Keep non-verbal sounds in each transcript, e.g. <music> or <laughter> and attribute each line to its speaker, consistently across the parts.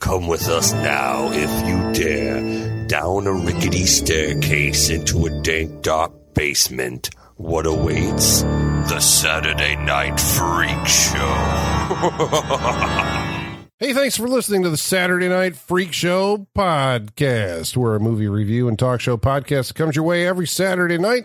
Speaker 1: Come with us now, if you dare, down a rickety staircase into a dank, dark basement. What awaits? The Saturday Night Freak Show.
Speaker 2: Hey, thanks for listening to the Saturday Night Freak Show podcast. We're a movie review and talk show podcast that comes your way every Saturday night,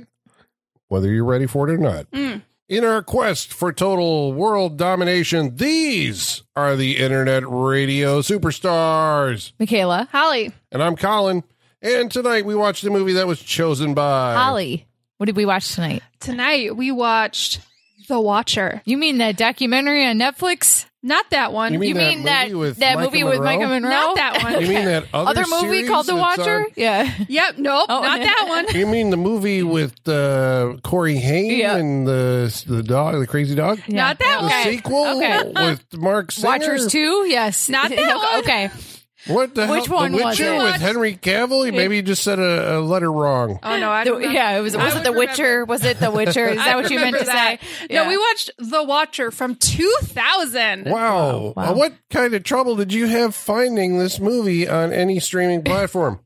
Speaker 2: whether you're ready for it or not.
Speaker 3: Mm.
Speaker 2: In our quest for total world domination, these are the internet radio superstars.
Speaker 3: Michaela, Holly,
Speaker 2: And I'm Colin. And tonight we watched a movie that was chosen by
Speaker 3: Holly. What did we watch tonight?
Speaker 4: Tonight we watched The Watcher.
Speaker 3: You mean that documentary on Netflix?
Speaker 4: Not that one.
Speaker 2: You mean
Speaker 3: You
Speaker 2: that
Speaker 3: mean that
Speaker 2: movie with
Speaker 3: that
Speaker 2: Micah
Speaker 3: movie with
Speaker 2: Monroe?
Speaker 3: Micah Monroe?
Speaker 4: Not that one.
Speaker 2: You
Speaker 3: <laughs>
Speaker 2: mean that other,
Speaker 3: Other, movie
Speaker 2: series
Speaker 3: called The
Speaker 2: that's
Speaker 3: Watcher?
Speaker 2: on-
Speaker 3: Yeah.
Speaker 4: <laughs> Yep. Nope.
Speaker 3: Oh.
Speaker 4: Not that one.
Speaker 2: you mean the movie with uh, Corey Haim
Speaker 3: Yeah.
Speaker 2: and the the dog, the crazy dog?
Speaker 4: Not that
Speaker 2: The
Speaker 4: one.
Speaker 2: sequel
Speaker 3: Okay.
Speaker 2: with Mark Singer?
Speaker 3: Watchers Two? Yes.
Speaker 4: Not that one.
Speaker 3: Okay.
Speaker 2: What the
Speaker 3: Which
Speaker 2: hell?
Speaker 3: one
Speaker 2: the
Speaker 3: was
Speaker 2: Witcher
Speaker 3: it?
Speaker 2: with Henry Cavill? Maybe you just said a, a letter wrong.
Speaker 4: Oh no. I
Speaker 3: The-
Speaker 4: don't remember.
Speaker 3: yeah. It was.
Speaker 4: I
Speaker 3: Was it
Speaker 4: would
Speaker 3: The
Speaker 4: remember.
Speaker 3: Witcher? Was it The Witcher? Is
Speaker 4: <laughs> I
Speaker 3: that what you meant
Speaker 4: remember
Speaker 3: to
Speaker 4: that.
Speaker 3: say? Yeah.
Speaker 4: No, we watched The Watcher from 2000.
Speaker 2: Wow. Uh,
Speaker 3: wow.
Speaker 2: What kind of trouble did you have finding this movie on any streaming platform?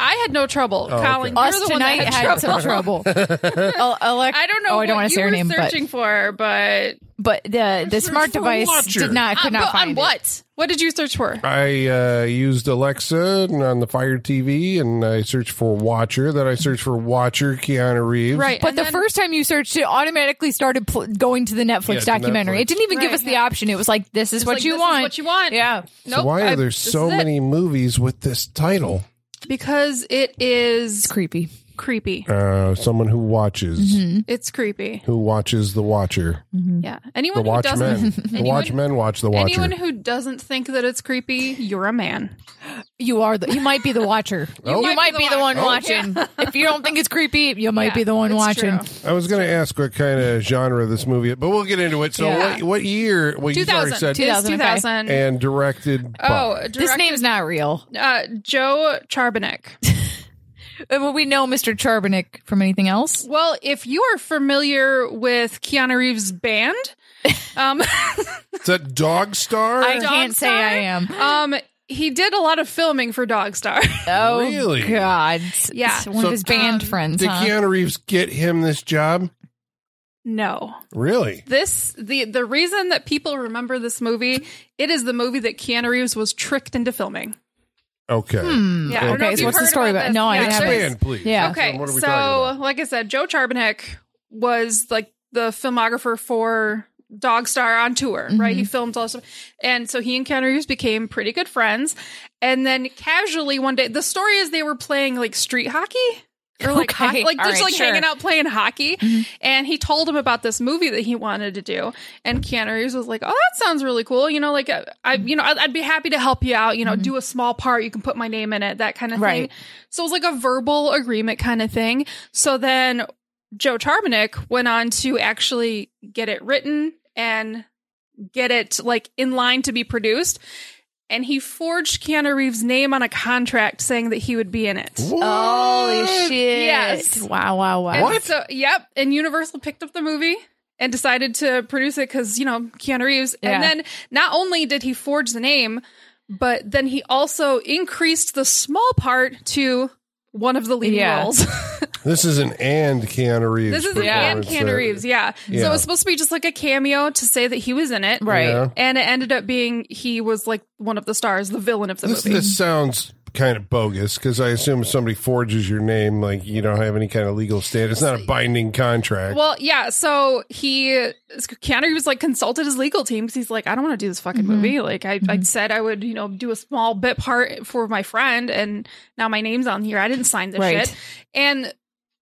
Speaker 4: I had no trouble.
Speaker 2: Oh, okay.
Speaker 4: Colin, you're
Speaker 3: Us
Speaker 4: the one
Speaker 3: tonight
Speaker 4: that
Speaker 3: had
Speaker 4: had,
Speaker 3: some
Speaker 4: trouble.
Speaker 3: trouble.
Speaker 2: <laughs>
Speaker 3: Al- Alex-
Speaker 4: <laughs> I don't know.
Speaker 3: Oh,
Speaker 4: what
Speaker 3: I don't want to
Speaker 4: you
Speaker 3: say her
Speaker 4: were
Speaker 3: name, but
Speaker 4: searching for, but
Speaker 3: but the the smart
Speaker 2: for
Speaker 3: device
Speaker 2: Watcher.
Speaker 3: did not
Speaker 4: Uh,
Speaker 3: could not
Speaker 4: but
Speaker 3: find
Speaker 4: on
Speaker 3: it.
Speaker 4: what? What did you search for?
Speaker 2: I uh, used Alexa and on the Fire TV, and I searched for Watcher. Then I searched for Watcher Keanu Reeves.
Speaker 4: Right.
Speaker 3: But
Speaker 4: and
Speaker 3: the
Speaker 4: then-
Speaker 3: first time you searched, it automatically started pl- going to the Netflix
Speaker 2: Yeah, to
Speaker 3: documentary.
Speaker 2: Netflix.
Speaker 3: It didn't even give
Speaker 4: Right,
Speaker 3: us the
Speaker 4: yeah.
Speaker 3: option. It was like, "This is
Speaker 4: It's
Speaker 3: what
Speaker 4: like,
Speaker 3: you
Speaker 4: this is
Speaker 3: want."
Speaker 4: what you want.
Speaker 3: Yeah.
Speaker 2: So
Speaker 4: Nope,
Speaker 2: why are
Speaker 4: I-
Speaker 2: there
Speaker 4: this
Speaker 2: so
Speaker 4: is it.
Speaker 2: many movies with this title?
Speaker 4: Because it is
Speaker 3: Creepy.
Speaker 4: creepy.
Speaker 2: Uh, someone who watches,
Speaker 4: It's creepy.
Speaker 2: who watches The Watcher,
Speaker 4: Yeah.
Speaker 2: Mm. The
Speaker 4: Anyone who
Speaker 2: Watchmen.
Speaker 4: <laughs> doesn't
Speaker 2: The
Speaker 4: anyone-
Speaker 2: Watchmen watch The Watcher.
Speaker 4: Anyone who doesn't think that it's creepy, you're a man.
Speaker 3: You are the. You might be the watcher.
Speaker 2: Oh.
Speaker 3: You might be the, one
Speaker 2: watcher.
Speaker 3: watching. If you don't think it's creepy, you might
Speaker 4: Yeah,
Speaker 3: be the one
Speaker 4: it's
Speaker 3: watching.
Speaker 4: true.
Speaker 2: I was going to ask what kind of genre this movie, but we'll get into it. So,
Speaker 3: Yeah.
Speaker 2: what, what year? Well, you already
Speaker 4: 2000.
Speaker 2: said,
Speaker 4: It is
Speaker 3: 2000, okay.
Speaker 4: 2000.
Speaker 2: and directed.
Speaker 4: oh,
Speaker 2: by.
Speaker 4: directed,
Speaker 3: This name's not real.
Speaker 4: uh, Joe Charbonek.
Speaker 3: <laughs> And Well, we know Mr. Charbonnick from anything else.
Speaker 4: well, if you are familiar with Keanu Reeves'
Speaker 3: <laughs>
Speaker 4: band, um,
Speaker 2: is that Dog Star?
Speaker 3: I
Speaker 4: Dog
Speaker 3: can't say
Speaker 4: star?
Speaker 3: I am.
Speaker 4: um, he did a lot of filming for Dogstar. <laughs>
Speaker 3: Oh
Speaker 2: Really?
Speaker 3: God! It's-
Speaker 4: Yeah.
Speaker 3: it's one
Speaker 2: So,
Speaker 3: of his band
Speaker 4: um,
Speaker 3: friends.
Speaker 2: Did
Speaker 3: huh?
Speaker 2: Keanu Reeves get him this job?
Speaker 4: no,
Speaker 2: Really?
Speaker 4: this the the reason that people remember this movie. It is the movie that Keanu Reeves was tricked into filming.
Speaker 2: Okay.
Speaker 4: Yeah, I don't
Speaker 3: Okay,
Speaker 4: know if
Speaker 3: so
Speaker 4: you've
Speaker 3: what's the
Speaker 4: heard
Speaker 3: story about-
Speaker 4: this.
Speaker 3: Hmm. no, I
Speaker 4: Yeah,
Speaker 3: haven't.
Speaker 4: there's-
Speaker 2: Expand, please.
Speaker 3: Yeah.
Speaker 4: Okay,
Speaker 2: What are we
Speaker 4: so
Speaker 2: talking about?
Speaker 4: like I said, Joe Charbonek was like the filmographer for Dog Star on tour, right?
Speaker 3: Mm-hmm.
Speaker 4: He filmed all stuff, and so he and Keanu Reeves became pretty good friends. And then casually one day, the story is they were playing like street hockey. Or like
Speaker 3: Okay,
Speaker 4: hockey, like
Speaker 3: all
Speaker 4: just
Speaker 3: right,
Speaker 4: like
Speaker 3: sure. Mm-hmm.
Speaker 4: hanging out playing hockey, and he told him about this movie that he wanted to do, and Keanu Reeves was like, "Oh, that sounds really cool. You know, like I, I you know, I'd, I'd be happy to help you out. You know, do a small part. You can put my name in it, that kind of
Speaker 3: Right.
Speaker 4: thing." So it was like a verbal agreement kind of thing. So then Joe Charbonick went on to actually get it written and get it like in line to be produced. And he forged Keanu Reeves' name on a contract saying that he would be in it.
Speaker 2: What?
Speaker 3: Holy shit!
Speaker 4: Yes.
Speaker 3: Wow! Wow! Wow!
Speaker 4: And So, yep. And Universal picked up the movie and decided to produce it because, you know, Keanu Reeves.
Speaker 3: Yeah.
Speaker 4: And then not only did he forge the name, but then he also increased the small part to one of the lead
Speaker 3: Yeah.
Speaker 4: roles. <laughs>
Speaker 2: This is an and Keanu Reeves.
Speaker 4: this is an
Speaker 3: Yeah.
Speaker 4: and Keanu
Speaker 2: performance, uh,
Speaker 4: Reeves, yeah.
Speaker 2: yeah.
Speaker 4: So it was supposed to be just like a cameo to say that he was in it.
Speaker 3: Right.
Speaker 2: Yeah.
Speaker 4: And it ended up being he was like one of the stars, the villain of the
Speaker 2: This,
Speaker 4: movie.
Speaker 2: this sounds kind of bogus because I assume if somebody forges your name, like you don't have any kind of legal stand. It's not a binding contract.
Speaker 4: Well, yeah. So he, Keanu Reeves, like consulted his legal team because he's like, I don't want to do this fucking
Speaker 3: Mm-hmm.
Speaker 4: movie. Like I, I said, I would, you know, do a small bit part for my friend, and now my name's on here. I didn't sign this
Speaker 3: Right.
Speaker 4: shit. And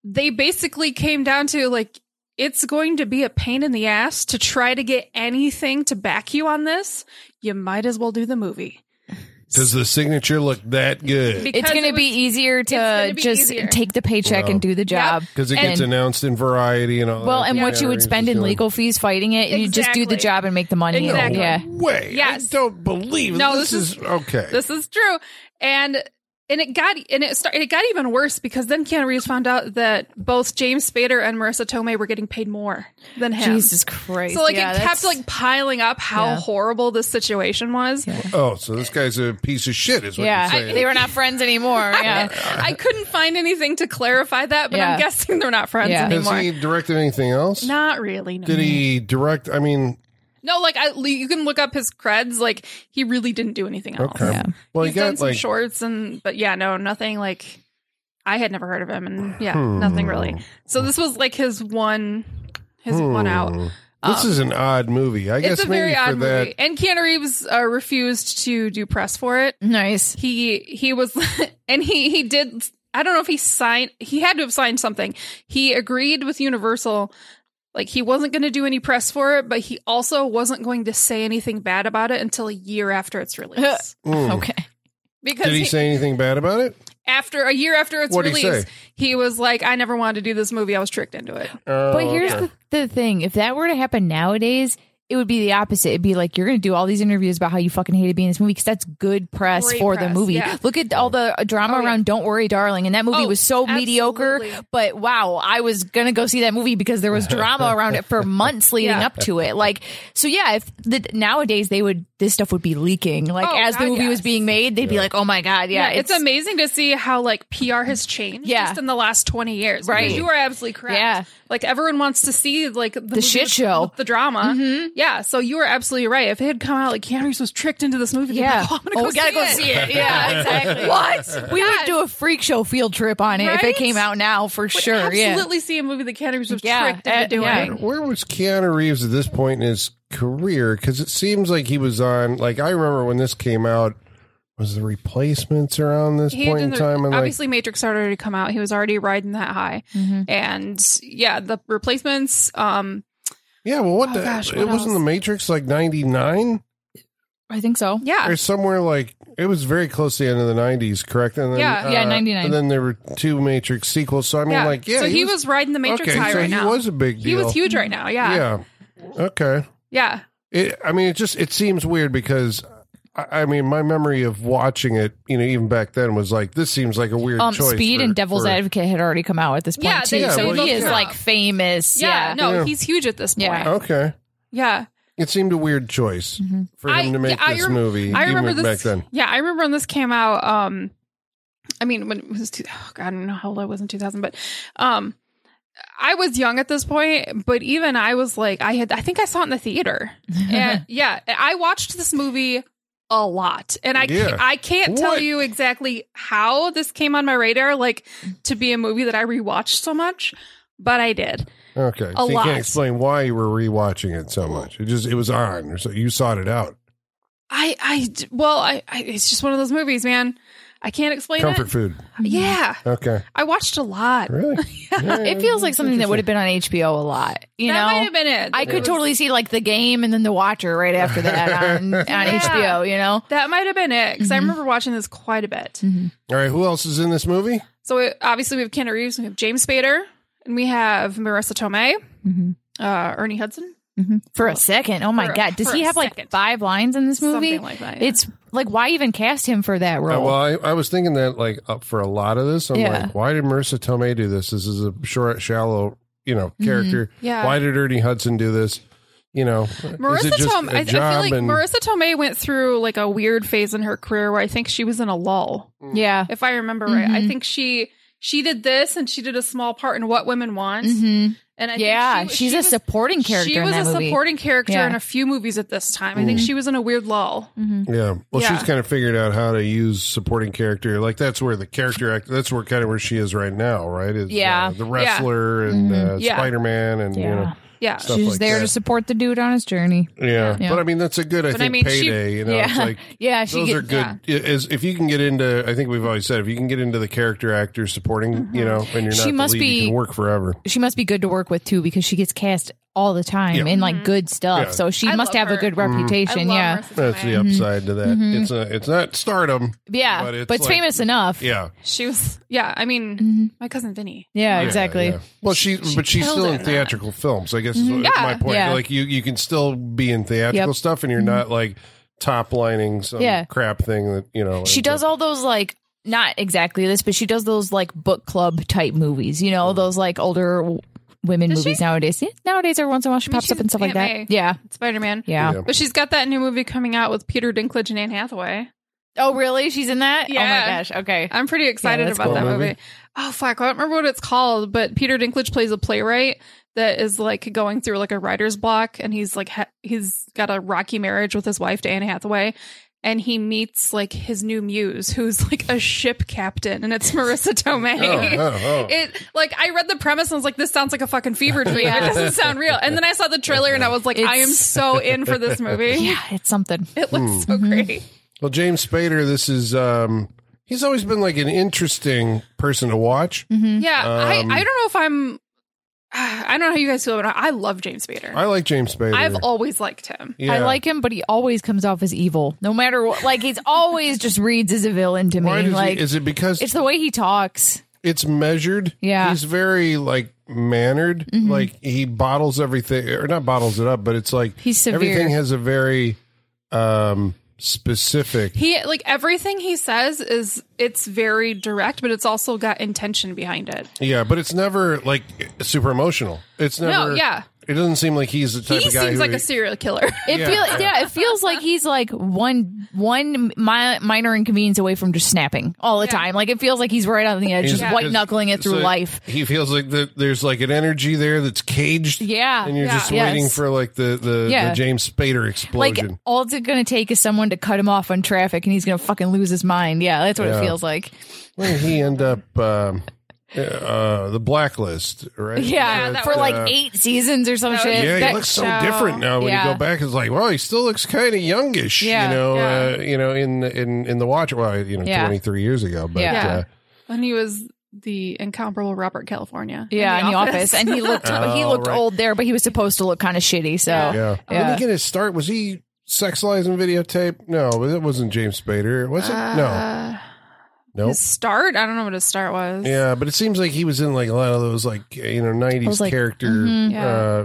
Speaker 4: they basically came down to like, it's going to be a pain in the ass to try to get anything to back you on this. You might as well do the movie.
Speaker 2: Does the signature look that good?
Speaker 4: Because
Speaker 3: it's going
Speaker 4: it
Speaker 3: to
Speaker 4: was-
Speaker 3: be easier to
Speaker 4: gonna be
Speaker 3: just
Speaker 4: easier.
Speaker 3: take the paycheck and do the job.
Speaker 2: Because it gets
Speaker 3: And-
Speaker 2: announced in Variety and all.
Speaker 3: Well,
Speaker 2: that.
Speaker 3: and what you would
Speaker 2: Keanu
Speaker 3: spend
Speaker 2: Reeves
Speaker 3: in
Speaker 2: is
Speaker 3: legal fees fighting it, you just do the
Speaker 4: Exactly.
Speaker 3: job and make the money.
Speaker 4: Exactly.
Speaker 3: Yeah.
Speaker 2: doing- Way,
Speaker 4: Yes.
Speaker 2: I don't believe.
Speaker 4: No,
Speaker 2: this,
Speaker 4: <laughs> this
Speaker 2: is, okay.
Speaker 4: This is true. And and it got and it start, it got even worse because then Keanu Reeves found out that both James Spader and Marissa Tomei were getting paid more than him.
Speaker 3: Jesus Christ.
Speaker 4: So like
Speaker 3: Yeah,
Speaker 4: it kept
Speaker 3: that's-
Speaker 4: like piling up how
Speaker 3: Yeah.
Speaker 4: horrible this situation was.
Speaker 2: Oh, so this guy's a piece of shit, is what
Speaker 3: yeah,
Speaker 2: you're saying.
Speaker 3: they were not friends <laughs> anymore. Yeah.
Speaker 4: I couldn't find anything to clarify that, but
Speaker 3: Yeah.
Speaker 4: I'm guessing they're not friends
Speaker 3: Yeah.
Speaker 2: Has
Speaker 4: anymore.
Speaker 2: he directed anything else?
Speaker 4: not really. No.
Speaker 2: Did he direct? I mean,
Speaker 4: No, like I, you can look up his creds. Like he really didn't do anything else.
Speaker 2: okay.
Speaker 3: Yeah.
Speaker 2: Well,
Speaker 4: He's
Speaker 2: he got
Speaker 4: done some
Speaker 2: like
Speaker 4: shorts and, but yeah, no, nothing like. I had never heard of him, and yeah,
Speaker 2: Hmm.
Speaker 4: nothing really. So this was like his one, his one out.
Speaker 2: Hmm. This is an odd movie. I guess
Speaker 4: It's a
Speaker 2: maybe
Speaker 4: very
Speaker 2: for
Speaker 4: odd
Speaker 2: that.
Speaker 4: movie, and Keanu Reeves uh, refused to do press for it.
Speaker 3: Nice.
Speaker 4: he he was <laughs> and he he did i don't know if he signed he had to have signed something he agreed with universal like he wasn't going to do any press for it but he also wasn't going to say anything bad about it until a year after
Speaker 2: <laughs>
Speaker 4: its release
Speaker 2: Hmm.
Speaker 3: Okay.
Speaker 4: because
Speaker 2: Did he
Speaker 4: he-
Speaker 2: say anything bad about it?
Speaker 4: after a year after its
Speaker 2: What'd he
Speaker 4: release
Speaker 2: say?
Speaker 4: he, was like i never wanted to do this movie i was tricked into it
Speaker 2: Oh,
Speaker 3: But here's
Speaker 2: okay.
Speaker 3: the, the thing if that were to happen nowadays, it would be the opposite. It'd be like you're going to do all these interviews about how you fucking hated being in this movie because that's good press
Speaker 4: Great
Speaker 3: for
Speaker 4: press,
Speaker 3: the movie.
Speaker 4: yeah.
Speaker 3: Look at all the drama
Speaker 4: Oh, yeah.
Speaker 3: around "Don't Worry, Darling," and that movie
Speaker 4: Oh,
Speaker 3: was so mediocre.
Speaker 4: absolutely.
Speaker 3: But wow, I was going to go see that movie because there
Speaker 4: <laughs>
Speaker 3: was drama around it for months leading
Speaker 4: Yeah.
Speaker 3: up to it. Like, so yeah, if the, nowadays they would this stuff would be leaking. Like
Speaker 4: Oh,
Speaker 3: as the
Speaker 4: God,
Speaker 3: movie was
Speaker 4: yes.
Speaker 3: being made, they'd be like, "Oh my god, yeah,
Speaker 4: it's, amazing to see how like pr has changed
Speaker 3: Yeah.
Speaker 4: just in the last 20 years
Speaker 3: Right.
Speaker 4: Because you are absolutely correct
Speaker 3: Yeah.
Speaker 4: like everyone wants to see like the, movie
Speaker 3: shit
Speaker 4: with-
Speaker 3: show. Mm-hmm.
Speaker 4: with the drama yeah so you were absolutely right if it had come out like Keanu Reeves was tricked into this movie
Speaker 3: Yeah.
Speaker 4: yeah oh, I'm gonna
Speaker 3: Oh,
Speaker 4: go
Speaker 3: we gotta
Speaker 4: see
Speaker 3: go
Speaker 4: it.
Speaker 3: see it.
Speaker 4: <laughs>
Speaker 3: Yeah, <laughs> exactly.
Speaker 4: what
Speaker 3: We would do a freak show field trip on it if it
Speaker 4: Right?
Speaker 3: came out now for sure. Yeah.
Speaker 4: absolutely see a movie that Keanu Reeves was
Speaker 3: Yeah,
Speaker 4: tricked into
Speaker 3: uh,
Speaker 4: doing
Speaker 3: yeah.
Speaker 2: Where was Keanu Reeves at this point in his career? Because it seems like he was on. Like I remember when this came out, was the replacements around this
Speaker 4: He
Speaker 2: point in
Speaker 4: didn't-
Speaker 2: time? And like,
Speaker 4: obviously Matrix had already come out. He was already riding that high,
Speaker 3: Mm-hmm.
Speaker 4: and yeah, the replacements. Um,
Speaker 2: yeah, well, what
Speaker 4: Oh,
Speaker 2: the?
Speaker 4: gosh,
Speaker 2: it
Speaker 4: what
Speaker 2: wasn't
Speaker 4: else?
Speaker 2: the Matrix like ninety nine
Speaker 3: I think so.
Speaker 4: yeah,
Speaker 2: or somewhere like it was very close to the end of the nineties, correct? And then,
Speaker 4: Yeah.
Speaker 3: Yeah,
Speaker 2: uh,
Speaker 3: 99.
Speaker 2: And then there were two Matrix sequels. So I mean, like, yeah,
Speaker 4: so he, was, riding the Matrix
Speaker 2: okay,
Speaker 4: high
Speaker 2: so
Speaker 4: right
Speaker 2: he
Speaker 4: now.
Speaker 2: was a big deal.
Speaker 4: he was huge right now. Yeah, yeah.
Speaker 2: Yeah. Okay. It, I mean, it just it seems weird because I, I mean, my memory of watching it, you know, even back then was like this seems like a weird
Speaker 3: Um,
Speaker 2: choice.
Speaker 3: Speed
Speaker 2: for-
Speaker 3: and Devil's
Speaker 2: for-
Speaker 3: Advocate had already come out at this point
Speaker 4: Yeah,
Speaker 3: too,
Speaker 4: they-
Speaker 2: Yeah,
Speaker 3: so
Speaker 2: well,
Speaker 3: he
Speaker 2: yeah.
Speaker 3: is like famous.
Speaker 4: Yeah,
Speaker 3: Yeah,
Speaker 4: no,
Speaker 2: Yeah.
Speaker 4: he's huge at this point.
Speaker 3: Yeah.
Speaker 2: Okay,
Speaker 4: Yeah.
Speaker 2: it seemed a weird choice
Speaker 3: Mm-hmm.
Speaker 2: for him
Speaker 4: I-
Speaker 2: to make
Speaker 4: yeah, I
Speaker 2: this
Speaker 4: rem-
Speaker 2: movie.
Speaker 4: I remember
Speaker 2: even back
Speaker 4: this.
Speaker 2: then.
Speaker 4: Yeah, I remember when this came out. Um, I mean, when it was two, oh God, I don't know how old I was in 2000, but um, I was young at this point. But even I was like, I had, I think I saw it in the theater. And <laughs> yeah, I watched this movie a lot, and I,
Speaker 2: Yeah.
Speaker 4: can't, I can't tell
Speaker 2: What?
Speaker 4: you exactly how this came on my radar, like to be a movie that I rewatched so much, but I did.
Speaker 2: Okay,
Speaker 4: A
Speaker 2: so you
Speaker 4: lot.
Speaker 2: can't explain why you were rewatching it so much. It just it was on, or so you sought it out.
Speaker 4: I, I, d- well, I, I, it's just one of those movies, man. I can't explain
Speaker 2: Comfort
Speaker 4: it.
Speaker 2: food.
Speaker 3: <laughs>
Speaker 4: Yeah.
Speaker 2: Okay,
Speaker 4: I watched a lot.
Speaker 2: really? Yeah,
Speaker 3: it feels like something that would have
Speaker 2: interesting.
Speaker 3: been on HBO a lot. You
Speaker 4: that might
Speaker 3: know,
Speaker 4: have been it.
Speaker 3: I
Speaker 4: It
Speaker 3: could
Speaker 4: was-
Speaker 3: totally see like the game and then the Watcher right after
Speaker 2: <laughs>
Speaker 3: that on, on
Speaker 4: Yeah.
Speaker 3: HBO. You know,
Speaker 4: That might have been it because I remember watching this quite a bit.
Speaker 2: All right, who else is in this movie?
Speaker 4: So we, obviously we have Keanu Reeves, we have James Spader, and we have Marissa Tomei, uh, Ernie Hudson,
Speaker 3: for a second, oh my
Speaker 4: For a-
Speaker 3: god, does
Speaker 4: for
Speaker 3: he
Speaker 4: a
Speaker 3: have like
Speaker 4: second.
Speaker 3: five lines in this movie?
Speaker 4: something like that. yeah.
Speaker 3: It's like why even cast him for that
Speaker 2: Uh,
Speaker 3: role?
Speaker 2: well, I, I was thinking that like up for a lot of this, I'm
Speaker 3: Yeah.
Speaker 2: like, why did Marissa Tomei do this? This is a short, shallow, you know,
Speaker 4: Mm-hmm.
Speaker 2: character.
Speaker 4: Yeah.
Speaker 2: Why did Ernie Hudson do this? You know, is
Speaker 4: Marissa
Speaker 2: it just
Speaker 4: Tomei.
Speaker 2: a
Speaker 4: I, I feel
Speaker 2: job
Speaker 4: like
Speaker 2: and-
Speaker 4: Marissa Tomei went through like a weird phase in her career where I think she was in a lull,
Speaker 3: yeah.
Speaker 4: if I remember right.
Speaker 3: Mm-hmm.
Speaker 4: I think she she did this and she did a small part in What Women Want,
Speaker 3: hmm
Speaker 4: and I
Speaker 3: Yeah,
Speaker 4: think she,
Speaker 3: she's
Speaker 4: she
Speaker 3: a
Speaker 4: was-
Speaker 3: supporting character.
Speaker 4: She
Speaker 3: in
Speaker 4: was
Speaker 3: that
Speaker 4: a
Speaker 3: movie.
Speaker 4: supporting character
Speaker 3: Yeah. Mm-hmm.
Speaker 4: in a few movies at this time. I think she was in a weird lull.
Speaker 2: Yeah. Well,
Speaker 4: Yeah.
Speaker 2: she's kind of figured out how to use supporting character. Like that's where the character act. That's where kind of where she is right now, right? Is,
Speaker 3: Yeah.
Speaker 2: uh, the wrestler and uh,
Speaker 4: Mm-hmm. Yeah.
Speaker 2: Spider Man and you know.
Speaker 4: Yeah.
Speaker 2: Stuff
Speaker 3: She's
Speaker 2: like
Speaker 3: there
Speaker 2: that.
Speaker 3: to support the dude on his journey.
Speaker 2: Yeah.
Speaker 3: Yeah.
Speaker 2: but I mean that's a good. I
Speaker 4: But I
Speaker 2: think
Speaker 4: mean, she-
Speaker 2: payday. you know, it's like
Speaker 3: <laughs> yeah, she
Speaker 2: those
Speaker 3: get-
Speaker 2: are good. Is if you can get into, I think we've always said, if you can get into the character actor supporting, you know, and you're not
Speaker 3: Mm-hmm. She
Speaker 2: the
Speaker 3: must
Speaker 2: lead,
Speaker 3: be-
Speaker 2: you can work forever.
Speaker 3: She must be good to work with too because she gets cast all the time in like good stuff.
Speaker 2: Yeah. Mm-hmm.
Speaker 3: So she
Speaker 4: Mm-hmm. I
Speaker 3: must
Speaker 4: love
Speaker 3: have a
Speaker 4: her.
Speaker 3: good
Speaker 4: I
Speaker 3: reputation.
Speaker 4: love
Speaker 3: Yeah,
Speaker 4: Marissa
Speaker 2: That's
Speaker 4: Tomei.
Speaker 2: the uh,
Speaker 3: Mm-hmm.
Speaker 2: upside to that. It's a, it's not stardom.
Speaker 3: yeah,
Speaker 2: But
Speaker 3: but
Speaker 2: it's
Speaker 3: it's,
Speaker 2: like-
Speaker 3: famous enough.
Speaker 2: Yeah,
Speaker 4: She was, yeah. I mean,
Speaker 3: Mm-hmm.
Speaker 4: my cousin Vinny.
Speaker 3: yeah,
Speaker 2: Yeah,
Speaker 3: exactly.
Speaker 2: yeah. Well, she, but she's
Speaker 4: killed
Speaker 2: still
Speaker 4: it
Speaker 2: in
Speaker 4: in
Speaker 2: theatrical films. I guess is what-
Speaker 4: Yeah.
Speaker 2: my point.
Speaker 3: Mm-hmm. Yeah.
Speaker 2: Like you, you can still be in theatrical
Speaker 3: Yep. Mm-hmm.
Speaker 2: stuff, and you're not like top lining some
Speaker 3: Yeah.
Speaker 2: crap thing that you know.
Speaker 3: She does all those like not exactly this, but she does those like book club type movies. You
Speaker 2: Mm-hmm.
Speaker 3: know, those like older w- women
Speaker 4: Does
Speaker 3: movies
Speaker 4: she?
Speaker 3: nowadays. Yeah, nowadays, every once in a while she
Speaker 4: I mean,
Speaker 3: pops up
Speaker 4: she's
Speaker 3: and stuff like that.
Speaker 4: Aunt May.
Speaker 3: Yeah,
Speaker 4: Spider Man.
Speaker 3: yeah.
Speaker 2: Yeah.
Speaker 4: But she's got that new movie coming out with Peter Dinklage and Anne Hathaway.
Speaker 3: Oh, really? She's in that? Oh
Speaker 4: Yeah. Uh,
Speaker 3: my gosh. Okay.
Speaker 4: I'm pretty excited
Speaker 3: that's
Speaker 4: about
Speaker 3: cool.
Speaker 4: that
Speaker 2: What
Speaker 4: movie.
Speaker 2: movie?
Speaker 4: Oh fuck, I don't remember what it's called, but Peter Dinklage plays a playwright that is like going through like a writer's block, and he's like ha- he's got a rocky marriage with his wife, Diane Hathaway, and he meets like his new muse, who's like a ship captain, and
Speaker 3: <laughs>
Speaker 4: it's Marissa Tomei.
Speaker 2: oh, oh.
Speaker 4: It like I read the premise and was like, this sounds like a fucking fever dream. It doesn't
Speaker 3: <laughs>
Speaker 4: sound real. And then I saw the trailer and I was like, I am
Speaker 3: It's-
Speaker 4: so in for this movie.
Speaker 3: yeah, Mm-hmm. it's something.
Speaker 4: It looks so great.
Speaker 2: Well, James Spader, this is um he's always been like an interesting person to watch.
Speaker 3: Mm-hmm.
Speaker 4: Yeah, I, I
Speaker 2: Um,
Speaker 4: don't know if I'm. <sighs> I don't know how you guys feel about it. I love James Spader.
Speaker 2: I like James Spader.
Speaker 4: I've always liked him.
Speaker 2: yeah.
Speaker 3: I like him, but he always comes off as evil, no matter what. Like he's always just reads as a villain to me.
Speaker 2: Why does he-
Speaker 3: like
Speaker 2: is it because
Speaker 3: it's
Speaker 2: it's,
Speaker 3: the way he talks.
Speaker 2: measured?
Speaker 3: Yeah. Mm-hmm.
Speaker 2: He's very like mannered. Like he bottles everything or not bottles it up, but it's like
Speaker 3: He's severe.
Speaker 2: everything has a very um specific
Speaker 4: He like everything he says is it's very direct, but it's also got intention behind it.
Speaker 2: Yeah, but it's never like super emotional. It's never
Speaker 4: yeah.
Speaker 2: It doesn't seem like he's the type
Speaker 4: He
Speaker 2: of guy
Speaker 4: seems
Speaker 2: who
Speaker 4: like a serial killer. <laughs>
Speaker 3: It
Speaker 2: Yeah.
Speaker 3: feels yeah, it feels like he's like one one mi- minor inconvenience away from just snapping all the
Speaker 4: Yeah.
Speaker 3: time. Like it feels like he's right on the edge,
Speaker 2: He's-
Speaker 3: just white knuckling it through
Speaker 2: so
Speaker 3: life.
Speaker 2: He feels like the, there's like an energy there that's caged.
Speaker 3: Yeah.
Speaker 2: and you're
Speaker 4: Yeah.
Speaker 2: just waiting
Speaker 3: Yes.
Speaker 2: for like the the,
Speaker 3: Yeah.
Speaker 2: the James Spader
Speaker 3: Like
Speaker 2: explosion.
Speaker 3: all it's gonna take is someone to cut him off on traffic, and he's gonna fucking lose his mind. Yeah, that's what
Speaker 2: Yeah.
Speaker 3: it feels like.
Speaker 2: Where did he end up? Um, uh, the blacklist, right?
Speaker 3: Yeah,
Speaker 4: that
Speaker 3: for
Speaker 4: was-
Speaker 3: like
Speaker 2: uh,
Speaker 3: eight seasons or some
Speaker 4: that was-
Speaker 3: shit.
Speaker 2: Yeah,
Speaker 3: That-
Speaker 2: he looks so
Speaker 4: show.
Speaker 2: different now. When you
Speaker 3: Yeah.
Speaker 2: go back, it's like, well, he still looks kind of youngish.
Speaker 3: Yeah,
Speaker 2: you know,
Speaker 4: yeah.
Speaker 2: uh, you know, in in in the watch, well, you know,
Speaker 3: Yeah.
Speaker 2: twenty three years ago, but
Speaker 3: Yeah.
Speaker 2: uh,
Speaker 4: and he was the incomparable Robert California.
Speaker 3: yeah, in the office, and he looked
Speaker 2: <laughs>
Speaker 3: he
Speaker 2: Oh,
Speaker 3: looked
Speaker 2: right.
Speaker 3: old there, but he was supposed to look kind of shitty. So
Speaker 2: Yeah.
Speaker 3: Yeah.
Speaker 2: Let me get his start. Was he sex lies and videotape? No, it wasn't James Spader. Was it? no.
Speaker 4: <laughs> Uh,
Speaker 2: Nope.
Speaker 4: His start, I don't know what his start was.
Speaker 2: Yeah, but it seems like he was in like a lot of those like you know nineties
Speaker 3: Those, like,
Speaker 2: character
Speaker 3: mhm.
Speaker 2: uh,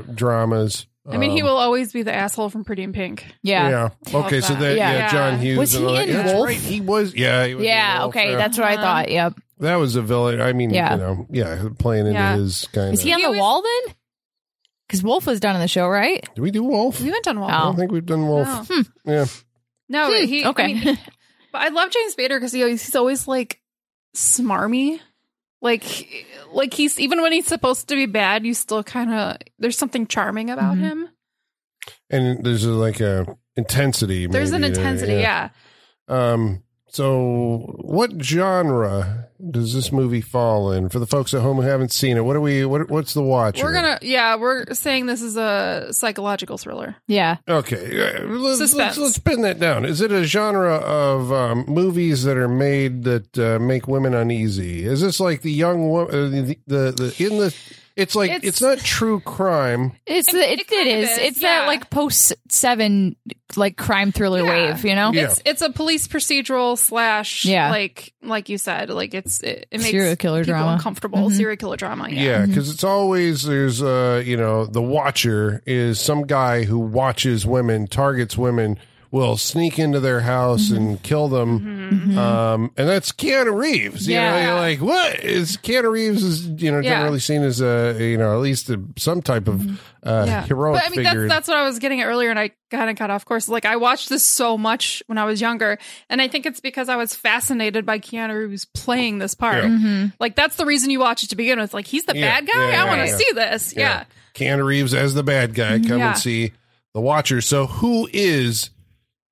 Speaker 4: Yeah.
Speaker 2: dramas.
Speaker 4: I mean, he
Speaker 2: Um,
Speaker 4: will always be the asshole from Pretty in Pink.
Speaker 3: yeah.
Speaker 2: Yeah. Okay, so
Speaker 4: that.
Speaker 2: that yeah.
Speaker 3: Yeah.
Speaker 2: John
Speaker 4: Yeah.
Speaker 2: Hughes.
Speaker 3: Was
Speaker 2: and
Speaker 3: he
Speaker 2: all that.
Speaker 3: in
Speaker 2: Yeah, that's
Speaker 3: Wolf?
Speaker 2: right, He was. Yeah. he was in
Speaker 3: Yeah,
Speaker 2: Wolf,
Speaker 3: okay,
Speaker 2: yeah.
Speaker 3: that's what I
Speaker 4: Uh-huh.
Speaker 3: thought. Yep.
Speaker 2: that was a villain. I mean,
Speaker 3: Yeah.
Speaker 2: you know, yeah, playing into
Speaker 4: Yeah.
Speaker 2: his kind
Speaker 3: Is
Speaker 2: of.
Speaker 3: he on
Speaker 4: He
Speaker 3: the
Speaker 4: was-
Speaker 3: wall then? Because Wolf was done on the show, right?
Speaker 2: Do we do Wolf?
Speaker 4: We went on Wall.
Speaker 2: I
Speaker 3: Oh.
Speaker 2: don't think we've done Wolf.
Speaker 4: No.
Speaker 2: Yeah.
Speaker 4: Hmm. No,
Speaker 3: Hmm,
Speaker 4: Oh, he.
Speaker 3: okay.
Speaker 4: I mean, But I love James Spader because he always, he's always like smarmy. Like, like he's even when he's supposed to be bad, you still kind of there's something charming about
Speaker 3: Mhm.
Speaker 4: him.
Speaker 2: And there's a, like a intensity.
Speaker 4: There's an
Speaker 2: maybe to-
Speaker 4: intensity, yeah.
Speaker 2: Um, so what genre does this movie fall in for the folks at home who haven't seen it? What are we, what, what's the watch?
Speaker 4: We're gonna, yeah, we're saying this is a psychological thriller.
Speaker 3: <laughs> Yeah.
Speaker 2: okay. uh, Let's, let's,
Speaker 4: Suspense.
Speaker 2: let's pin that down. Is it a genre of um, movies that are made that uh, make women uneasy? Is this like the young woman, uh, the, the, the, in the, it's like, it's,
Speaker 4: It's-
Speaker 2: not true crime.
Speaker 3: It's
Speaker 4: It-
Speaker 3: the, it,
Speaker 4: it
Speaker 3: it
Speaker 4: kind of
Speaker 3: is.
Speaker 4: is,
Speaker 3: It's that
Speaker 4: yeah.
Speaker 3: like post seven like crime thriller
Speaker 4: Yeah.
Speaker 3: wave, you know?
Speaker 2: Yeah.
Speaker 4: It's it's a police procedural slash,
Speaker 3: Yeah.
Speaker 4: like like you said, like it's it, it makes
Speaker 3: Serial killer
Speaker 4: people
Speaker 3: drama.
Speaker 4: uncomfortable.
Speaker 3: Mhm.
Speaker 4: Serial killer drama, yeah.
Speaker 2: Yeah, because it's always there's uh you know the watcher is some guy who watches women, targets women, will sneak into their house and kill them.
Speaker 3: mm-hmm.
Speaker 2: Um, and that's Keanu Reeves. You know,
Speaker 3: Yeah.
Speaker 2: you're like, what is Keanu Reeves is you know
Speaker 4: Yeah.
Speaker 2: generally seen as a you know at least a, some type of uh,
Speaker 4: Yeah.
Speaker 2: heroic
Speaker 4: but I mean,
Speaker 2: figure.
Speaker 4: that's that's what I was getting at earlier, and I kind of cut off course. Like I watched this so much when I was younger, and I think it's because I was fascinated by Keanu Reeves playing this part.
Speaker 2: Yeah.
Speaker 3: Mm-hmm.
Speaker 4: Like that's the reason you watch it to begin with. Like he's the
Speaker 2: Yeah,
Speaker 4: bad guy.
Speaker 2: yeah,
Speaker 4: I want to
Speaker 2: yeah, yeah.
Speaker 4: see this. Yeah.
Speaker 2: Keanu Reeves as the bad guy. Come
Speaker 4: Yeah.
Speaker 2: and see the Watcher. So who is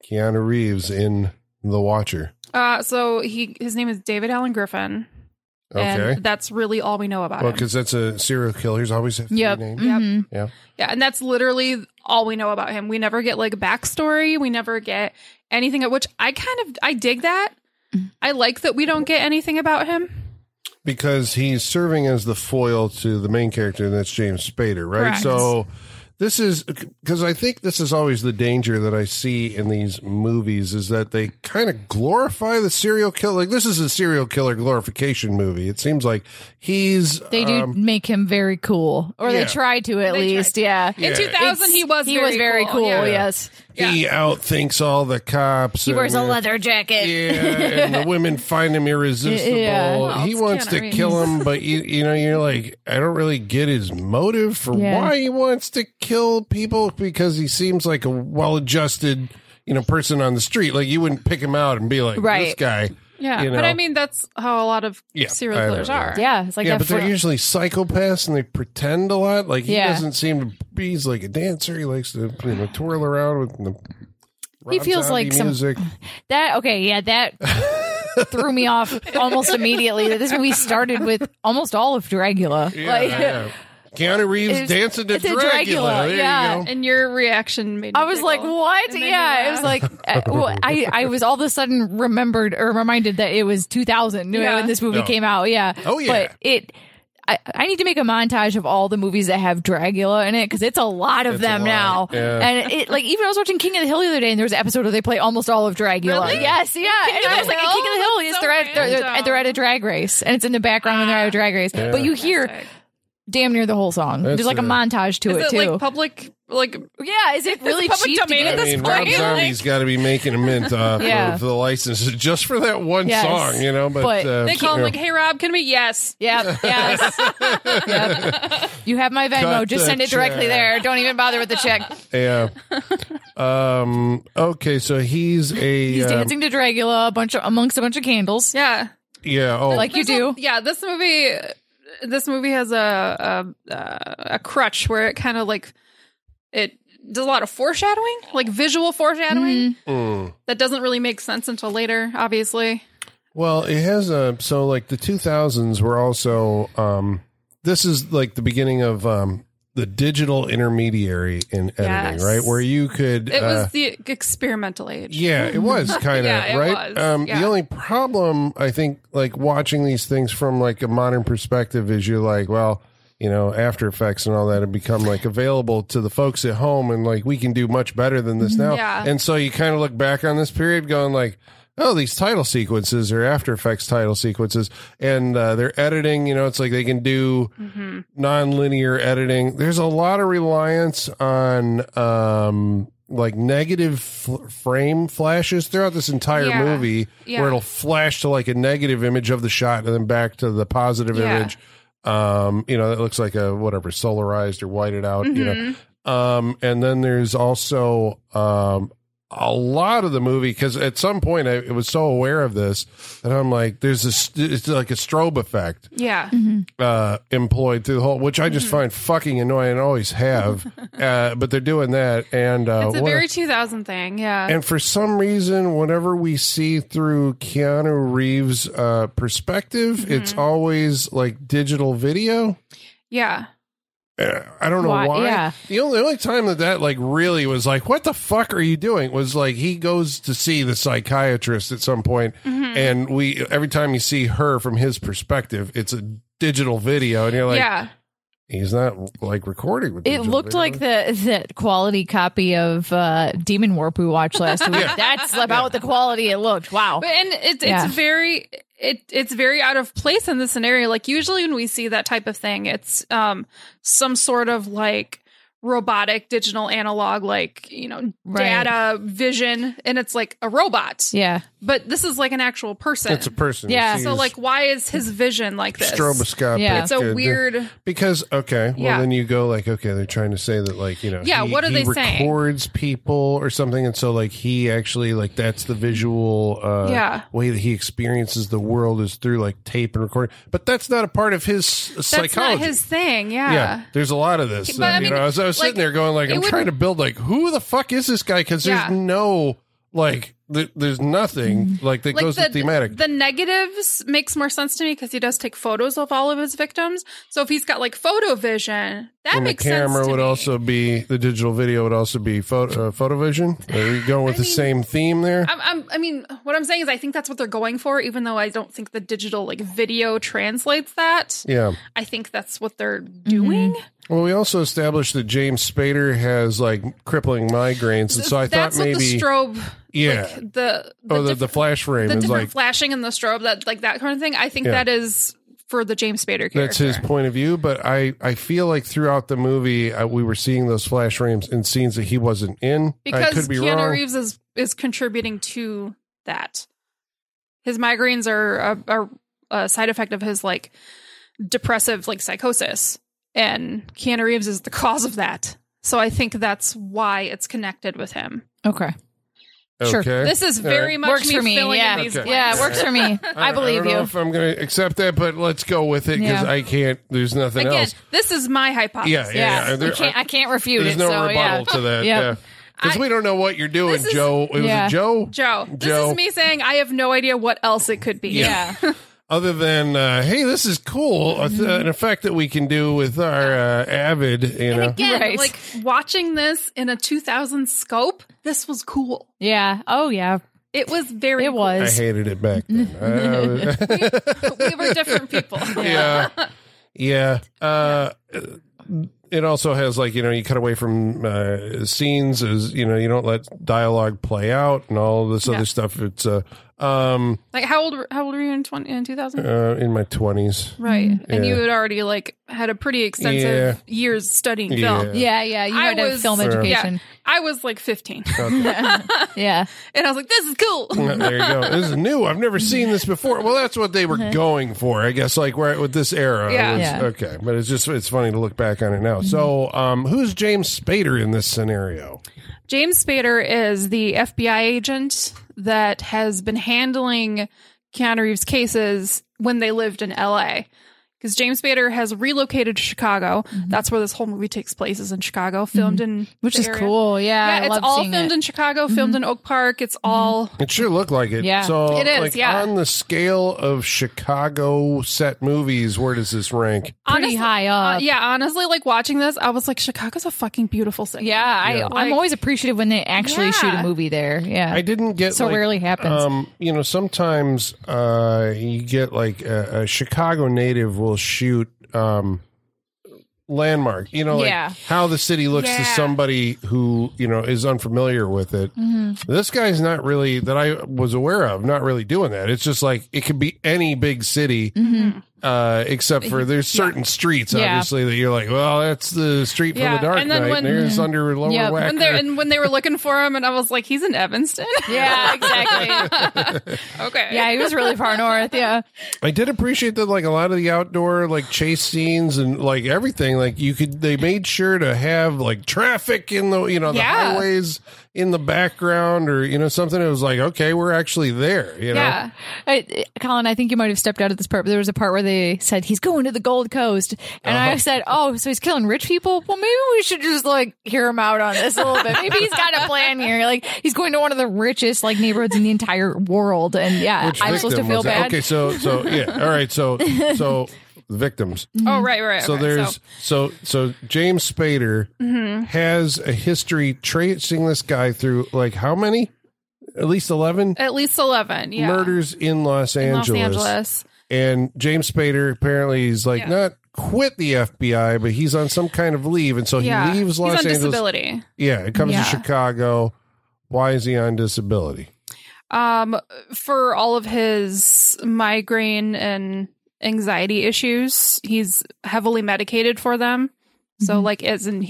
Speaker 2: Keanu Reeves in the Watcher?
Speaker 4: Uh, so he his name is David Allen Griffin,
Speaker 2: Okay.
Speaker 4: and that's really all we know about
Speaker 2: Well,
Speaker 4: him.
Speaker 2: because that's a serial killer. He's always have three
Speaker 3: Yep.
Speaker 2: names.
Speaker 3: Mhm.
Speaker 2: Yeah.
Speaker 4: Yeah, and that's literally all we know about him. We never get like backstory. We never get anything. Which I kind of I dig that. I like that we don't get anything about him.
Speaker 2: Because he's serving as the foil to the main character, and that's James Spader, right?
Speaker 4: Correct.
Speaker 2: So this is because I think this is always the danger that I see in these movies is that they kind of glorify the serial killer. Like this is a serial killer glorification movie. It seems like he's
Speaker 3: They do
Speaker 2: um,
Speaker 3: make him very cool, or
Speaker 2: yeah.
Speaker 3: they try to at
Speaker 4: They tried
Speaker 3: least.
Speaker 4: to.
Speaker 3: Yeah.
Speaker 2: Yeah.
Speaker 4: In 2000,
Speaker 3: It's-
Speaker 4: he was
Speaker 3: he was very cool.
Speaker 4: Yeah.
Speaker 3: Yes,
Speaker 2: he outthinks all the cops.
Speaker 3: he wears a
Speaker 2: and-
Speaker 3: leather jacket.
Speaker 2: <laughs> Yeah, and the women find him irresistible.
Speaker 3: Yeah.
Speaker 4: Well,
Speaker 2: he
Speaker 4: it's
Speaker 2: wants
Speaker 4: Keanu
Speaker 2: to
Speaker 4: Reeves.
Speaker 2: kill
Speaker 3: <laughs>
Speaker 2: him, but you, you know, you're like, I don't really get his motive for
Speaker 3: Yeah.
Speaker 2: why he wants to kill people because he seems like a well-adjusted, you know, person on the street. Like you wouldn't pick him out and be like, this
Speaker 3: Right.
Speaker 2: guy.
Speaker 4: Yeah,
Speaker 2: You
Speaker 4: but
Speaker 2: know.
Speaker 4: I mean that's how a lot of
Speaker 2: Yeah,
Speaker 4: serial
Speaker 2: I
Speaker 4: killers
Speaker 2: know,
Speaker 4: are.
Speaker 3: Yeah, it's like
Speaker 2: yeah,
Speaker 3: that.
Speaker 2: but they're
Speaker 3: fr-
Speaker 2: usually psychopaths and they pretend a lot. Like he
Speaker 3: Yeah.
Speaker 2: doesn't seem to be. He's like a dancer. He likes to you know twirl around with the.
Speaker 3: He
Speaker 2: Rob
Speaker 3: feels
Speaker 2: Zombie
Speaker 3: like some-
Speaker 2: music.
Speaker 3: that okay, yeah, that
Speaker 2: <laughs>
Speaker 3: threw me off almost immediately. That this movie started with almost all of Dracula.
Speaker 2: Yeah,
Speaker 3: like,
Speaker 2: yeah. <laughs> Keanu Reeves
Speaker 3: It's-
Speaker 2: dancing to
Speaker 3: it's a
Speaker 2: Dracula.
Speaker 3: Dracula,
Speaker 2: There
Speaker 3: yeah.
Speaker 2: you go.
Speaker 4: And your reaction made me
Speaker 3: I was like,
Speaker 4: giggle.
Speaker 3: "What?"
Speaker 4: And then
Speaker 3: Yeah,
Speaker 4: you
Speaker 3: it
Speaker 2: <laughs>
Speaker 3: was
Speaker 4: laugh.
Speaker 3: like, uh, well, I I was all of a sudden remembered or reminded that it was 2000 you know,
Speaker 4: Yeah.
Speaker 3: when this movie
Speaker 2: No.
Speaker 3: came out. Yeah,
Speaker 2: Oh, yeah.
Speaker 3: but it. I, I need to make a montage of all the movies that have Dracula in it because it's a lot of
Speaker 2: It's a
Speaker 3: them
Speaker 2: lot,
Speaker 3: now.
Speaker 2: yeah.
Speaker 3: And it like even I was watching King of the Hill the other day and there was an episode where they play almost all of Dracula.
Speaker 4: Really?
Speaker 3: Yes, yeah. and
Speaker 4: of
Speaker 3: I
Speaker 4: the
Speaker 3: was like,
Speaker 4: Hill?
Speaker 3: King of the Hill is
Speaker 4: That's
Speaker 3: they're,
Speaker 4: so
Speaker 3: at, they're, they're,
Speaker 4: random.
Speaker 3: they're at a drag race and it's in the background when they're at a drag race.
Speaker 2: Yeah.
Speaker 3: But you hear damn near the whole song.
Speaker 2: That's,
Speaker 3: There's like a
Speaker 2: uh,
Speaker 3: montage to
Speaker 4: is
Speaker 3: it
Speaker 4: it
Speaker 3: too.
Speaker 4: like public? Like
Speaker 3: yeah, is it really
Speaker 4: public
Speaker 3: cheap to
Speaker 4: domain
Speaker 3: get
Speaker 4: at
Speaker 2: I
Speaker 4: this
Speaker 2: mean,
Speaker 4: point?
Speaker 2: Rob
Speaker 4: Like-
Speaker 2: Zombie's got to be making a mint uh,
Speaker 3: <laughs> Yeah.
Speaker 2: for, for the licenses just for that one
Speaker 3: Yes.
Speaker 2: song, you know. But,
Speaker 3: But-
Speaker 2: uh,
Speaker 4: they call him
Speaker 2: you
Speaker 4: like, "Hey Rob, can we?" Yes.
Speaker 3: Yep.
Speaker 4: <laughs>
Speaker 3: Yes. Yep. You have my Venmo.
Speaker 2: Cut
Speaker 3: Just
Speaker 2: the
Speaker 3: send it directly
Speaker 2: check.
Speaker 3: there. Don't even bother with the check.
Speaker 2: know,
Speaker 3: <laughs>
Speaker 2: yeah. Um. Okay, so he's a
Speaker 3: He's
Speaker 2: um,
Speaker 3: dancing to Dragula a bunch of, amongst a bunch of candles.
Speaker 4: Yeah.
Speaker 2: yeah. Oh,
Speaker 3: Like you
Speaker 4: There's
Speaker 3: do.
Speaker 4: a- yeah, this movie, this movie has a a, uh, a crutch where it kind of like it does a lot of foreshadowing, like visual foreshadowing
Speaker 3: Mm-hmm.
Speaker 2: mm.
Speaker 4: that doesn't really make sense until later. Obviously,
Speaker 2: well, it has a so like the two thousands were also um. This is like the beginning of um the digital intermediary in editing,
Speaker 4: Yes.
Speaker 2: right? Where you could
Speaker 4: it
Speaker 2: uh,
Speaker 4: was the experimental age.
Speaker 2: Yeah,
Speaker 4: <laughs>
Speaker 2: it was kind of
Speaker 4: Yeah, it
Speaker 2: right.
Speaker 4: was.
Speaker 2: Um,
Speaker 4: Yeah.
Speaker 2: The only problem I think, like watching these things from like a modern perspective, is you're like, well, you know, After Effects and all that have become like available to the folks at home, and like we can do much better than this now.
Speaker 4: Mm-hmm. Yeah.
Speaker 2: And so you kind of look back on this period, going like. Oh, these title sequences are After Effects title sequences, and uh, they're editing. You know, it's like they can do
Speaker 4: Mm-hmm.
Speaker 2: non-linear editing there's a lot of reliance on um like negative f- frame flashes throughout this entire
Speaker 4: Yeah.
Speaker 2: movie
Speaker 4: Yeah.
Speaker 2: where it'll flash to like a negative image of the shot and then back to the positive
Speaker 4: Yeah.
Speaker 2: image um you know that looks like a whatever solarized or whited out you know
Speaker 4: Mhm.
Speaker 2: um and then there's also um a lot of the movie because at some point I, I was so aware of this that i'm like there's this it's like a strobe effect
Speaker 4: Yeah,
Speaker 2: uh, employed through the whole, which I
Speaker 4: Mm-hmm.
Speaker 2: just find fucking annoying and always
Speaker 4: <laughs>
Speaker 2: have. uh, but they're doing that, and uh,
Speaker 4: it's a
Speaker 2: what-
Speaker 4: very 2000 thing. Yeah,
Speaker 2: and for some reason, whenever we see through Keanu Reeves' uh, perspective,
Speaker 4: Mm-hmm.
Speaker 2: it's always like digital video.
Speaker 4: yeah.
Speaker 2: Uh, I don't know why.
Speaker 3: Why- yeah.
Speaker 2: The only, the only time that that like really was like, what the fuck are you doing? Was like he goes to see the psychiatrist at some point,
Speaker 4: Mm-hmm. Mm.
Speaker 2: and we every time you see her from his perspective, it's a digital video, and you're like,
Speaker 4: yeah,
Speaker 2: He's not like recording with
Speaker 3: It
Speaker 2: digital
Speaker 3: looked
Speaker 2: video.
Speaker 3: like the, the quality copy of uh, Demon Warp we watched last week. That's about the quality it looked. Wow.
Speaker 4: but and it's
Speaker 3: Yeah.
Speaker 4: it's very it it's very out of place in this scenario. Like usually when we see that type of thing, it's um some sort of like robotic digital analog like you know
Speaker 3: Right.
Speaker 4: data vision and it's like a robot
Speaker 3: Yeah.
Speaker 4: but this is like an actual person
Speaker 2: it's a person.
Speaker 3: Yeah.
Speaker 2: He's
Speaker 4: so like why is his vision like this
Speaker 2: stroboscopic.
Speaker 3: Yeah.
Speaker 4: it's a
Speaker 2: and- uh,
Speaker 4: weird
Speaker 2: because okay, well
Speaker 4: Yeah.
Speaker 2: then you go like okay, they're trying to say that like you know
Speaker 4: Yeah,
Speaker 2: he-
Speaker 4: what are
Speaker 2: he
Speaker 4: they saying?
Speaker 2: Records people or something, and so like he actually like that's the visual uh,
Speaker 4: Yeah.
Speaker 2: way that he experiences the world is through like tape and recording. But that's not a part of his uh,
Speaker 4: that's
Speaker 2: psychology.
Speaker 4: not his thing yeah,
Speaker 2: yeah. there's a lot of this.
Speaker 4: But, I
Speaker 2: that, you
Speaker 4: mean,
Speaker 2: know, as I was
Speaker 4: like,
Speaker 2: sitting there going, like,
Speaker 4: it
Speaker 2: I'm
Speaker 4: would-
Speaker 2: trying to build, like, who the fuck is this guy? Because
Speaker 4: Yeah.
Speaker 2: there's no, like, There- there's nothing like that goes with thematic.
Speaker 4: the negatives makes more sense to me because he does take photos of all of his victims. So if he's got like photo vision, that
Speaker 2: and the
Speaker 4: makes
Speaker 2: camera
Speaker 4: sense. to
Speaker 2: would
Speaker 4: me.
Speaker 2: also be the digital video would also be photo uh, photo vision. Are
Speaker 4: <laughs>
Speaker 2: you going with
Speaker 4: I
Speaker 2: the
Speaker 4: mean-
Speaker 2: same theme there?
Speaker 4: I'm, I'm, I mean, what I'm saying is, I think that's what they're going for, even though I don't think the digital like video translates that.
Speaker 2: yeah. Mm-hmm.
Speaker 4: I think that's what they're doing.
Speaker 2: Well, we also established that James Spader has like crippling migraines, and so I
Speaker 4: that's
Speaker 2: thought
Speaker 4: what
Speaker 2: maybe
Speaker 4: the strobe,
Speaker 2: yeah.
Speaker 4: like the the,
Speaker 2: oh, the,
Speaker 4: diff-
Speaker 2: the flash frame
Speaker 4: the
Speaker 2: is
Speaker 4: different
Speaker 2: like
Speaker 4: flashing and the strobe, that like that kind of thing. I think
Speaker 2: Yeah.
Speaker 4: that is for the James Spader character.
Speaker 2: that's his point of view. But I I feel like throughout the movie uh, we were seeing those flash frames in scenes that he wasn't in. I
Speaker 4: because
Speaker 2: could be
Speaker 4: Keanu
Speaker 2: wrong.
Speaker 4: Reeves is is contributing to that. His migraines are are, are a side effect of his like depressive like psychosis, and Keanu Reeves is the <laughs> cause of that. So I think that's why it's connected with him.
Speaker 3: Okay. Sure.
Speaker 2: okay.
Speaker 4: This is very much
Speaker 3: Works
Speaker 4: me
Speaker 3: for me,
Speaker 4: filling
Speaker 3: yeah.
Speaker 4: in these
Speaker 2: Okay.
Speaker 3: Yeah,
Speaker 4: blanks.
Speaker 3: it works
Speaker 4: <laughs>
Speaker 3: for me. I
Speaker 2: I
Speaker 3: believe
Speaker 2: don't know
Speaker 3: you.
Speaker 2: if I'm going to accept that, but let's go with it because
Speaker 3: Yeah.
Speaker 2: I can't. There's nothing
Speaker 4: Again,
Speaker 2: else.
Speaker 4: this is my hypothesis.
Speaker 2: Yeah, yeah.
Speaker 3: Yeah,
Speaker 2: yeah.
Speaker 3: I
Speaker 2: There-
Speaker 3: can't. I can't refute
Speaker 2: there's
Speaker 3: it.
Speaker 2: no
Speaker 3: so
Speaker 2: rebuttal
Speaker 3: yeah.
Speaker 2: to that.
Speaker 4: <laughs>
Speaker 3: Yep.
Speaker 2: Yeah. Because
Speaker 4: I-
Speaker 2: we don't know what you're doing,
Speaker 4: This is-
Speaker 2: Joe. It was
Speaker 3: Yeah.
Speaker 2: a Joe.
Speaker 4: Joe, this
Speaker 2: Joe.
Speaker 4: is me saying I have no idea what else it could be.
Speaker 3: Yeah.
Speaker 2: Other than, uh, hey, this is cool. A th-
Speaker 4: Mm-hmm.
Speaker 2: an effect that we can do with our uh, Avid, you know.
Speaker 4: Again,
Speaker 3: Right.
Speaker 4: like watching this in a 2000 scope, this was cool.
Speaker 3: Yeah. Oh yeah.
Speaker 4: It was very
Speaker 3: It
Speaker 4: cool.
Speaker 2: I
Speaker 3: was.
Speaker 2: hated it back then.
Speaker 4: <laughs>
Speaker 2: Uh,
Speaker 4: we were different
Speaker 3: <laughs>
Speaker 4: people.
Speaker 2: yeah. Yeah. Uh, it also has like you know you cut away from uh, scenes as you know you don't let dialogue play out and all this
Speaker 4: Yeah.
Speaker 2: other stuff. It's uh, um,
Speaker 4: Like how old how old were you in 20 in 2000?
Speaker 2: uh, in my twenties.
Speaker 4: right.
Speaker 3: Mm-hmm.
Speaker 4: And
Speaker 2: Yeah.
Speaker 4: you had already like had a pretty extensive years studying film.
Speaker 3: Yeah. Yeah. You
Speaker 4: I
Speaker 3: had a
Speaker 4: was-
Speaker 3: film
Speaker 2: Sure.
Speaker 3: education.
Speaker 4: I was like
Speaker 3: <laughs>
Speaker 4: 15. <laughs>
Speaker 3: Yeah.
Speaker 4: and I was like this is cool.
Speaker 3: Mm.
Speaker 2: there you
Speaker 4: <laughs>
Speaker 2: go. This is new. I've never seen this before. Well, that's what they were going for, I guess. Like where with this era, it
Speaker 4: Uh-huh. Yeah. Mm-hmm.
Speaker 2: was-
Speaker 3: Yeah.
Speaker 2: Okay, but it's just it's funny to look back on it now. So, um, who's James Spader in this scenario?
Speaker 4: James Spader is the FBI agent that has been handling Keanu Reeves' cases when they lived in LA. Because James Spader has relocated to Chicago. That's where this whole movie takes place, is in Chicago, filmed in.
Speaker 3: Mm-hmm. Which
Speaker 4: the
Speaker 3: is
Speaker 4: area.
Speaker 3: cool. Yeah. I
Speaker 4: Yeah, it's
Speaker 3: love
Speaker 4: all
Speaker 3: seeing
Speaker 4: filmed
Speaker 3: it. Mm-hmm.
Speaker 4: in Chicago, filmed in Oak Park. It's all.
Speaker 2: It sure looked like it.
Speaker 3: Yeah.
Speaker 2: So
Speaker 4: It is,
Speaker 2: like,
Speaker 4: yeah.
Speaker 2: On the scale of Chicago set movies, where does this rank?
Speaker 3: Pretty
Speaker 4: Honestly-
Speaker 3: high up.
Speaker 4: Uh, yeah, honestly, like watching this, I was like, Chicago's a fucking beautiful city.
Speaker 3: Yeah, I,
Speaker 2: Yeah.
Speaker 4: Like-
Speaker 3: I'm always appreciative when they actually
Speaker 4: Yeah.
Speaker 3: shoot a movie there. Yeah,
Speaker 2: I didn't get
Speaker 3: so
Speaker 2: like,
Speaker 3: rarely happens.
Speaker 2: Um, you know, sometimes uh, you get like a, a Chicago native will shoot um, landmark. You know, like
Speaker 3: Yeah.
Speaker 2: how the city looks to
Speaker 4: Yeah.
Speaker 2: somebody who you know is unfamiliar with it.
Speaker 3: Mm-hmm.
Speaker 2: This guy's not really that I was aware of. Not really doing that. It's just like it could be any big city. Uh, except for there's certain streets,
Speaker 3: Mm-hmm. Yeah.
Speaker 2: obviously, that you're like, well, that's the street from
Speaker 4: Yeah,
Speaker 2: the Dark
Speaker 4: and then
Speaker 2: Knight.
Speaker 4: when-
Speaker 2: there's under lower
Speaker 3: Mm-hmm. Yeah, when
Speaker 2: Wacker.
Speaker 4: When they and when they were looking for him, and I was like, he's in Evanston.
Speaker 3: <laughs> yeah, exactly.
Speaker 4: <laughs> okay.
Speaker 3: <laughs> yeah, he was really far north. Yeah,
Speaker 2: I did appreciate that, like a lot of the outdoor like chase scenes and like everything. Like you could, they made sure to have like traffic in the you know the
Speaker 4: Yeah.
Speaker 2: highways in the background or you know something. It was like okay, we're actually there. You know,
Speaker 4: Yeah.
Speaker 3: I, Colin, I think you might have stepped out of this part, but there was a part where they said he's going to the Gold Coast, and
Speaker 2: Uh-huh.
Speaker 3: I said, "Oh, so he's killing rich people? Well, maybe we should just like hear him out on this a little bit. Maybe he's got a plan here. Like he's going to one of the richest like neighborhoods in the entire world, and yeah,
Speaker 2: Which
Speaker 3: I'm supposed to
Speaker 2: victim
Speaker 3: feel
Speaker 2: was that?
Speaker 3: bad.
Speaker 2: Okay, so so yeah, all right, so so victims.
Speaker 4: Oh, right, right.
Speaker 2: So
Speaker 4: okay,
Speaker 2: there's so so James Spader has a history tracing this guy through like how many? At least eleven
Speaker 4: at least eleven. Yeah.
Speaker 2: murders in Los
Speaker 4: in
Speaker 2: Angeles.
Speaker 4: Los Angeles.
Speaker 2: and James Spader apparently is like
Speaker 4: Yeah.
Speaker 2: not quit the FBI, but he's on some kind of leave, and so he
Speaker 4: yeah.
Speaker 2: leaves Los
Speaker 4: He's on
Speaker 2: Angeles.
Speaker 4: disability.
Speaker 2: Yeah, it comes
Speaker 4: Yeah.
Speaker 2: to Chicago. Why is he on disability?
Speaker 4: Um, for all of his migraine and anxiety issues, he's heavily medicated for them.
Speaker 3: Mm-hmm.
Speaker 4: So, like, as in,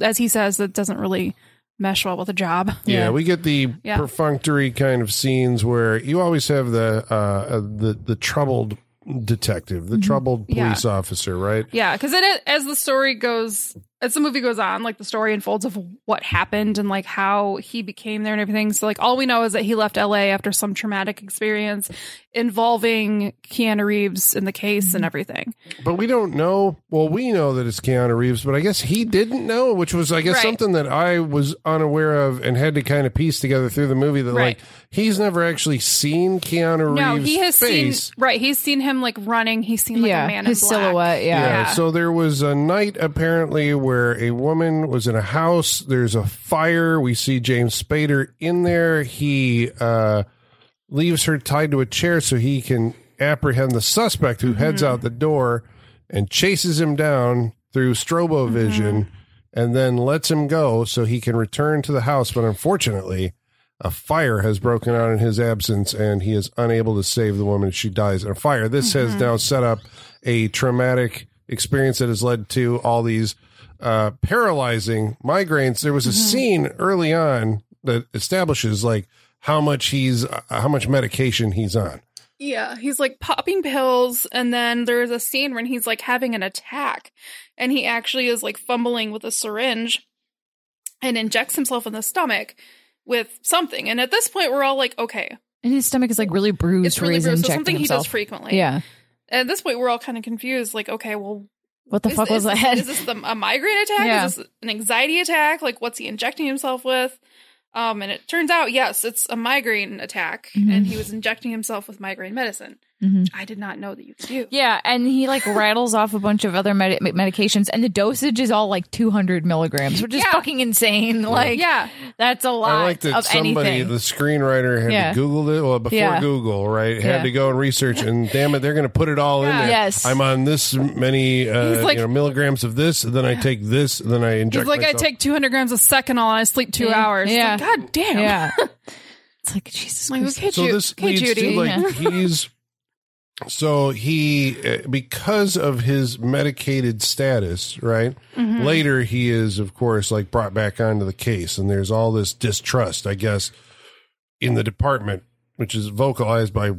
Speaker 4: as he says, that doesn't really mesh well with a job.
Speaker 2: Yeah,
Speaker 3: Yeah.
Speaker 2: we get the
Speaker 4: Yeah.
Speaker 2: perfunctory kind of scenes where you always have the uh, the the troubled detective, the troubled
Speaker 4: Mm-hmm. Yeah.
Speaker 2: police officer, right?
Speaker 4: Yeah, because it as the story goes as the movie goes on, like the story unfolds of what happened and like how he became there and everything. So like all we know is that he left LA after some traumatic experience involving Keanu Reeves in the case
Speaker 3: Mm-hmm.
Speaker 4: and everything.
Speaker 2: But we don't know. Well, we know that it's Keanu Reeves, but I guess he didn't know, which was, I guess,
Speaker 4: Right.
Speaker 2: something that I was unaware of and had to kind of piece together through the movie that, like,
Speaker 4: Right.
Speaker 2: he's never actually seen Keanu Reeves'
Speaker 4: No, he has
Speaker 2: face.
Speaker 4: seen right. He's seen him like running. He's seen like
Speaker 3: yeah,
Speaker 4: a man
Speaker 3: his
Speaker 4: in black.
Speaker 3: silhouette. Yeah.
Speaker 2: Yeah.
Speaker 4: Yeah.
Speaker 2: So there was a night apparently where a woman was in a house. There's a fire. We see James Spader in there. He uh, leaves her tied to a chair so he can apprehend the suspect who heads out the door and chases him down through strobo vision and then lets him go so he can return to the house. But unfortunately, a fire has broken out in his absence and he is unable to save the woman. She dies in a fire. This has now set up a traumatic experience that has led to all these uh, paralyzing migraines. There was a scene early on that establishes like how much he's, uh, how much medication he's on.
Speaker 4: Yeah, he's like popping pills, and then there's a scene when he's like having an attack, and he actually is like fumbling with a syringe and injects himself in the stomach with something. And at this point, we're all like, okay,
Speaker 3: And his stomach is like really bruised.
Speaker 4: it's really
Speaker 3: where Mm, he's
Speaker 4: bruised. So
Speaker 3: injecting
Speaker 4: something he
Speaker 3: himself.
Speaker 4: does frequently.
Speaker 3: Yeah.
Speaker 4: And at this point, we're all kind of confused. Like, okay, well,
Speaker 3: What the
Speaker 4: is-
Speaker 3: fuck was
Speaker 4: is, this-
Speaker 3: that?
Speaker 4: Is this the, a migraine attack?
Speaker 3: Yeah.
Speaker 4: Is this an anxiety attack? Like, what's he injecting himself with? Um, and it turns out, yes, it's a migraine attack, and he was injecting himself with migraine medicine.
Speaker 3: Mhm.
Speaker 4: which I did not know that you could do.
Speaker 3: Yeah, and he
Speaker 4: <laughs>
Speaker 3: like rattles off a bunch of other med- medications, and the dosage is all like 200 milligrams, which is
Speaker 4: Yeah.
Speaker 3: fucking insane. Like,
Speaker 4: yeah,
Speaker 3: that's a lot
Speaker 2: I like that
Speaker 3: of
Speaker 2: somebody,
Speaker 3: anything.
Speaker 2: the screenwriter, had
Speaker 3: Yeah.
Speaker 2: to Google it. Well, before
Speaker 3: Yeah.
Speaker 2: Google, right? Had
Speaker 3: Yeah.
Speaker 2: to go and research, and damn it, they're going to put it all in
Speaker 4: Yeah.
Speaker 2: there.
Speaker 3: Yes.
Speaker 2: I'm on this many uh,
Speaker 4: He's like-
Speaker 2: you know, milligrams of this, and then I take this, and then I
Speaker 4: he's
Speaker 2: inject.
Speaker 4: like,
Speaker 2: myself.
Speaker 4: I take 200 grams a second, and I sleep two
Speaker 3: Yeah.
Speaker 4: hours. It's like, God damn.
Speaker 3: yeah, <laughs> it's like Jesus.
Speaker 4: Like,
Speaker 3: Christ.
Speaker 4: okay,
Speaker 2: so
Speaker 4: Ju-
Speaker 2: this
Speaker 4: okay,
Speaker 2: leads
Speaker 4: Judy.
Speaker 2: to
Speaker 4: <laughs>
Speaker 2: like he's so he uh, because of his medicated status right
Speaker 4: Mm-hmm.
Speaker 2: later he is of course like brought back onto the case and there's all this distrust i guess in the department which is vocalized by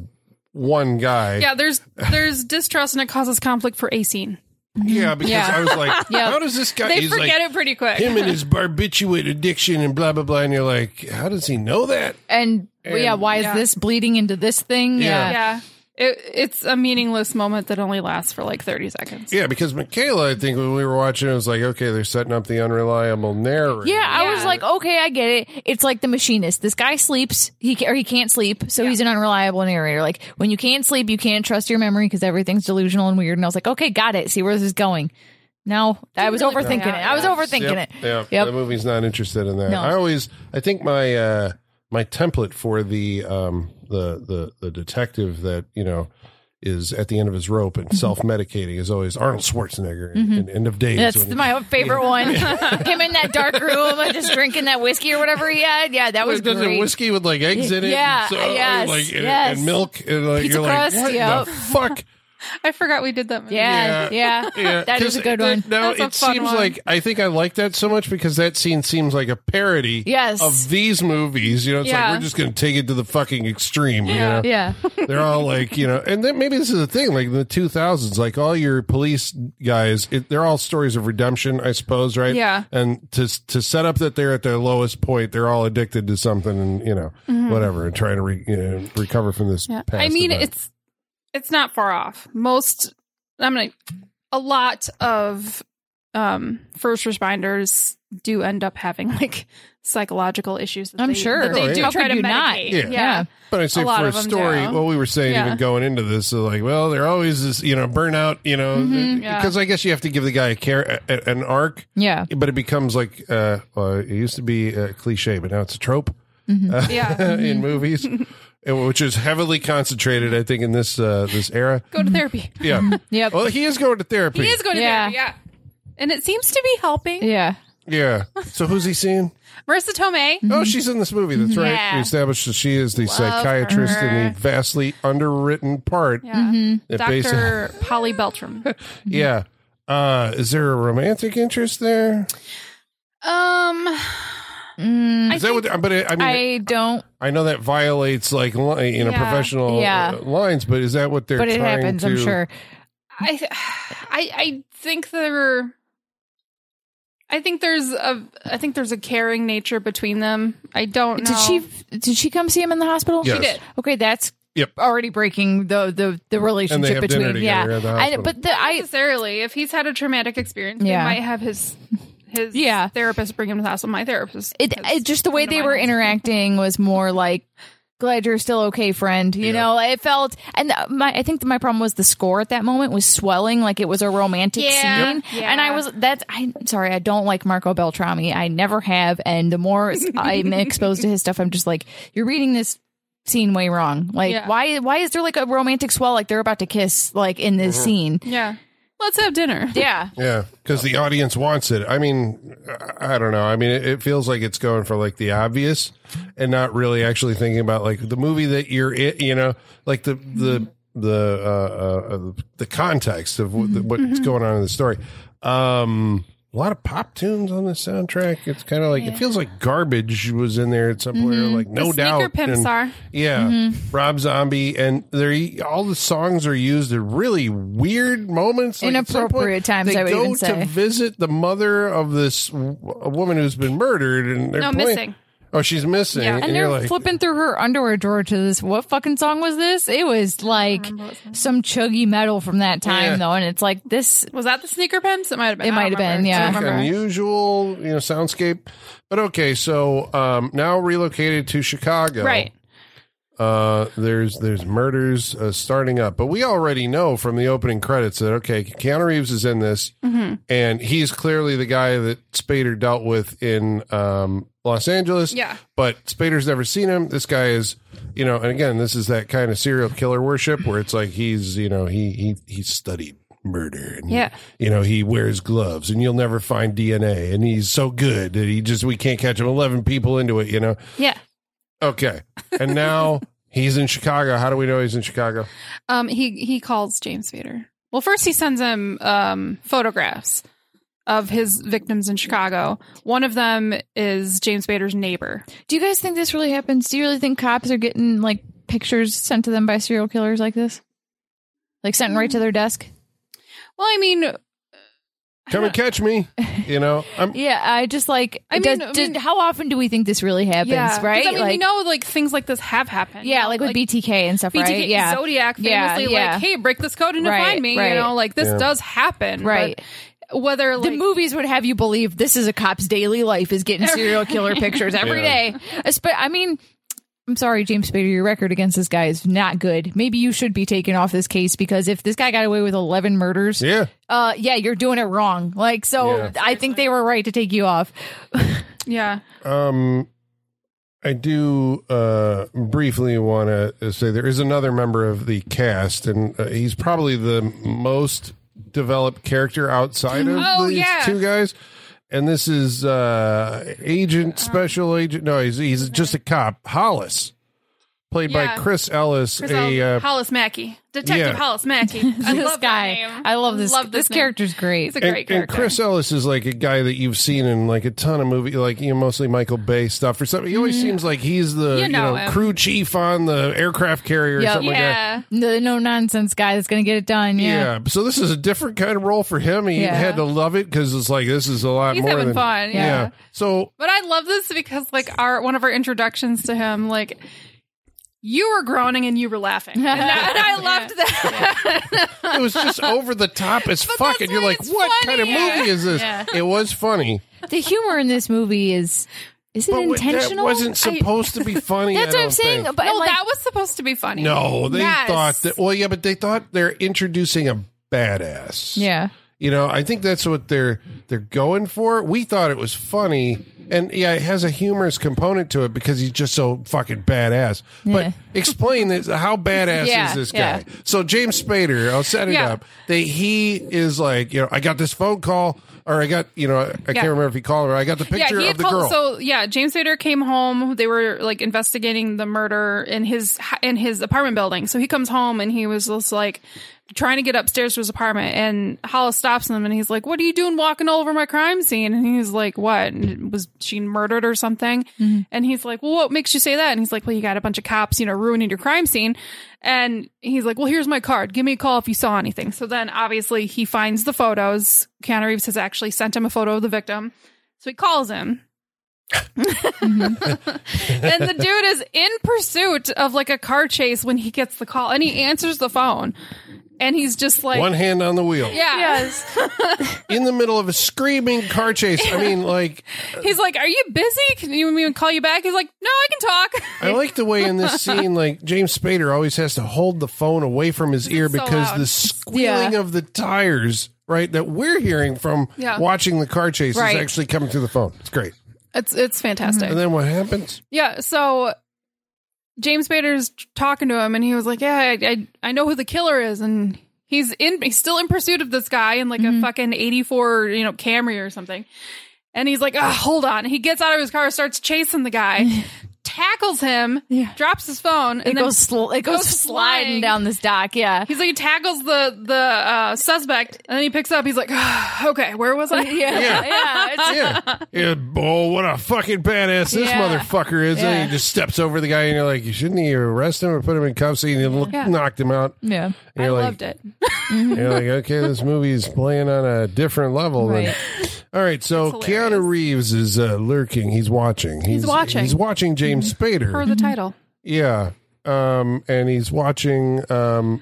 Speaker 2: one guy
Speaker 4: Yeah, there's there's distrust and it causes conflict for a scene.
Speaker 2: Yeah, because
Speaker 3: Yeah.
Speaker 2: i was
Speaker 4: <laughs>
Speaker 2: like
Speaker 3: Yeah.
Speaker 2: how does this guy
Speaker 4: They
Speaker 2: Uh, he's like
Speaker 4: forget it pretty quick.
Speaker 2: him and his barbiturate addiction and blah blah blah and you're like how does he know that
Speaker 3: and,
Speaker 2: And-
Speaker 3: yeah, why
Speaker 4: Yeah.
Speaker 3: is this bleeding into this thing?
Speaker 2: Yeah.
Speaker 3: Yeah,
Speaker 4: <laughs> yeah, it, it's a meaningless moment that only lasts for like 30 seconds.
Speaker 2: Yeah, because Michaela, I think when we were watching, it was like, okay, they're setting up the unreliable narrator.
Speaker 3: Yeah, I was
Speaker 4: Yeah.
Speaker 3: like, okay, I get it. It's like the machinist. This guy sleeps, he ca- or he can't sleep, so he's an unreliable narrator. Like when you can't sleep, you can't trust your memory because everything's delusional and weird. And I was like, okay, got it. See where this is going. No, I was
Speaker 4: really
Speaker 3: overthinking
Speaker 4: play
Speaker 3: it.
Speaker 4: out,
Speaker 3: I was
Speaker 4: yeah.
Speaker 3: overthinking
Speaker 2: Yep,
Speaker 3: it.
Speaker 2: Yeah,
Speaker 3: Yep.
Speaker 2: the movie's not interested in that.
Speaker 3: No.
Speaker 2: I always, I think my uh, my template for the um, the the the detective that you know is at the end of his rope
Speaker 3: Mm-hmm.
Speaker 2: and self medicating is always Arnold Schwarzenegger in, in End of Days.
Speaker 3: That's
Speaker 2: when he-
Speaker 3: my favorite one.
Speaker 2: <laughs>
Speaker 3: <laughs> Him in that dark room, and just drinking that whiskey or whatever he had. Yeah, that
Speaker 2: Always
Speaker 3: was
Speaker 2: does
Speaker 3: great.
Speaker 2: the whiskey with like eggs in it,
Speaker 3: Yeah,
Speaker 2: and so-
Speaker 3: yes,
Speaker 2: like, and,
Speaker 3: yes.
Speaker 2: and milk, and like
Speaker 3: Pizza
Speaker 2: you're like,
Speaker 3: crust,
Speaker 2: what
Speaker 3: yep.
Speaker 2: the fuck?
Speaker 4: I forgot we did that. Movie.
Speaker 3: yeah, yeah,
Speaker 2: <laughs>
Speaker 3: that is a
Speaker 2: 'cause
Speaker 3: good
Speaker 2: that-
Speaker 3: one.
Speaker 2: Now
Speaker 4: That's a
Speaker 2: it
Speaker 4: fun
Speaker 2: seems
Speaker 4: one.
Speaker 2: like I think I like that so much because that scene seems like a parody
Speaker 3: Yes.
Speaker 2: of these movies. You know, it's
Speaker 4: Yeah.
Speaker 2: like we're just going to take it to the fucking extreme. You know?
Speaker 3: yeah,
Speaker 2: They're all like, you know, and then maybe this is the thing, like in the 2000s, like all your police guys, it, they're all stories of redemption, I suppose, right?
Speaker 4: Yeah.
Speaker 2: And to to set up that they're at their lowest point, they're all addicted to something and, you know,
Speaker 3: Hmm.
Speaker 2: whatever, and trying to re, you know, recover from this.
Speaker 4: Yeah.
Speaker 2: past
Speaker 4: Mm-hmm. I mean,
Speaker 2: event.
Speaker 4: it's it's not far off. Most I'm gonna a lot of um first responders do end up having like psychological issues. That
Speaker 3: I'm
Speaker 4: they,
Speaker 3: sure.
Speaker 4: that they
Speaker 2: Oh,
Speaker 4: do
Speaker 2: yeah.
Speaker 4: try
Speaker 3: How
Speaker 4: to
Speaker 3: could you not?
Speaker 4: medicate.
Speaker 2: Yeah.
Speaker 3: Yeah.
Speaker 2: But I say
Speaker 4: lot
Speaker 2: for a
Speaker 4: of 'em
Speaker 2: story,
Speaker 4: do.
Speaker 2: well, we were saying
Speaker 4: Yeah.
Speaker 2: even going into this, so like, well, they're always this, you know, burnout, you know,
Speaker 3: Mhm.
Speaker 4: Mm-hmm, Yeah.
Speaker 2: because I guess you have to give the guy a care, a, a- an arc,
Speaker 3: yeah.
Speaker 2: but it becomes like, uh, well, it used to be a cliche, but now it's a trope <laughs> uh,
Speaker 4: Yeah.
Speaker 2: in
Speaker 4: <laughs>
Speaker 2: movies, and- which is heavily concentrated, I think, in this uh, this era.
Speaker 4: Go
Speaker 2: <laughs>
Speaker 4: to therapy.
Speaker 2: Yeah.
Speaker 3: Yep.
Speaker 2: Well, he is going to therapy.
Speaker 4: Mm-hmm. He is going to
Speaker 3: Yeah.
Speaker 4: therapy. Yeah. And it seems to be helping.
Speaker 3: Yeah.
Speaker 2: yeah. So who's he
Speaker 4: <laughs>
Speaker 2: seeing?
Speaker 4: Marissa Tomei.
Speaker 2: Oh, she's in this movie. That's right.
Speaker 4: Yeah.
Speaker 2: We established that she is the
Speaker 4: Love
Speaker 2: psychiatrist in
Speaker 4: her.
Speaker 2: the vastly underwritten part.
Speaker 4: Yeah.
Speaker 2: that basi-
Speaker 4: Dr. Polly Beltram.
Speaker 2: <laughs> Yeah. Uh, is there a romantic interest there?
Speaker 4: Um
Speaker 3: Mm,
Speaker 2: Is that what? But I, I mean,
Speaker 3: I don't,
Speaker 2: I, know that violates like li- you know
Speaker 4: Yeah.
Speaker 2: professional
Speaker 3: Yeah.
Speaker 2: uh, lines, but is that what they're?
Speaker 3: but it
Speaker 2: trying
Speaker 3: happens.
Speaker 2: To,
Speaker 3: I'm sure.
Speaker 4: I I I think they're I think there's a I think there's a caring nature between them. I don't know.
Speaker 3: Did she did she come see him in the hospital?
Speaker 2: Yes. She did.
Speaker 3: Okay, that's
Speaker 2: Yep.
Speaker 3: already breaking the the, the relationship
Speaker 2: have
Speaker 3: between
Speaker 2: dinner
Speaker 3: yeah.
Speaker 2: together at the
Speaker 3: I,
Speaker 2: hospital.
Speaker 3: but the I
Speaker 4: necessarily if he's had a traumatic experience,
Speaker 3: Yeah.
Speaker 4: he might have his his
Speaker 3: Yeah.
Speaker 4: therapist bring him to the hospital. My therapist
Speaker 3: it,
Speaker 4: has-
Speaker 3: it just the way
Speaker 4: One of
Speaker 3: they
Speaker 4: my
Speaker 3: were
Speaker 4: husbands.
Speaker 3: interacting was more like glad you're still okay friend you know it felt and the- my i think my problem was the score at that moment was swelling like it was a romantic
Speaker 4: Yeah.
Speaker 3: scene
Speaker 4: Yeah.
Speaker 3: and i was that's i'm sorry i don't like marco beltrami i never have and the more
Speaker 4: <laughs>
Speaker 3: s- i'm exposed to his stuff i'm just like you're reading this scene way wrong like
Speaker 4: Yeah.
Speaker 3: why why is there like a romantic swell like they're about to kiss like in this scene
Speaker 4: yeah. Let's have dinner.
Speaker 3: yeah
Speaker 2: Yeah, because the audience wants it. I mean, I I don't know. I mean, it, it feels like it's going for like the obvious and not really actually thinking about like the movie that you're in. You know, like the the the uh, uh, uh, the context of what,
Speaker 4: Mm-hmm.
Speaker 2: what's going on in the story. Um, a lot of pop tunes on the soundtrack. It's kind of like it feels like garbage was in there at some point. Or like no
Speaker 4: Mm-hmm. the
Speaker 2: doubt,
Speaker 4: sneaker pimps
Speaker 2: and-
Speaker 4: are. Mm-hmm.
Speaker 2: yeah, Rob Zombie, and they all the songs are used at really weird moments, Like, at some point,
Speaker 3: Inappropriate times,
Speaker 2: They
Speaker 3: I would
Speaker 2: go
Speaker 3: even
Speaker 2: to
Speaker 3: say.
Speaker 2: visit the mother of this w- a woman who's been murdered, and they're
Speaker 4: No,
Speaker 2: playing-
Speaker 4: missing.
Speaker 2: Oh, she's missing,
Speaker 4: Yeah.
Speaker 2: and,
Speaker 3: and
Speaker 2: you're
Speaker 3: they're
Speaker 2: like,
Speaker 3: flipping through her underwear drawer to this. What fucking song was this? It was like some chuggy metal from that time,
Speaker 2: Yeah.
Speaker 3: though. And it's like this.
Speaker 4: Was that the sneaker pimps? It might have been.
Speaker 3: It
Speaker 4: I
Speaker 3: might
Speaker 4: don't
Speaker 3: have been,
Speaker 4: remember.
Speaker 3: yeah.
Speaker 4: I don't remember.
Speaker 2: unusual, you know, soundscape. But okay, so um, now relocated to Chicago,
Speaker 4: Right.
Speaker 2: Uh, there's there's murders uh, starting up, but we already know from the opening credits that okay, Keanu Reeves is in this,
Speaker 4: Mm-hmm.
Speaker 2: and he's clearly the guy that Spader dealt with in um, Los Angeles.
Speaker 4: Yeah.
Speaker 2: but Spader's never seen him. This guy is, you know, and again, this is that kind of serial killer worship where it's like he's, you know, he he he studied murder and
Speaker 4: Yeah.
Speaker 2: you know he wears gloves and you'll never find dna and he's so good that he just we can't catch him 11 people into it you know
Speaker 4: Yeah.
Speaker 2: Okay. And now he's in Chicago. How do we know he's in Chicago?
Speaker 4: Um, he he calls James Vader. Well, first he sends him um, photographs of his victims in Chicago. One of them is James Vader's neighbor.
Speaker 3: Do you guys think this really happens? Do you really think cops are getting like pictures sent to them by serial killers like this? Like sent right to their desk?
Speaker 4: Well, I mean,
Speaker 2: Come and catch me. You know, I'm
Speaker 3: <laughs> Yeah, I just like.
Speaker 4: I
Speaker 3: does-
Speaker 4: mean- I
Speaker 3: did-
Speaker 4: mean-
Speaker 3: how often do we think this really happens?
Speaker 4: yeah, 'Cause,
Speaker 3: Right?
Speaker 4: I mean,
Speaker 3: like,
Speaker 4: we know like things like this have happened.
Speaker 3: yeah, like with BTK and stuff,
Speaker 4: BTK
Speaker 3: right? Yeah,
Speaker 4: Zodiac
Speaker 3: Yeah,
Speaker 4: famously
Speaker 3: yeah.
Speaker 4: like, "Hey, break this code and
Speaker 3: Right,
Speaker 4: find me."
Speaker 3: right.
Speaker 4: You know, like this
Speaker 2: Yeah.
Speaker 4: does happen, but
Speaker 3: right.
Speaker 4: Whether like,
Speaker 3: the movies would have you believe this is a cop's daily life is getting serial killer pictures every
Speaker 2: Yeah.
Speaker 3: day. Espe- I mean, I'm sorry, James Spader, your record against this guy is not good. Maybe you should be taken off this case because if this guy got away with 11 murders, yeah,
Speaker 2: yeah.
Speaker 3: uh, yeah you're doing it wrong. Like, so
Speaker 2: Yeah.
Speaker 3: I think they were right to take you off.
Speaker 4: yeah,
Speaker 2: Um I do uh briefly want to say there is another member of the cast and uh, he's probably the most developed character outside of
Speaker 4: Oh,
Speaker 2: these
Speaker 4: yeah.
Speaker 2: two guys. And this is uh
Speaker 4: Uh-huh.
Speaker 2: agent special agent no, he's he's just a cop, Hollis. Played
Speaker 4: Mm-hmm. Yeah.
Speaker 2: by Chris Ellis,
Speaker 4: Chris
Speaker 2: a
Speaker 4: Ellis-
Speaker 2: uh,
Speaker 4: Hollis Mackey, Detective
Speaker 2: yeah.
Speaker 3: <laughs>
Speaker 4: Hollis Mackey. I
Speaker 3: this
Speaker 4: love that
Speaker 3: guy.
Speaker 4: name.
Speaker 3: I love this.
Speaker 4: Love
Speaker 3: this
Speaker 4: name.
Speaker 3: character's great.
Speaker 4: He's a
Speaker 2: And-
Speaker 4: great
Speaker 2: and,
Speaker 4: character.
Speaker 2: Chris Ellis is like a guy that you've seen in like a ton of movie, like you know, mostly Michael Bay stuff or something. He always seems like he's the
Speaker 4: Mm-hmm. You
Speaker 2: you know,
Speaker 4: know him.
Speaker 2: crew chief on the aircraft carrier or
Speaker 3: Yep.
Speaker 2: something like that.
Speaker 4: yeah.
Speaker 3: the no nonsense guy that's going to get it done.
Speaker 2: Yeah.
Speaker 3: Yeah.
Speaker 2: So this is a different kind of role for him. He
Speaker 3: Yeah.
Speaker 2: had to love it because it's like this is a lot
Speaker 4: He's
Speaker 2: more
Speaker 4: having
Speaker 2: than
Speaker 4: fun, yeah.
Speaker 2: So
Speaker 4: But I love this because like our one of our introductions to him, like you were groaning and you were
Speaker 3: <laughs>
Speaker 4: laughing, and, I- and I loved that.
Speaker 2: it was
Speaker 3: <laughs>
Speaker 2: just over the top as fuck,
Speaker 4: that's
Speaker 2: and you're
Speaker 4: why
Speaker 2: like,
Speaker 4: it's
Speaker 2: what
Speaker 4: funny.
Speaker 2: kind of movie is this?
Speaker 3: Yeah.
Speaker 2: It was funny,
Speaker 3: The humor in this movie is. Is it
Speaker 2: but what- that
Speaker 3: intentional?
Speaker 2: wasn't
Speaker 3: I-
Speaker 2: supposed
Speaker 3: <laughs>
Speaker 2: to be funny.
Speaker 3: that's
Speaker 2: I
Speaker 3: what
Speaker 2: don't
Speaker 3: I'm saying.
Speaker 2: think.
Speaker 3: But
Speaker 4: no,
Speaker 3: like,
Speaker 4: that was supposed to be funny.
Speaker 2: No, they
Speaker 4: Yes.
Speaker 2: thought that. Well, yeah, but they thought they're introducing a badass.
Speaker 3: yeah.
Speaker 2: You know, I think that's what they're they're going for. We thought it was funny, and yeah, it has a humorous component to it because he's just so fucking badass.
Speaker 3: Yeah.
Speaker 2: But explain this: how badass
Speaker 3: Yeah,
Speaker 2: is this
Speaker 3: yeah.
Speaker 2: guy? So James Spader, I'll set it
Speaker 4: Yeah.
Speaker 2: up. They he is like, you know, I got this phone call, or I got, you know, I, I can't
Speaker 4: Yeah.
Speaker 2: remember if he called her. I got the picture
Speaker 4: yeah, he
Speaker 2: of
Speaker 4: had
Speaker 2: the
Speaker 4: called.
Speaker 2: girl.
Speaker 4: So yeah, James Vader came home. They were like investigating the murder in his in his apartment building. So he comes home and he was just like trying to get upstairs to his apartment. And Hollis stops him and he's like, "What are you doing walking all over my crime scene?" And he's like, "What And was she murdered or something?" And he's like, "Well, what makes you say that?" And he's like, "Well, you got a bunch of cops, you know, ruining your crime scene." And he's like, Well, here's my card. Give me a call if you saw anything. So then obviously he finds the photos. Keanu Reeves has actually sent him a photo of the victim. So he calls him.
Speaker 3: Mhm.
Speaker 4: and the dude is in pursuit of like a car chase when he gets the call and he answers the phone. And he's just like,
Speaker 2: One hand on the wheel.
Speaker 4: Yeah.
Speaker 3: Yes.
Speaker 2: In the middle of a screaming car chase. I mean, like,
Speaker 4: He's like, Are you busy? Can you want me to call you back? He's like, No, I can talk.
Speaker 2: I like the way in
Speaker 4: <laughs>
Speaker 2: this scene, like, James Spader always has to hold the phone away from his ear
Speaker 4: so
Speaker 2: because
Speaker 4: loud.
Speaker 2: the squealing
Speaker 3: Yeah.
Speaker 2: of the tires, right, that we're hearing from
Speaker 4: Yeah.
Speaker 2: watching the car chase
Speaker 4: Right.
Speaker 2: is actually coming through the phone. It's great.
Speaker 4: It's it's fantastic.
Speaker 2: And then what happens?
Speaker 4: Yeah. So James Spader's talking to him, and he was like, "Yeah, I, I I know who the killer is," and he's in he's still in pursuit of this guy in like a
Speaker 3: Mhm.
Speaker 4: fucking eighty four you know Camry or something. And he's like, "Ah, hold on." He gets out of his car, starts chasing the <laughs> guy, tackles him,
Speaker 3: Yeah.
Speaker 4: drops his phone,
Speaker 3: It
Speaker 4: and then
Speaker 3: goes, sl- it goes
Speaker 4: goes
Speaker 3: sliding
Speaker 4: flying.
Speaker 3: down this dock. Yeah.
Speaker 4: he's like, he tackles the the uh, suspect, and then he picks up. He's like, "Ah, "Okay, where <laughs> was I?"
Speaker 3: Yeah. <laughs> Yeah.
Speaker 4: <laughs>
Speaker 3: It's-
Speaker 2: Yeah. yeah. Oh, what a fucking badass this
Speaker 3: Yeah.
Speaker 2: motherfucker is. And
Speaker 3: Yeah.
Speaker 2: he just steps over the guy and you're like, you shouldn't you arrest him or put him in cuffs? And you look,
Speaker 4: Yeah.
Speaker 2: knocked him out.
Speaker 3: yeah.
Speaker 2: And
Speaker 4: I
Speaker 2: you're like,
Speaker 4: loved it.
Speaker 2: You're like, okay, this movie's playing on a different level. than-
Speaker 3: Right.
Speaker 2: all right, so
Speaker 4: It's hilarious.
Speaker 2: Keanu Reeves is uh, lurking. He's watching. He's,
Speaker 4: watching.
Speaker 2: He's watching James Spader.
Speaker 4: For the title,
Speaker 2: yeah, um, and he's watching um,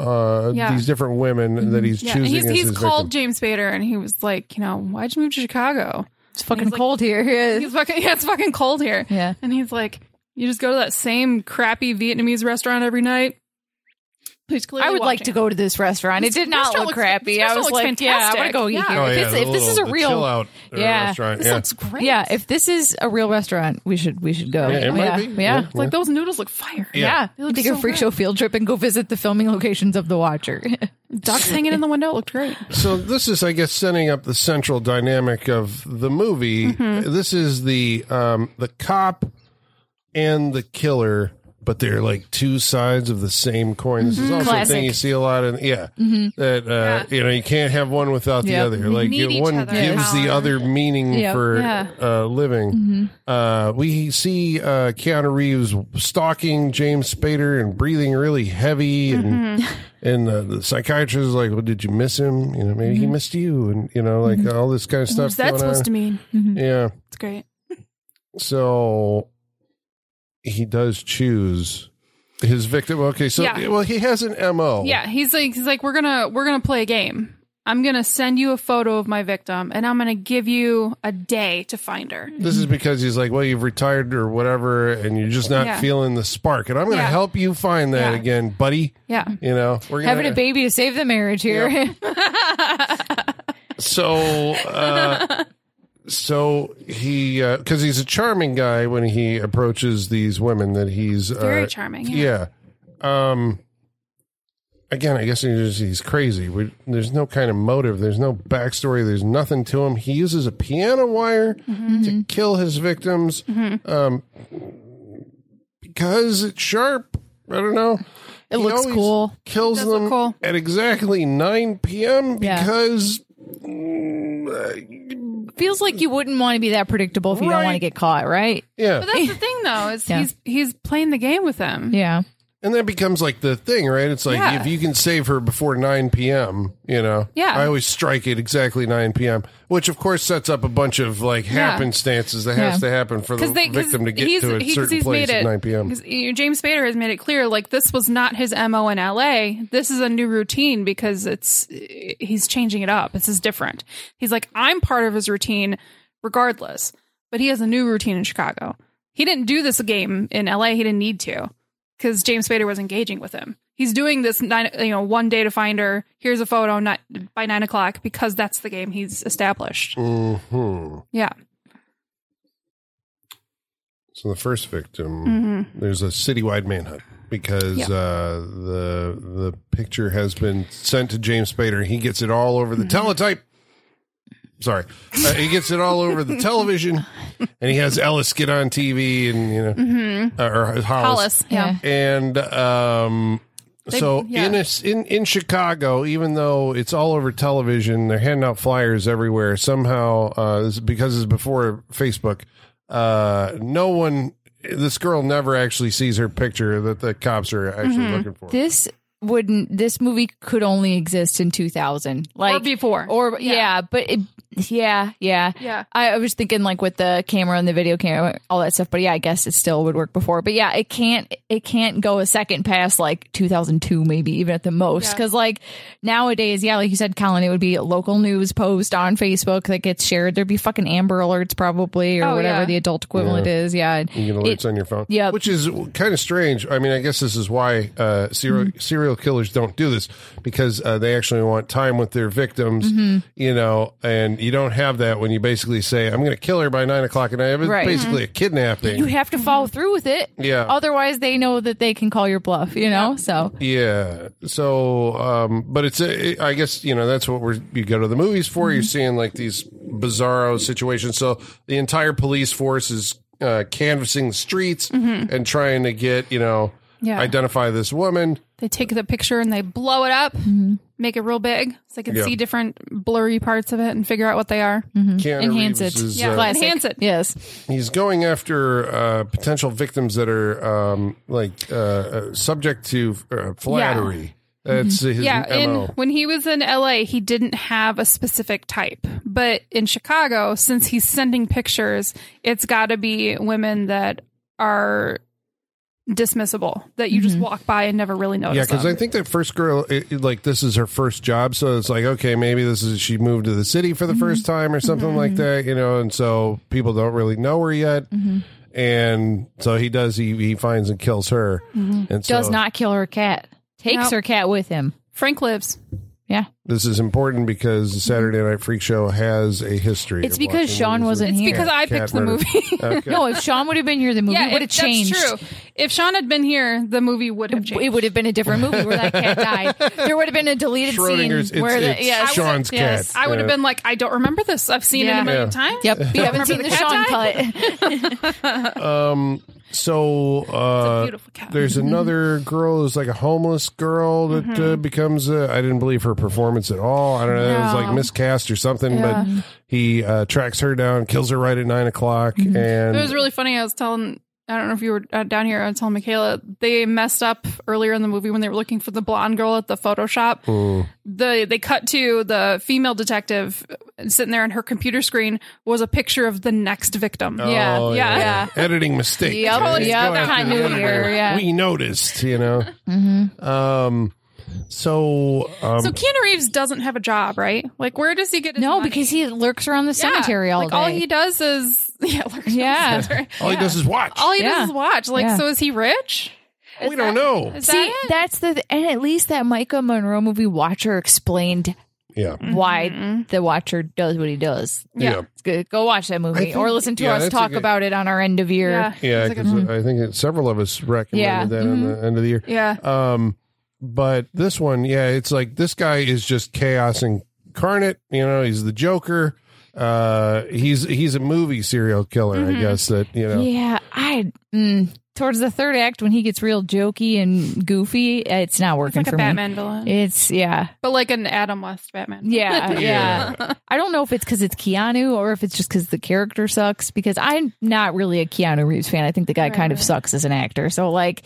Speaker 2: uh,
Speaker 4: Yeah.
Speaker 2: these different women that he's
Speaker 4: yeah. And
Speaker 2: choosing.
Speaker 4: he's
Speaker 2: as
Speaker 4: he's
Speaker 2: his
Speaker 4: called
Speaker 2: victim.
Speaker 4: James Spader, and he was like, "You know, why'd you move to Chicago?"
Speaker 3: It's fucking
Speaker 4: He's like-
Speaker 3: cold here. Yeah.
Speaker 4: He's fucking <laughs> yeah, it's fucking cold here.
Speaker 3: Yeah.
Speaker 4: And he's like, you just go to that same crappy Vietnamese restaurant every night. He's clearly
Speaker 3: I would like
Speaker 4: watching.
Speaker 3: to go to this restaurant. It did not
Speaker 4: restaurant
Speaker 3: look
Speaker 4: looks-
Speaker 3: crappy.
Speaker 4: this
Speaker 3: I
Speaker 4: restaurant
Speaker 3: was
Speaker 4: looks
Speaker 3: like, yeah, I want to
Speaker 4: fantastic.
Speaker 3: go eat
Speaker 4: Yeah.
Speaker 3: here.
Speaker 2: Oh,
Speaker 3: if,
Speaker 2: yeah,
Speaker 3: it's,
Speaker 2: the
Speaker 3: if this is a
Speaker 2: little- the chill
Speaker 3: real,
Speaker 2: out uh,
Speaker 3: Yeah.
Speaker 2: restaurant.
Speaker 4: This
Speaker 2: yeah.
Speaker 4: looks great.
Speaker 3: yeah, if this is a real restaurant, we should we should go.
Speaker 2: Yeah, it might
Speaker 3: yeah.
Speaker 2: be.
Speaker 3: Yeah.
Speaker 2: Yeah.
Speaker 3: yeah.
Speaker 4: It's like those noodles look fire. They
Speaker 3: We'll
Speaker 4: look
Speaker 3: take
Speaker 4: so
Speaker 3: a freak
Speaker 4: good.
Speaker 3: show field trip and go visit the filming locations of The Watcher. <laughs>
Speaker 4: Ducks hanging in the window looked great.
Speaker 2: So this is, I guess, setting up the central dynamic of the movie. This is the um, the cop and the killer, but they're like two sides of the same coin. This is also a thing
Speaker 3: Classic.
Speaker 2: you see a lot in yeah that uh, you know you can't have one without
Speaker 3: Yep.
Speaker 2: the other. Like
Speaker 4: need
Speaker 2: you-
Speaker 4: each
Speaker 2: one
Speaker 4: other.
Speaker 2: gives the
Speaker 4: Yeah.
Speaker 2: other meaning
Speaker 3: Yep.
Speaker 2: for
Speaker 4: Yeah.
Speaker 2: uh, living.
Speaker 3: Mm-hmm,
Speaker 2: Uh, we see uh, Keanu Reeves stalking James Spader and breathing really heavy and.
Speaker 4: Mm-hmm.
Speaker 2: And uh, the psychiatrist is like, "Well, did you miss him? You know, maybe
Speaker 4: Mm-hmm.
Speaker 2: he missed you, and you know, like all this kind of stuff."
Speaker 4: What's that
Speaker 2: going on.
Speaker 4: Mm-hmm. supposed to mean?
Speaker 3: mm-hmm.
Speaker 2: Yeah.
Speaker 4: It's great.
Speaker 2: So he does choose his victim. Okay, so
Speaker 4: Yeah.
Speaker 2: well, he has an M.O.
Speaker 4: Yeah, he's like he's like we're gonna we're gonna play a game. I'm gonna send you a photo of my victim, and I'm gonna give you a day to find her.
Speaker 2: This is because he's like, well, you've retired or whatever, and you're just not
Speaker 4: Yeah.
Speaker 2: feeling the spark. And I'm going to
Speaker 4: Yeah.
Speaker 2: help you find that
Speaker 4: Yeah.
Speaker 2: again, buddy.
Speaker 4: Yeah,
Speaker 2: You know, we're gonna,
Speaker 3: Having a baby to save the marriage here.
Speaker 2: So, uh, so he because he's a charming guy when he approaches these women that he's
Speaker 4: very
Speaker 2: uh,
Speaker 4: charming. Yeah.
Speaker 2: Yeah. Um. Again, I guess he's, he's crazy. We, there's no kind of motive. There's no backstory. There's nothing to him. He uses a piano wire to kill his victims. Um. Because it's sharp. I don't know.
Speaker 3: It looks
Speaker 2: always
Speaker 3: cool.
Speaker 2: Kills
Speaker 4: does look
Speaker 2: them
Speaker 4: cool.
Speaker 2: at exactly 9 p.m.
Speaker 3: Yeah.
Speaker 2: because
Speaker 3: <laughs> Feels like you wouldn't want to be that predictable if you don't want
Speaker 2: Right.
Speaker 3: to get caught, right?
Speaker 2: yeah,
Speaker 4: But that's the thing, though, is
Speaker 3: Yeah.
Speaker 4: he's he's playing the game with them.
Speaker 3: Yeah.
Speaker 2: and that becomes like the thing, right? It's like
Speaker 4: Yeah.
Speaker 2: if you can save her before nine p.m., you know.
Speaker 4: Yeah.
Speaker 2: I always strike at exactly nine p.m., which of course sets up a bunch of like
Speaker 4: Yeah.
Speaker 2: happenstances that has
Speaker 3: Yeah.
Speaker 2: to happen for the
Speaker 4: because they, cause
Speaker 2: victim to get
Speaker 4: he's,
Speaker 2: to a
Speaker 4: he- 'cause
Speaker 2: certain
Speaker 4: he's
Speaker 2: place
Speaker 4: made it,
Speaker 2: at nine p.m.
Speaker 4: 'cause, you know, James Spader has made it clear, like this was not his mo in L.A. This is a new routine because it's he's changing it up. This is different. He's like I'm part of his routine, regardless. But he has a new routine in Chicago. He didn't do this game in L.A. He didn't need to because James Spader was engaging with him. He's doing this nine, you know, one day to find her. Here's a photo not, by nine o'clock because that's the game he's established.
Speaker 2: hmm
Speaker 4: Yeah.
Speaker 2: So the first victim,
Speaker 4: hmm
Speaker 2: there's a citywide manhunt because
Speaker 4: Yeah.
Speaker 2: uh, the the picture has been sent to James Spader. He gets it all over the
Speaker 4: Mm-hmm.
Speaker 2: teletype. Sorry, uh, he gets it all over the television, and he has Ellis get on TV, and you know, uh, or Hollis,
Speaker 4: Mm-hmm. Hollis. Yeah.
Speaker 3: Yeah.
Speaker 2: and um. so
Speaker 4: yeah.
Speaker 2: in, a, in in Chicago, even though it's all over television, they're handing out flyers everywhere. Somehow, uh, this is because it's before Facebook, uh, no one this girl never actually sees her picture that the cops are actually
Speaker 4: Mhm.
Speaker 2: looking for.
Speaker 3: This wouldn't. This movie could only exist in 2000. Like
Speaker 4: or before.
Speaker 3: or- yeah.
Speaker 4: Yeah.
Speaker 3: but it, yeah, yeah.
Speaker 4: yeah.
Speaker 3: I, I was thinking like with the camera and the video camera, all that stuff. But yeah, I guess it still would work before. But yeah, it can't. It can't go a second past like 2002, maybe even at the most.
Speaker 4: Yeah.
Speaker 3: Because like nowadays, yeah, like you said, Colin, it would be a local news post on Facebook that gets shared. There'd be fucking Amber Alerts probably or
Speaker 4: Oh,
Speaker 3: whatever
Speaker 4: yeah.
Speaker 3: the adult equivalent is. Yeah, and
Speaker 2: You can alerts on your phone.
Speaker 3: Yep.
Speaker 2: Which is kind of strange. I mean, I guess this is why uh, serial,
Speaker 3: Mm-hmm.
Speaker 2: serial killers don't do this because uh, they actually want time with their victims,
Speaker 3: Mm-hmm.
Speaker 2: you know, and you don't have that when you basically say, I'm going to kill her by nine o'clock at night. It's
Speaker 3: Right. Mm-hmm.
Speaker 2: basically a kidnapping.
Speaker 3: you have to follow through with it.
Speaker 2: yeah.
Speaker 3: Otherwise, they know that they can call your bluff. You know, so
Speaker 2: Yeah. So, um, but it's, it, I guess, you know, that's what we're, you go to the movies for.
Speaker 3: Mm-hmm.
Speaker 2: You're seeing like these bizarro situations. So the entire police force is, uh, canvassing the streets
Speaker 3: Mm-hmm.
Speaker 2: and trying to get, you know,
Speaker 4: Yeah.
Speaker 2: identify this woman.
Speaker 4: They take the picture and they blow it up,
Speaker 3: Mm-hmm.
Speaker 4: make it real big so they can
Speaker 2: Yeah.
Speaker 4: see different blurry parts of it and figure out what they are.
Speaker 3: Mm-hmm.
Speaker 2: Keanu
Speaker 3: Enhance
Speaker 2: Reeves
Speaker 3: it.
Speaker 2: is,
Speaker 4: Mm-hmm. Yeah.
Speaker 2: uh,
Speaker 3: Classic.
Speaker 4: enhance it.
Speaker 3: Yes.
Speaker 2: he's going after uh, potential victims that are um, like uh, uh, subject to uh, flattery. That's his
Speaker 4: Yeah,
Speaker 2: MO.
Speaker 4: and when he was in LA, he didn't have a specific type. But in Chicago, since he's sending pictures, it's got to be women that are dismissible that you
Speaker 3: Mm-hmm.
Speaker 4: just walk by and never really notice.
Speaker 2: Yeah, because I
Speaker 4: them.
Speaker 2: think that first girl, it, it- like, this is her first job, so it's like, okay, maybe this is she moved to the city for
Speaker 4: Mm-hmm.
Speaker 2: the first time or something like that, you know, and so people don't really know her yet,
Speaker 4: Mm-hmm.
Speaker 2: and so he does, he he finds and kills her,
Speaker 4: Mm-hmm.
Speaker 2: and so
Speaker 3: does not kill her cat. Takes
Speaker 4: Nope.
Speaker 3: her cat with him.
Speaker 4: Frank lives.
Speaker 3: Yeah.
Speaker 2: this is important because the Saturday Night Freak Show has a history.
Speaker 3: It's
Speaker 2: of
Speaker 3: because
Speaker 2: watching
Speaker 3: Sean
Speaker 2: movies
Speaker 3: wasn't
Speaker 2: with
Speaker 3: here.
Speaker 4: Because I
Speaker 2: cat
Speaker 4: picked the
Speaker 2: murder.
Speaker 4: movie. <laughs>
Speaker 2: Okay.
Speaker 3: <laughs> No, if Sean would have been here, the movie would have
Speaker 4: if-
Speaker 3: changed.
Speaker 4: That's true. If Sean had been here, the movie would have changed.
Speaker 3: It would have been a different movie where that cat died. There would have been a deleted scene
Speaker 2: Schrodinger's- it's-
Speaker 3: where the
Speaker 2: it's
Speaker 3: yes,
Speaker 2: Sean's
Speaker 3: yes.
Speaker 2: cat.
Speaker 4: I would have
Speaker 2: Yeah.
Speaker 4: been like, I don't remember this. I've seen it
Speaker 3: Yeah.
Speaker 4: a million
Speaker 2: Yeah.
Speaker 4: times. <laughs>
Speaker 3: Yep, you haven't seen the, Sean cut.
Speaker 2: So uh,
Speaker 4: beautiful cat.
Speaker 2: there's another girl who's like a homeless girl that
Speaker 4: Mm-hmm.
Speaker 2: uh, becomes. A, I didn't believe her performance at all. I don't know. It was like
Speaker 4: No.
Speaker 2: miscast or something. But he uh, tracks her down, kills her right at nine o'clock, and
Speaker 4: Mm-hmm. It was really funny. I was telling, I don't know if you were uh, down here. I was telling Michaela they messed up earlier in the movie when they were looking for the blonde girl at the Photoshop. The they cut to the female detective sitting there, and her computer screen was a picture of the next victim.
Speaker 3: Yeah,
Speaker 2: Oh,
Speaker 4: yeah.
Speaker 2: editing mistake.
Speaker 3: Yep,
Speaker 2: It's
Speaker 3: yep,
Speaker 2: going after the
Speaker 3: continuity
Speaker 2: editor.
Speaker 3: error, yeah.
Speaker 2: We noticed, you know.
Speaker 4: Mm-hmm.
Speaker 2: Um. So, um,
Speaker 4: So Keanu Reeves doesn't have a job, right? Like, where does he get? His
Speaker 3: No,
Speaker 4: money?
Speaker 3: because he lurks around the
Speaker 4: Yeah,
Speaker 3: cemetery all
Speaker 4: like,
Speaker 3: day.
Speaker 4: All he does is <laughs> yeah, lurks around
Speaker 3: Yeah.
Speaker 4: the cemetery.
Speaker 2: all he does is watch.
Speaker 4: All he
Speaker 3: Yeah.
Speaker 4: does is watch. Like,
Speaker 3: Yeah.
Speaker 4: so is he rich?
Speaker 2: we don't know.
Speaker 4: Is
Speaker 3: See,
Speaker 4: that it?
Speaker 3: that's the and at least that Micah Monroe movie Watcher explained
Speaker 2: yeah.
Speaker 3: why the Watcher does what he does.
Speaker 2: Yeah.
Speaker 3: It's good. Go watch that movie
Speaker 2: think-
Speaker 3: or listen to
Speaker 2: yeah,
Speaker 3: us
Speaker 2: that's a
Speaker 3: talk
Speaker 2: good-
Speaker 3: about it on our end of year.
Speaker 4: yeah,
Speaker 2: Yeah,
Speaker 4: It's like a-
Speaker 2: because I think it, several of us recommended
Speaker 3: Yeah.
Speaker 2: that on the end of the year.
Speaker 4: yeah.
Speaker 2: Um, but this one, yeah, it's like this guy is just chaos incarnate. You know, he's the Joker. Uh, he's he's a movie serial killer,
Speaker 4: Mm-hmm.
Speaker 2: I guess. That you know,
Speaker 3: Yeah, I mm, towards the third act when he gets real jokey and goofy, it's not
Speaker 4: It's
Speaker 3: working
Speaker 4: like a
Speaker 3: for
Speaker 4: Batman
Speaker 3: me.
Speaker 4: villain,
Speaker 3: It's yeah,
Speaker 4: but like an Adam West Batman. <laughs>
Speaker 3: yeah,
Speaker 2: Yeah.
Speaker 3: yeah. I don't know if it's because it's Keanu or if it's just because the character sucks. Because I'm not really a Keanu Reeves fan. I think the guy kind of
Speaker 4: Right.
Speaker 3: sucks as an actor. So like,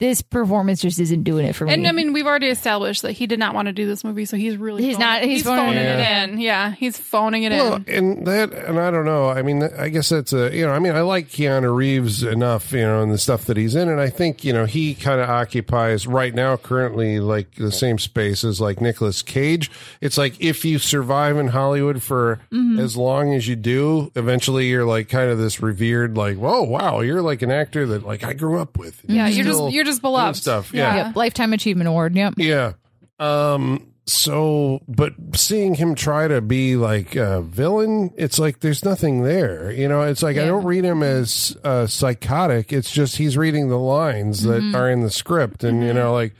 Speaker 3: this performance just isn't doing it for me.
Speaker 4: And I mean, we've already established that he did not want to do this movie, so he's really
Speaker 3: He's
Speaker 4: phoning-
Speaker 3: not- he's phoning
Speaker 2: it
Speaker 4: it in. Yeah, he's phoning it
Speaker 2: Well,
Speaker 4: in.
Speaker 2: and that, and I don't know. I mean, I guess that's a, you know, I mean, I like Keanu Reeves enough, you know, and the stuff that he's in. And I think, you know, he kind of occupies right now, currently, like the same space as like Nicolas Cage. It's like if you survive in Hollywood for
Speaker 4: Mm-hmm.
Speaker 2: as long as you do, eventually you're like kind of this revered, like, whoa, wow, you're like an actor that like I grew up with.
Speaker 4: Yeah, you're
Speaker 2: Still
Speaker 4: just you're just
Speaker 2: doing
Speaker 4: beloved.
Speaker 2: stuff. yeah.
Speaker 3: Yep, lifetime achievement award. Yep.
Speaker 2: Yeah. Um so but seeing him try to be like a villain, it's like there's nothing there. You know, it's like I
Speaker 3: Yeah.
Speaker 2: don't read him as uh psychotic. It's just he's reading the lines that are in the script and you know like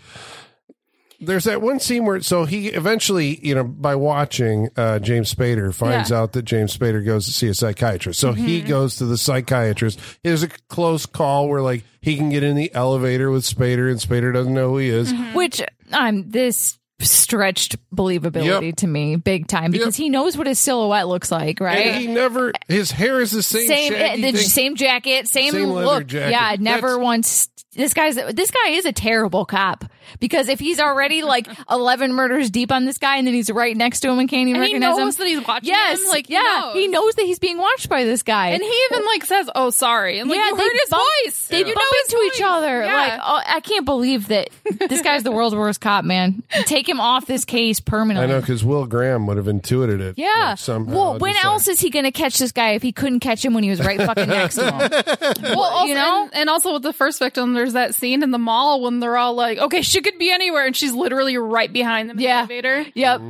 Speaker 2: there's that one scene where so he eventually, you know, by watching uh James Spader finds out that James Spader goes to see a psychiatrist. So he goes to the psychiatrist. There's a close call where
Speaker 5: Mm-hmm.
Speaker 2: like he can get in the elevator with Spader and Spader doesn't know who he is.
Speaker 3: Which I'm um, this stretched believability to me big time because he knows what his silhouette looks like, right?
Speaker 2: And he never. His hair is the same.
Speaker 3: same eh,
Speaker 2: shaggy
Speaker 3: the,
Speaker 2: thing.
Speaker 3: same jacket, same,
Speaker 2: Same leather
Speaker 3: look.
Speaker 2: jacket.
Speaker 3: Yeah, never
Speaker 2: That's-
Speaker 3: once. This guy's this guy is a terrible cop because if he's
Speaker 5: <laughs>
Speaker 3: already like eleven murders deep on this guy, and then he's right next to him and can't even
Speaker 5: And he
Speaker 3: recognize
Speaker 5: knows
Speaker 3: him.
Speaker 5: that he's watching
Speaker 3: yes,
Speaker 5: him. Like,
Speaker 3: yeah,
Speaker 5: he
Speaker 3: he
Speaker 5: knows.
Speaker 3: knows that he's being watched by this guy,
Speaker 5: And he even like says, "Oh, sorry," and like
Speaker 3: yeah,
Speaker 5: you
Speaker 3: they
Speaker 5: heard his
Speaker 3: bump,
Speaker 5: voice.
Speaker 3: They
Speaker 5: you
Speaker 3: bump
Speaker 5: know
Speaker 3: into
Speaker 5: his
Speaker 3: each
Speaker 5: voice.
Speaker 3: other.
Speaker 5: Yeah.
Speaker 3: Like, oh, I can't believe that this guy's the world's worst cop, man. Take him off this case
Speaker 2: I
Speaker 3: permanently.
Speaker 2: know because Will Graham would have intuited it.
Speaker 3: Yeah.
Speaker 2: like, somehow.
Speaker 3: well, when
Speaker 2: just
Speaker 3: else
Speaker 2: like-
Speaker 3: is he going to catch this guy if he couldn't catch him when he was right fucking next
Speaker 2: <laughs>
Speaker 3: to
Speaker 2: Mm.
Speaker 3: him?
Speaker 4: Well, also,
Speaker 3: you know?
Speaker 4: and, and also with the first victim, there's that scene in the mall when they're all like, "Okay, she could be anywhere," and she's literally right behind them in
Speaker 3: Yeah.
Speaker 4: the elevator.
Speaker 3: Yep.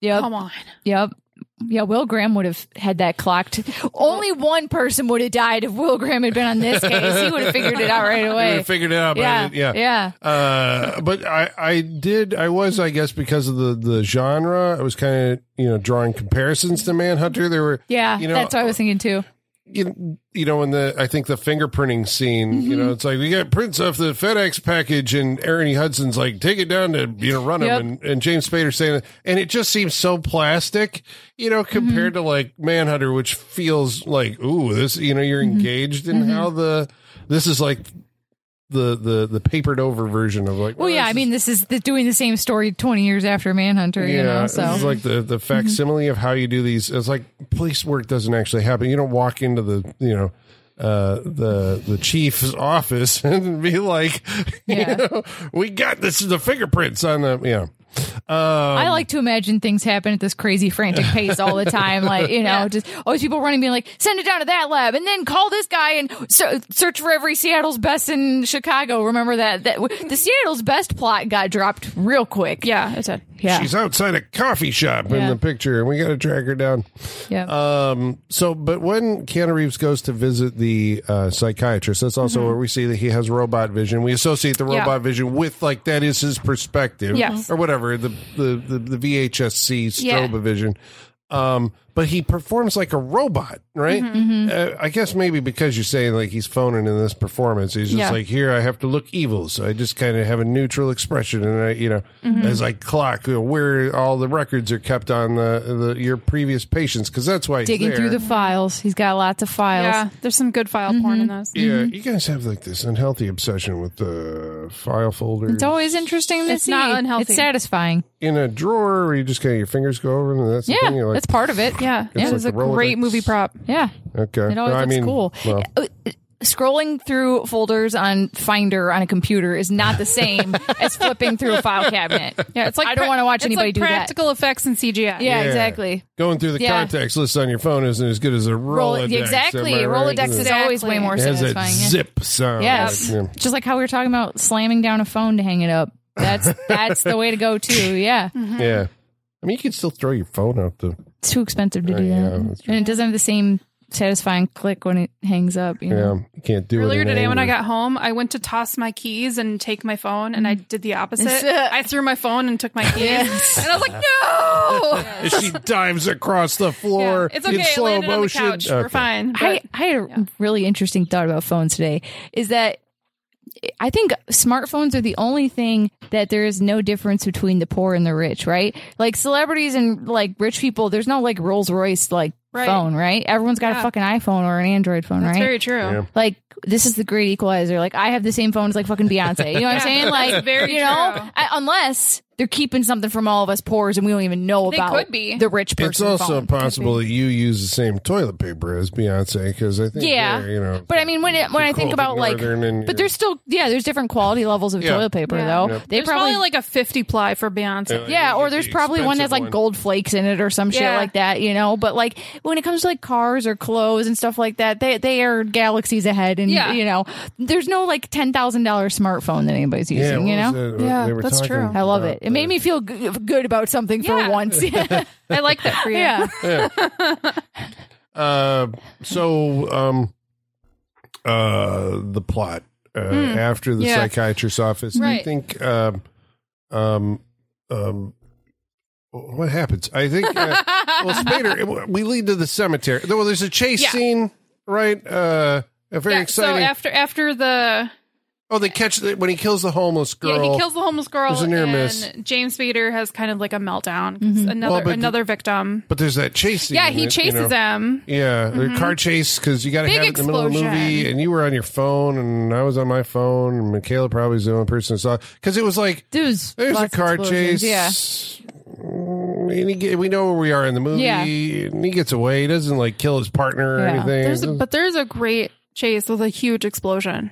Speaker 3: Yep.
Speaker 4: Come on,
Speaker 3: Yep. Yeah, Will Graham would have had that clocked. Only one person would have died if Will Graham had been on this case. He would have figured it
Speaker 2: <laughs>
Speaker 3: out right
Speaker 2: I
Speaker 3: away.
Speaker 2: would've figured it out. But I
Speaker 3: yeah,
Speaker 2: didn't-
Speaker 3: yeah,
Speaker 2: yeah. Uh, but I, I did, I was, I guess, because of the the genre, I was kind of, you know, drawing comparisons to Manhunter. There were,
Speaker 3: Yeah,
Speaker 2: You know, uh,
Speaker 3: that's what I was thinking too.
Speaker 2: you, you know, in the I think the fingerprinting scene, you
Speaker 3: Mm-hmm.
Speaker 2: know, it's like we got prints off the FedEx package, and Ernie Hudson's like, take it down to you know, run
Speaker 3: Yep.
Speaker 2: him, and, and James Spader saying, and it just seems so plastic, you
Speaker 3: Mm-hmm.
Speaker 2: know, compared to like Manhunter, which feels like, ooh, this, you know,
Speaker 3: Mm-hmm.
Speaker 2: you're engaged in how the this is like the the the papered over version of like, "Oh,
Speaker 3: Well, yeah, I
Speaker 2: this
Speaker 3: mean, this is the, doing the same story 20 years after Manhunter, you know,
Speaker 2: this
Speaker 3: so. Mm-hmm.
Speaker 2: is like the the facsimile of how you do these. It's like police work doesn't actually happen. You don't walk into the you know uh the the chief's office <laughs> and be like
Speaker 3: Yeah.
Speaker 2: you know, we got this the fingerprints on the yeah
Speaker 4: Um,
Speaker 3: I like to imagine things happen at this crazy frantic pace all the
Speaker 4: <laughs>
Speaker 3: time. Like, you know, just always people running, being like, send it down to that lab and then call this guy and ser- search for every Seattle's best in Chicago. Remember that, that the Seattle's best plot got dropped real quick.
Speaker 4: yeah, it's a
Speaker 3: Yeah.
Speaker 2: she's outside a coffee shop in
Speaker 3: Yeah.
Speaker 2: the picture and we got to track her down
Speaker 3: yeah.
Speaker 2: Um. So, but when Keanu Reeves goes to visit the uh, psychiatrist, that's also where we see that he has robot vision. We associate the
Speaker 4: Mm-hmm. Yeah.
Speaker 2: robot vision with like that is his perspective,
Speaker 4: Yes.
Speaker 2: or whatever the the the, the VHSC
Speaker 4: Yeah.
Speaker 2: strobe vision. Um, but he performs like a robot, right?
Speaker 4: Mm-hmm.
Speaker 2: Uh, I guess maybe because you're saying like he's phoning in this performance, he's just
Speaker 4: Yeah.
Speaker 2: like, here I have to look evil, so I just kind of have a neutral expression, and I, you know,
Speaker 4: Mm-hmm.
Speaker 2: as I clock you know, where all the records are kept on the, the your previous patients, because that's why he's
Speaker 3: Digging through
Speaker 2: there.
Speaker 3: the files. He's got lots of files.
Speaker 4: yeah. There's some good file porn in
Speaker 3: Mm-hmm.
Speaker 4: those.
Speaker 2: yeah. You guys have like this unhealthy obsession with the file folder
Speaker 3: It's always interesting to
Speaker 4: It's
Speaker 3: see.
Speaker 4: not unhealthy.
Speaker 3: It's satisfying.
Speaker 2: in a drawer, where you just kind of your fingers go over them. And that's the
Speaker 3: Yeah,
Speaker 2: thing. You're like,
Speaker 3: that's part of it.
Speaker 4: Yeah,
Speaker 2: It's
Speaker 4: it
Speaker 2: like
Speaker 4: was
Speaker 2: the
Speaker 4: a great
Speaker 2: Rolodex.
Speaker 4: movie prop.
Speaker 3: Yeah.
Speaker 2: okay,
Speaker 3: It always
Speaker 2: No, I
Speaker 3: looks
Speaker 2: mean,
Speaker 3: cool.
Speaker 2: well,
Speaker 3: Uh, uh, Scrolling through folders on Finder on a computer is not
Speaker 2: <laughs>
Speaker 3: the same as flipping through a file cabinet.
Speaker 4: Yeah, it's like
Speaker 3: I don't
Speaker 4: pra-
Speaker 3: wanna watch
Speaker 4: it's
Speaker 3: anybody
Speaker 4: like
Speaker 3: do that.
Speaker 4: practical effects and CGI.
Speaker 3: Yeah,
Speaker 2: Yeah.
Speaker 3: exactly.
Speaker 2: going through the
Speaker 3: Yeah.
Speaker 2: contacts list on your phone isn't as good as a
Speaker 3: Roll,
Speaker 2: Rolodex.
Speaker 3: exactly.
Speaker 2: am I right?
Speaker 3: Rolodex is always
Speaker 4: Exactly.
Speaker 3: way more
Speaker 2: It has that
Speaker 3: satisfying. yeah.
Speaker 2: zip sound.
Speaker 3: Yes.
Speaker 2: Like, yeah.
Speaker 3: Just like how we were talking about slamming down a phone to hang it up.
Speaker 2: <laughs>
Speaker 3: That's that's the way to go too. Yeah.
Speaker 2: Yeah. I mean, you can still throw your phone out the.
Speaker 3: It's too expensive to
Speaker 2: Uh,
Speaker 3: do
Speaker 2: yeah,
Speaker 3: that.
Speaker 2: that's
Speaker 3: and it doesn't have the same satisfying click when it hangs up, you know.
Speaker 2: Yeah, you can't do it.
Speaker 4: Earlier
Speaker 2: in
Speaker 4: today, when I
Speaker 2: anger.
Speaker 4: got home, I went to toss my keys and take my phone, and I did the opposite. I threw my phone and took my keys, and I was like,
Speaker 2: <laughs>
Speaker 4: "No,
Speaker 2: And she dives across the floor.
Speaker 4: it's
Speaker 2: In
Speaker 4: okay. I
Speaker 2: slow
Speaker 4: landed on the
Speaker 2: motion.
Speaker 4: couch. We're
Speaker 2: Okay.
Speaker 4: fine."
Speaker 3: I,
Speaker 4: But
Speaker 3: I had a really interesting thought about phones today is that I think smartphones are the only thing that there is no difference between the poor and the rich, right? Like celebrities and like rich people, there's no like Rolls Royce like
Speaker 4: Right.
Speaker 3: phone, right? Everyone's got a
Speaker 4: Yeah.
Speaker 3: fucking iPhone or an Android phone,
Speaker 4: that's
Speaker 3: right?
Speaker 4: very true.
Speaker 2: Yeah.
Speaker 3: like this is the great equalizer. Like I have the same phone as like fucking Beyonce. You know what I'm
Speaker 4: Yeah,
Speaker 3: saying? Like
Speaker 4: that's <laughs> very
Speaker 3: you know,
Speaker 4: true.
Speaker 3: I, unless they're keeping something from all of us poors and we don't even know
Speaker 4: They
Speaker 3: about
Speaker 4: could be.
Speaker 3: the rich person.
Speaker 2: It's also
Speaker 3: phone.
Speaker 2: possible that you use the same toilet paper as Beyonce because I think
Speaker 3: Yeah.
Speaker 2: yeah, you know.
Speaker 3: But I mean, when it, when I think
Speaker 2: cold
Speaker 3: about
Speaker 2: and
Speaker 3: like,
Speaker 2: northern and,
Speaker 3: but
Speaker 2: you
Speaker 3: there's still yeah, there's different quality levels of
Speaker 2: Yeah.
Speaker 3: toilet paper
Speaker 4: Yeah.
Speaker 3: though.
Speaker 2: Yeah.
Speaker 3: They
Speaker 4: There's probably,
Speaker 3: probably,
Speaker 4: like a fifty ply for Beyonce.
Speaker 3: yeah, or there's
Speaker 2: the
Speaker 3: probably one that's
Speaker 2: expensive
Speaker 3: like
Speaker 2: one.
Speaker 3: gold flakes in it or some shit
Speaker 4: Yeah.
Speaker 3: like that, you know. But like when it comes to like cars or clothes and stuff like that, they they are galaxies ahead, and
Speaker 4: Yeah.
Speaker 3: you know, there's no like ten thousand dollar smartphone that anybody's
Speaker 2: Yeah,
Speaker 3: using,
Speaker 2: what
Speaker 3: you know.
Speaker 2: was that?
Speaker 4: Yeah,
Speaker 2: They were
Speaker 4: that's
Speaker 2: talking
Speaker 4: true.
Speaker 3: I love
Speaker 2: about
Speaker 3: it. It made me feel g- good about something
Speaker 4: Yeah.
Speaker 3: for
Speaker 4: <laughs>
Speaker 3: once. yeah.
Speaker 4: I like that for you.
Speaker 2: Uh, so um, uh, the plot uh,
Speaker 3: Hmm.
Speaker 2: after the
Speaker 4: yeah.
Speaker 2: psychiatrist's office. do I
Speaker 4: Right.
Speaker 2: think um, um, um, what happens? I think.
Speaker 3: <laughs>
Speaker 2: Uh, well, Spader, we lead to the cemetery. Well, there's a chase
Speaker 4: Yeah.
Speaker 2: scene, right? Uh, a very
Speaker 4: Yeah, so
Speaker 2: exciting.
Speaker 4: after after the
Speaker 2: Oh, they catch the, when he kills the homeless girl.
Speaker 4: Yeah, he kills the homeless girl.
Speaker 2: There's a near
Speaker 4: and
Speaker 2: miss.
Speaker 4: James Spader has kind of like a meltdown. 'cause
Speaker 3: Mhm.
Speaker 4: Another
Speaker 2: Well, but-
Speaker 4: another victim.
Speaker 2: But there's that chase. Scene
Speaker 4: Yeah, he
Speaker 2: that,
Speaker 4: chases
Speaker 2: you know-
Speaker 4: them. Mm-hmm.
Speaker 2: Yeah, the car chase because you got to
Speaker 4: Big
Speaker 2: have it in the middle of the movie,
Speaker 4: explosion.
Speaker 2: and you were on your phone, and I was on my phone, and Michaela probably is the only person who saw because it was like
Speaker 3: There's,
Speaker 2: there's
Speaker 3: lots
Speaker 2: a
Speaker 3: of
Speaker 2: car
Speaker 3: explosions.
Speaker 2: chase.
Speaker 3: Yeah.
Speaker 2: Mm, And he get, we know where we are in the movie,
Speaker 3: Yeah.
Speaker 2: and he gets away. He doesn't like kill his partner or
Speaker 3: Yeah.
Speaker 2: anything.
Speaker 4: There's a, but there's a great chase with a huge explosion.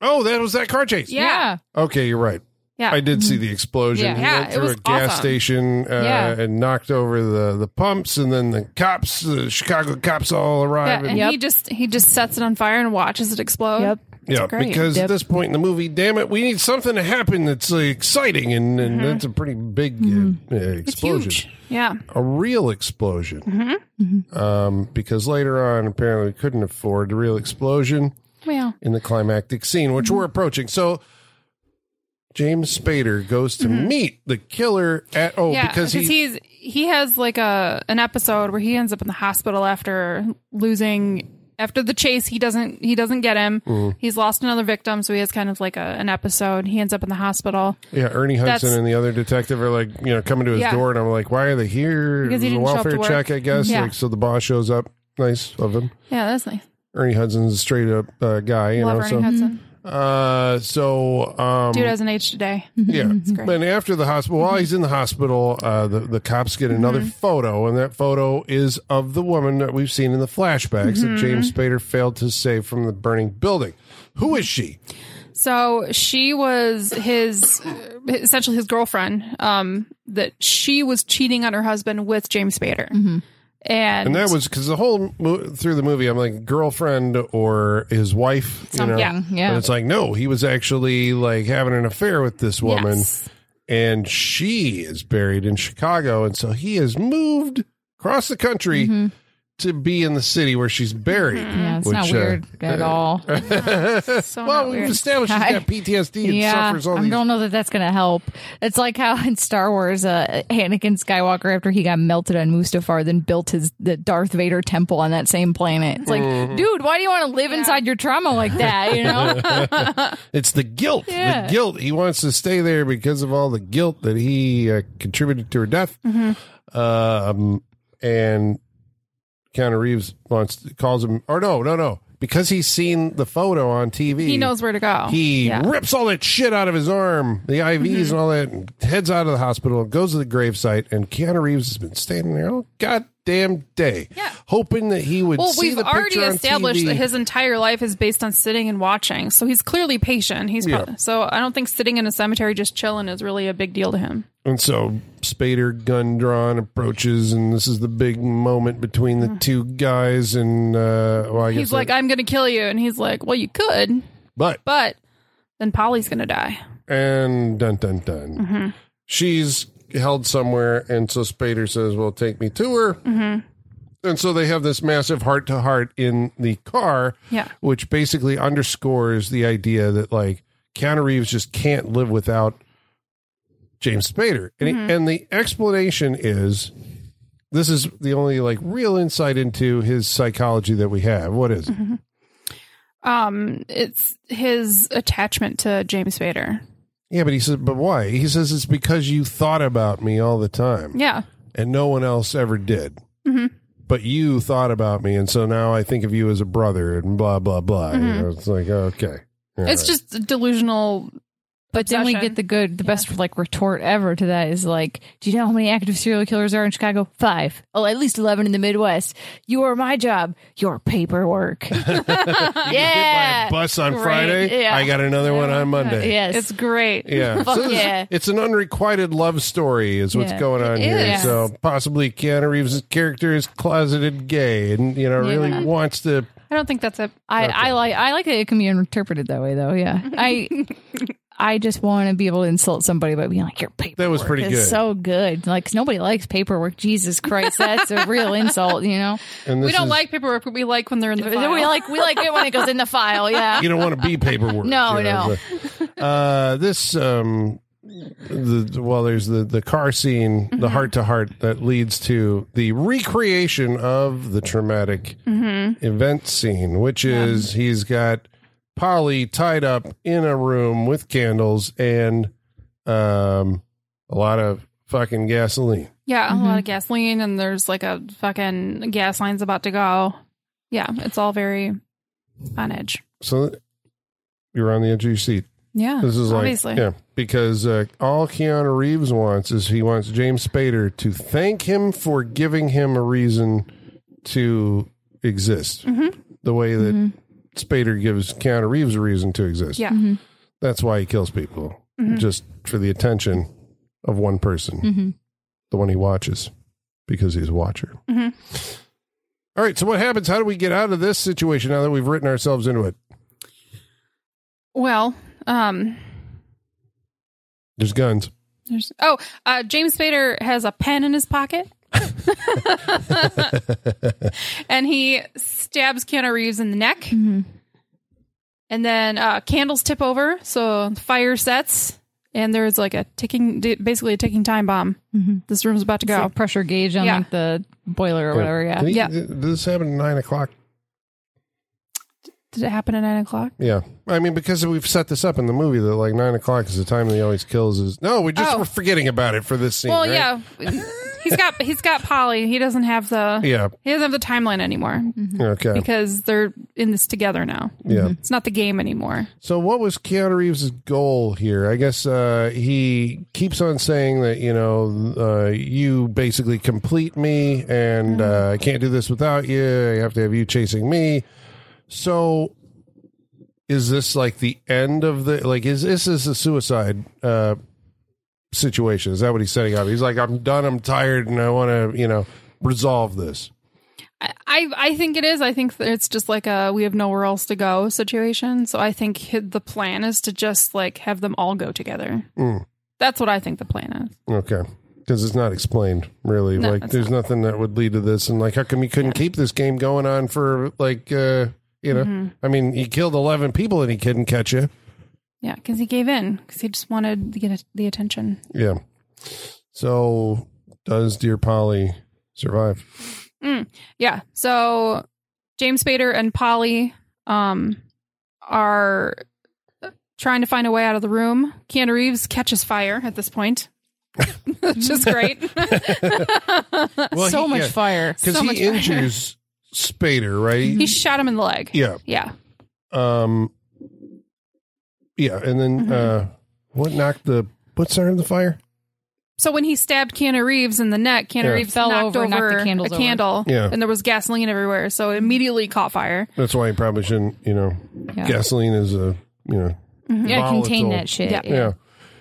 Speaker 2: oh, that was that car chase.
Speaker 4: Yeah.
Speaker 2: Okay, you're right.
Speaker 4: Yeah.
Speaker 2: I did see the explosion.
Speaker 3: Yeah.
Speaker 2: he
Speaker 4: Yeah,
Speaker 2: went
Speaker 4: it
Speaker 2: through
Speaker 4: was
Speaker 2: a gas
Speaker 4: awesome.
Speaker 2: station uh,
Speaker 3: Yeah.
Speaker 2: and knocked over the, the pumps, and then the cops, the Chicago cops, all
Speaker 4: Yeah,
Speaker 2: arrive.
Speaker 4: and
Speaker 2: and,
Speaker 4: he just he just sets it on fire and watches it explode.
Speaker 3: Yep.
Speaker 2: yeah,
Speaker 4: great.
Speaker 2: because at
Speaker 3: Yep.
Speaker 2: this point in the movie, damn it, we need something to happen that's uh, exciting, and, and that's a pretty big uh, uh, explosion,
Speaker 4: Mm-hmm. It's huge. Mm-hmm. Yeah.
Speaker 2: a real explosion. Um, because later on, apparently, we couldn't afford the real explosion.
Speaker 4: Well.
Speaker 2: in the climactic scene,
Speaker 4: Mm-hmm.
Speaker 2: which we're approaching. So James Spader goes to meet the killer at oh
Speaker 4: Mm-hmm. yeah,
Speaker 2: because he,
Speaker 4: he's he has like a an episode where he ends up in the hospital after losing after the chase he doesn't he doesn't get him
Speaker 2: Mm-hmm.
Speaker 4: he's lost another victim so he has kind of like a, an episode he ends up in the hospital
Speaker 2: yeah Ernie Hudson
Speaker 4: that's-
Speaker 2: and the other detective are like you know coming to his
Speaker 4: Yeah.
Speaker 2: door and I'm like why are they here
Speaker 4: Because he
Speaker 2: the
Speaker 4: didn't show up to
Speaker 2: welfare
Speaker 4: work.
Speaker 2: check I guess
Speaker 4: Yeah.
Speaker 2: like so the boss shows up nice of him
Speaker 4: yeah that's nice
Speaker 2: Ernie Hudson's a straight up uh, guy you
Speaker 4: love
Speaker 2: know
Speaker 4: Ernie
Speaker 2: so
Speaker 4: Hudson
Speaker 2: uh so
Speaker 4: <laughs>
Speaker 2: um
Speaker 4: dude hasn't aged today
Speaker 2: yeah
Speaker 4: great.
Speaker 2: and after the hospital while he's in the hospital uh the, the cops get another
Speaker 4: Mm-hmm.
Speaker 2: photo and that photo is of the woman that we've seen in the flashbacks
Speaker 4: Mm-hmm.
Speaker 2: that james spader failed to save from the burning building who is she
Speaker 4: So she was his essentially his girlfriend. Um, that she was cheating on her husband with James Spader, and,
Speaker 2: and that was because the whole mo- through the movie i'm like girlfriend or his wife you know
Speaker 4: yeah,
Speaker 3: yeah.
Speaker 2: and it's like no he was actually like having an affair with this woman
Speaker 4: Yes.
Speaker 2: and she is buried in Chicago, and so he has moved across the country to be in the city where she's buried.
Speaker 3: Mm-hmm. Yeah, it's not
Speaker 2: which, uh,
Speaker 3: weird at all.
Speaker 4: so
Speaker 2: Well,
Speaker 4: not
Speaker 2: we've
Speaker 4: weird.
Speaker 2: established
Speaker 3: <laughs>
Speaker 2: she's
Speaker 3: Hi.
Speaker 2: got PTSD and
Speaker 3: Yeah,
Speaker 2: suffers all
Speaker 3: I
Speaker 2: these.
Speaker 3: don't know that that's going to help. It's like how in Star Wars, uh, Anakin Skywalker, after he got melted on Mustafar, then built his the Darth Vader temple on that same planet. It's like, dude, why do you want to live inside your trauma like that? You know?
Speaker 2: It's the guilt.
Speaker 3: Yeah.
Speaker 2: The guilt. He wants to stay there because of all the guilt that he uh, contributed to her death.
Speaker 4: Mm-hmm.
Speaker 2: Um, and Keanu Reeves wants calls him. Or no, no, no. Because he's seen the photo on TV.
Speaker 4: he knows where to go.
Speaker 2: He
Speaker 4: Yeah. Mm-hmm.
Speaker 2: rips all that shit out of his arm, the IVs and all that, and heads out of the hospital, goes to the gravesite, and Keanu Reeves has been standing there all goddamn day,
Speaker 4: Yeah.
Speaker 2: hoping that he would
Speaker 4: well,
Speaker 2: see
Speaker 4: we've
Speaker 2: the
Speaker 4: already
Speaker 2: picture on
Speaker 4: established
Speaker 2: TV.
Speaker 4: that his entire life is based on sitting and watching, so he's clearly patient. He's
Speaker 2: Yeah.
Speaker 4: pro- so I don't think sitting in a cemetery just chilling is really a big deal to him.
Speaker 2: And so Spader, gun drawn, approaches, and this is the big moment between the two guys. And uh, well, I guess
Speaker 4: Mm. He's like,
Speaker 2: that-
Speaker 4: "I'm going to kill you," and he's like, "Well, you could,
Speaker 2: but
Speaker 4: but then Polly's going to die."
Speaker 2: and dun dun dun, she's held somewhere, and so Spader says, "Well, take me to her." And so they have this massive heart to heart in the car,
Speaker 4: Yeah.
Speaker 2: which basically underscores the idea that like Keanu Reeves just can't live without James Spader. And, and the explanation is this is the only like real insight into his psychology that we have. What is it?
Speaker 4: Um, it's his attachment to James Spader.
Speaker 2: Yeah, but he says, but why? He says it's because you thought about me all the time
Speaker 4: Yeah,
Speaker 2: and no one else ever did.
Speaker 3: Mm-hmm.
Speaker 2: But you thought about me, and so now I think of you as a brother, and blah blah blah. You
Speaker 3: Mm-hmm.
Speaker 2: know, it's like okay, All
Speaker 4: it's
Speaker 2: right.
Speaker 4: just delusional.
Speaker 3: but then we
Speaker 4: Obsession.
Speaker 3: get the good, the best like retort ever to that is like, do you know how many active serial killers are in Chicago? Five. Oh, at least eleven in the Midwest. You are my job. Your paperwork. <laughs> yeah.
Speaker 2: hit by a bus on
Speaker 3: Great.
Speaker 2: Friday.
Speaker 3: Yeah.
Speaker 2: I got another one on Monday.
Speaker 3: Yes.
Speaker 4: It's great.
Speaker 2: Yeah.
Speaker 3: <laughs> Fuck
Speaker 2: it's-
Speaker 3: yeah.
Speaker 2: It's an unrequited love story, is what's
Speaker 3: Yeah.
Speaker 2: going on here.
Speaker 3: is.
Speaker 2: So possibly Keanu Reeves' character is closeted gay and, you know, really wants to.
Speaker 4: I don't think that's it.
Speaker 3: I, I like I like that it can be interpreted that way though. <laughs> Yeah, I I just want to be able to insult somebody by being like your paperwork.
Speaker 2: That was pretty
Speaker 3: is
Speaker 2: good.
Speaker 3: So good. Like 'cause nobody likes paperwork. Jesus Christ, that's a <laughs> real insult. You know,
Speaker 2: And
Speaker 4: We
Speaker 2: this
Speaker 4: don't
Speaker 2: is-
Speaker 4: like paperwork, but we like when they're in the. File.
Speaker 3: we like we like it when it goes in the
Speaker 2: <laughs>
Speaker 3: file. Yeah,
Speaker 2: You don't want to be paperwork.
Speaker 3: No,
Speaker 2: you know, but, uh, this, um, the, the- well, there's the, the car scene,
Speaker 3: Mm-hmm.
Speaker 2: the heart to heart that leads to the
Speaker 4: mm-hmm.
Speaker 2: recreation of the traumatic event scene, which is he's got Polly tied up in a room with candles and um, a lot of fucking gasoline.
Speaker 4: Yeah,
Speaker 3: Mhm.
Speaker 4: a lot of gasoline, and there's like a fucking gas line's about to go. Yeah, it's all very on edge.
Speaker 2: So you're on the edge of your seat.
Speaker 4: Yeah,
Speaker 2: <laughs> This is like,
Speaker 4: obviously.
Speaker 2: yeah, because uh, all Keanu Reeves wants is he wants James Spader to thank him for giving him a reason to exist,
Speaker 4: Mhm.
Speaker 2: the way that
Speaker 3: Mhm.
Speaker 2: Spader gives Keanu Reeves a reason to exist.
Speaker 4: Yeah.
Speaker 3: Mhm.
Speaker 2: that's why he kills people,
Speaker 4: Mhm.
Speaker 2: just for the attention of one person,
Speaker 4: Mm-hmm.
Speaker 3: Mhm.
Speaker 2: the one he watches, because he's a watcher.
Speaker 4: Mhm.
Speaker 2: All right, so what happens? How do we get out of this situation now that we've written ourselves into it?
Speaker 4: Well, um,
Speaker 2: There's guns.
Speaker 4: there's oh, uh, James Spader has a pen in his <laughs> pocket, and he stabs Keanu Reeves in the neck,
Speaker 3: Mhm.
Speaker 4: and then uh, candles tip over, so fire sets, and there's like a ticking, basically a ticking time bomb.
Speaker 3: Mhm.
Speaker 4: This room's about to
Speaker 3: It's
Speaker 4: go.
Speaker 3: like pressure gauge on
Speaker 4: Yeah.
Speaker 3: like the boiler or whatever. Yeah.
Speaker 2: Did he-
Speaker 4: Yeah.
Speaker 2: did this happened at nine o'clock.
Speaker 4: Did it happen at nine o'clock?
Speaker 2: Yeah, I mean because we've set this up in the movie that like nine o'clock is the time that he always kills. Is no, we just
Speaker 4: Oh.
Speaker 2: we're forgetting about it for this scene.
Speaker 4: Well,
Speaker 2: right?
Speaker 4: yeah, he's got he's got Polly. He doesn't have the
Speaker 2: yeah,
Speaker 4: he doesn't have the timeline anymore
Speaker 2: okay,
Speaker 4: <laughs> because they're in this together now.
Speaker 2: yeah.
Speaker 4: It's not the game anymore.
Speaker 2: So what was Keanu Reeves' goal here? I guess uh, he keeps on saying that you know uh, you basically complete me, and uh, I can't do this without you. I have to have you chasing me. So is this like the end of the like? Is this is a suicide uh, situation? Is that what he's setting up? He's like, I'm done. I'm tired, and I want to you know resolve this.
Speaker 4: I, I I think it is. I think that it's just like a we have nowhere else to go situation. So I think hi- the plan is to just like have them all go together.
Speaker 2: Mm.
Speaker 4: That's what I think the plan is.
Speaker 2: Okay. Because it's not explained, really.
Speaker 4: No,
Speaker 2: like,
Speaker 4: it's
Speaker 2: there's nothing that would lead to this. And, like, how come you couldn't keep this game going on for, like, uh, you
Speaker 4: Mm-hmm.
Speaker 2: know? I mean, he killed 11 people and he couldn't catch you.
Speaker 4: Yeah, because he gave in because he just wanted to get the attention.
Speaker 2: Yeah. So, does Dear Polly survive?
Speaker 4: Yeah. So James Spader and Polly um are uh, trying to find a way out of the room. Keanu Reeves catches fire at this point. <laughs>
Speaker 2: <laughs>
Speaker 4: Which is great.
Speaker 2: Well,
Speaker 3: so much fire.
Speaker 2: Because
Speaker 4: so
Speaker 2: he
Speaker 4: much fun. <laughs>
Speaker 2: injures Spader, right?
Speaker 4: he shot him in the leg.
Speaker 2: yeah.
Speaker 4: Yeah.
Speaker 2: Um, yeah. And then,
Speaker 4: Mm-hmm.
Speaker 2: uh, what knocked the, what started the fire?
Speaker 4: So when he stabbed Keanu Reeves in the neck, Keanu
Speaker 2: Yeah.
Speaker 4: Reeves
Speaker 3: Fell
Speaker 4: knocked
Speaker 3: over,
Speaker 4: over,
Speaker 3: knocked the
Speaker 4: a
Speaker 3: candles over.
Speaker 4: candle.
Speaker 2: Yeah.
Speaker 4: And there was gasoline everywhere. So it immediately caught fire.
Speaker 2: That's why he probably shouldn't, you know,
Speaker 3: Yeah.
Speaker 2: gasoline is a, you know,
Speaker 3: Yeah, contain
Speaker 2: volatile.
Speaker 3: that shit.
Speaker 4: Yeah.
Speaker 2: Yeah.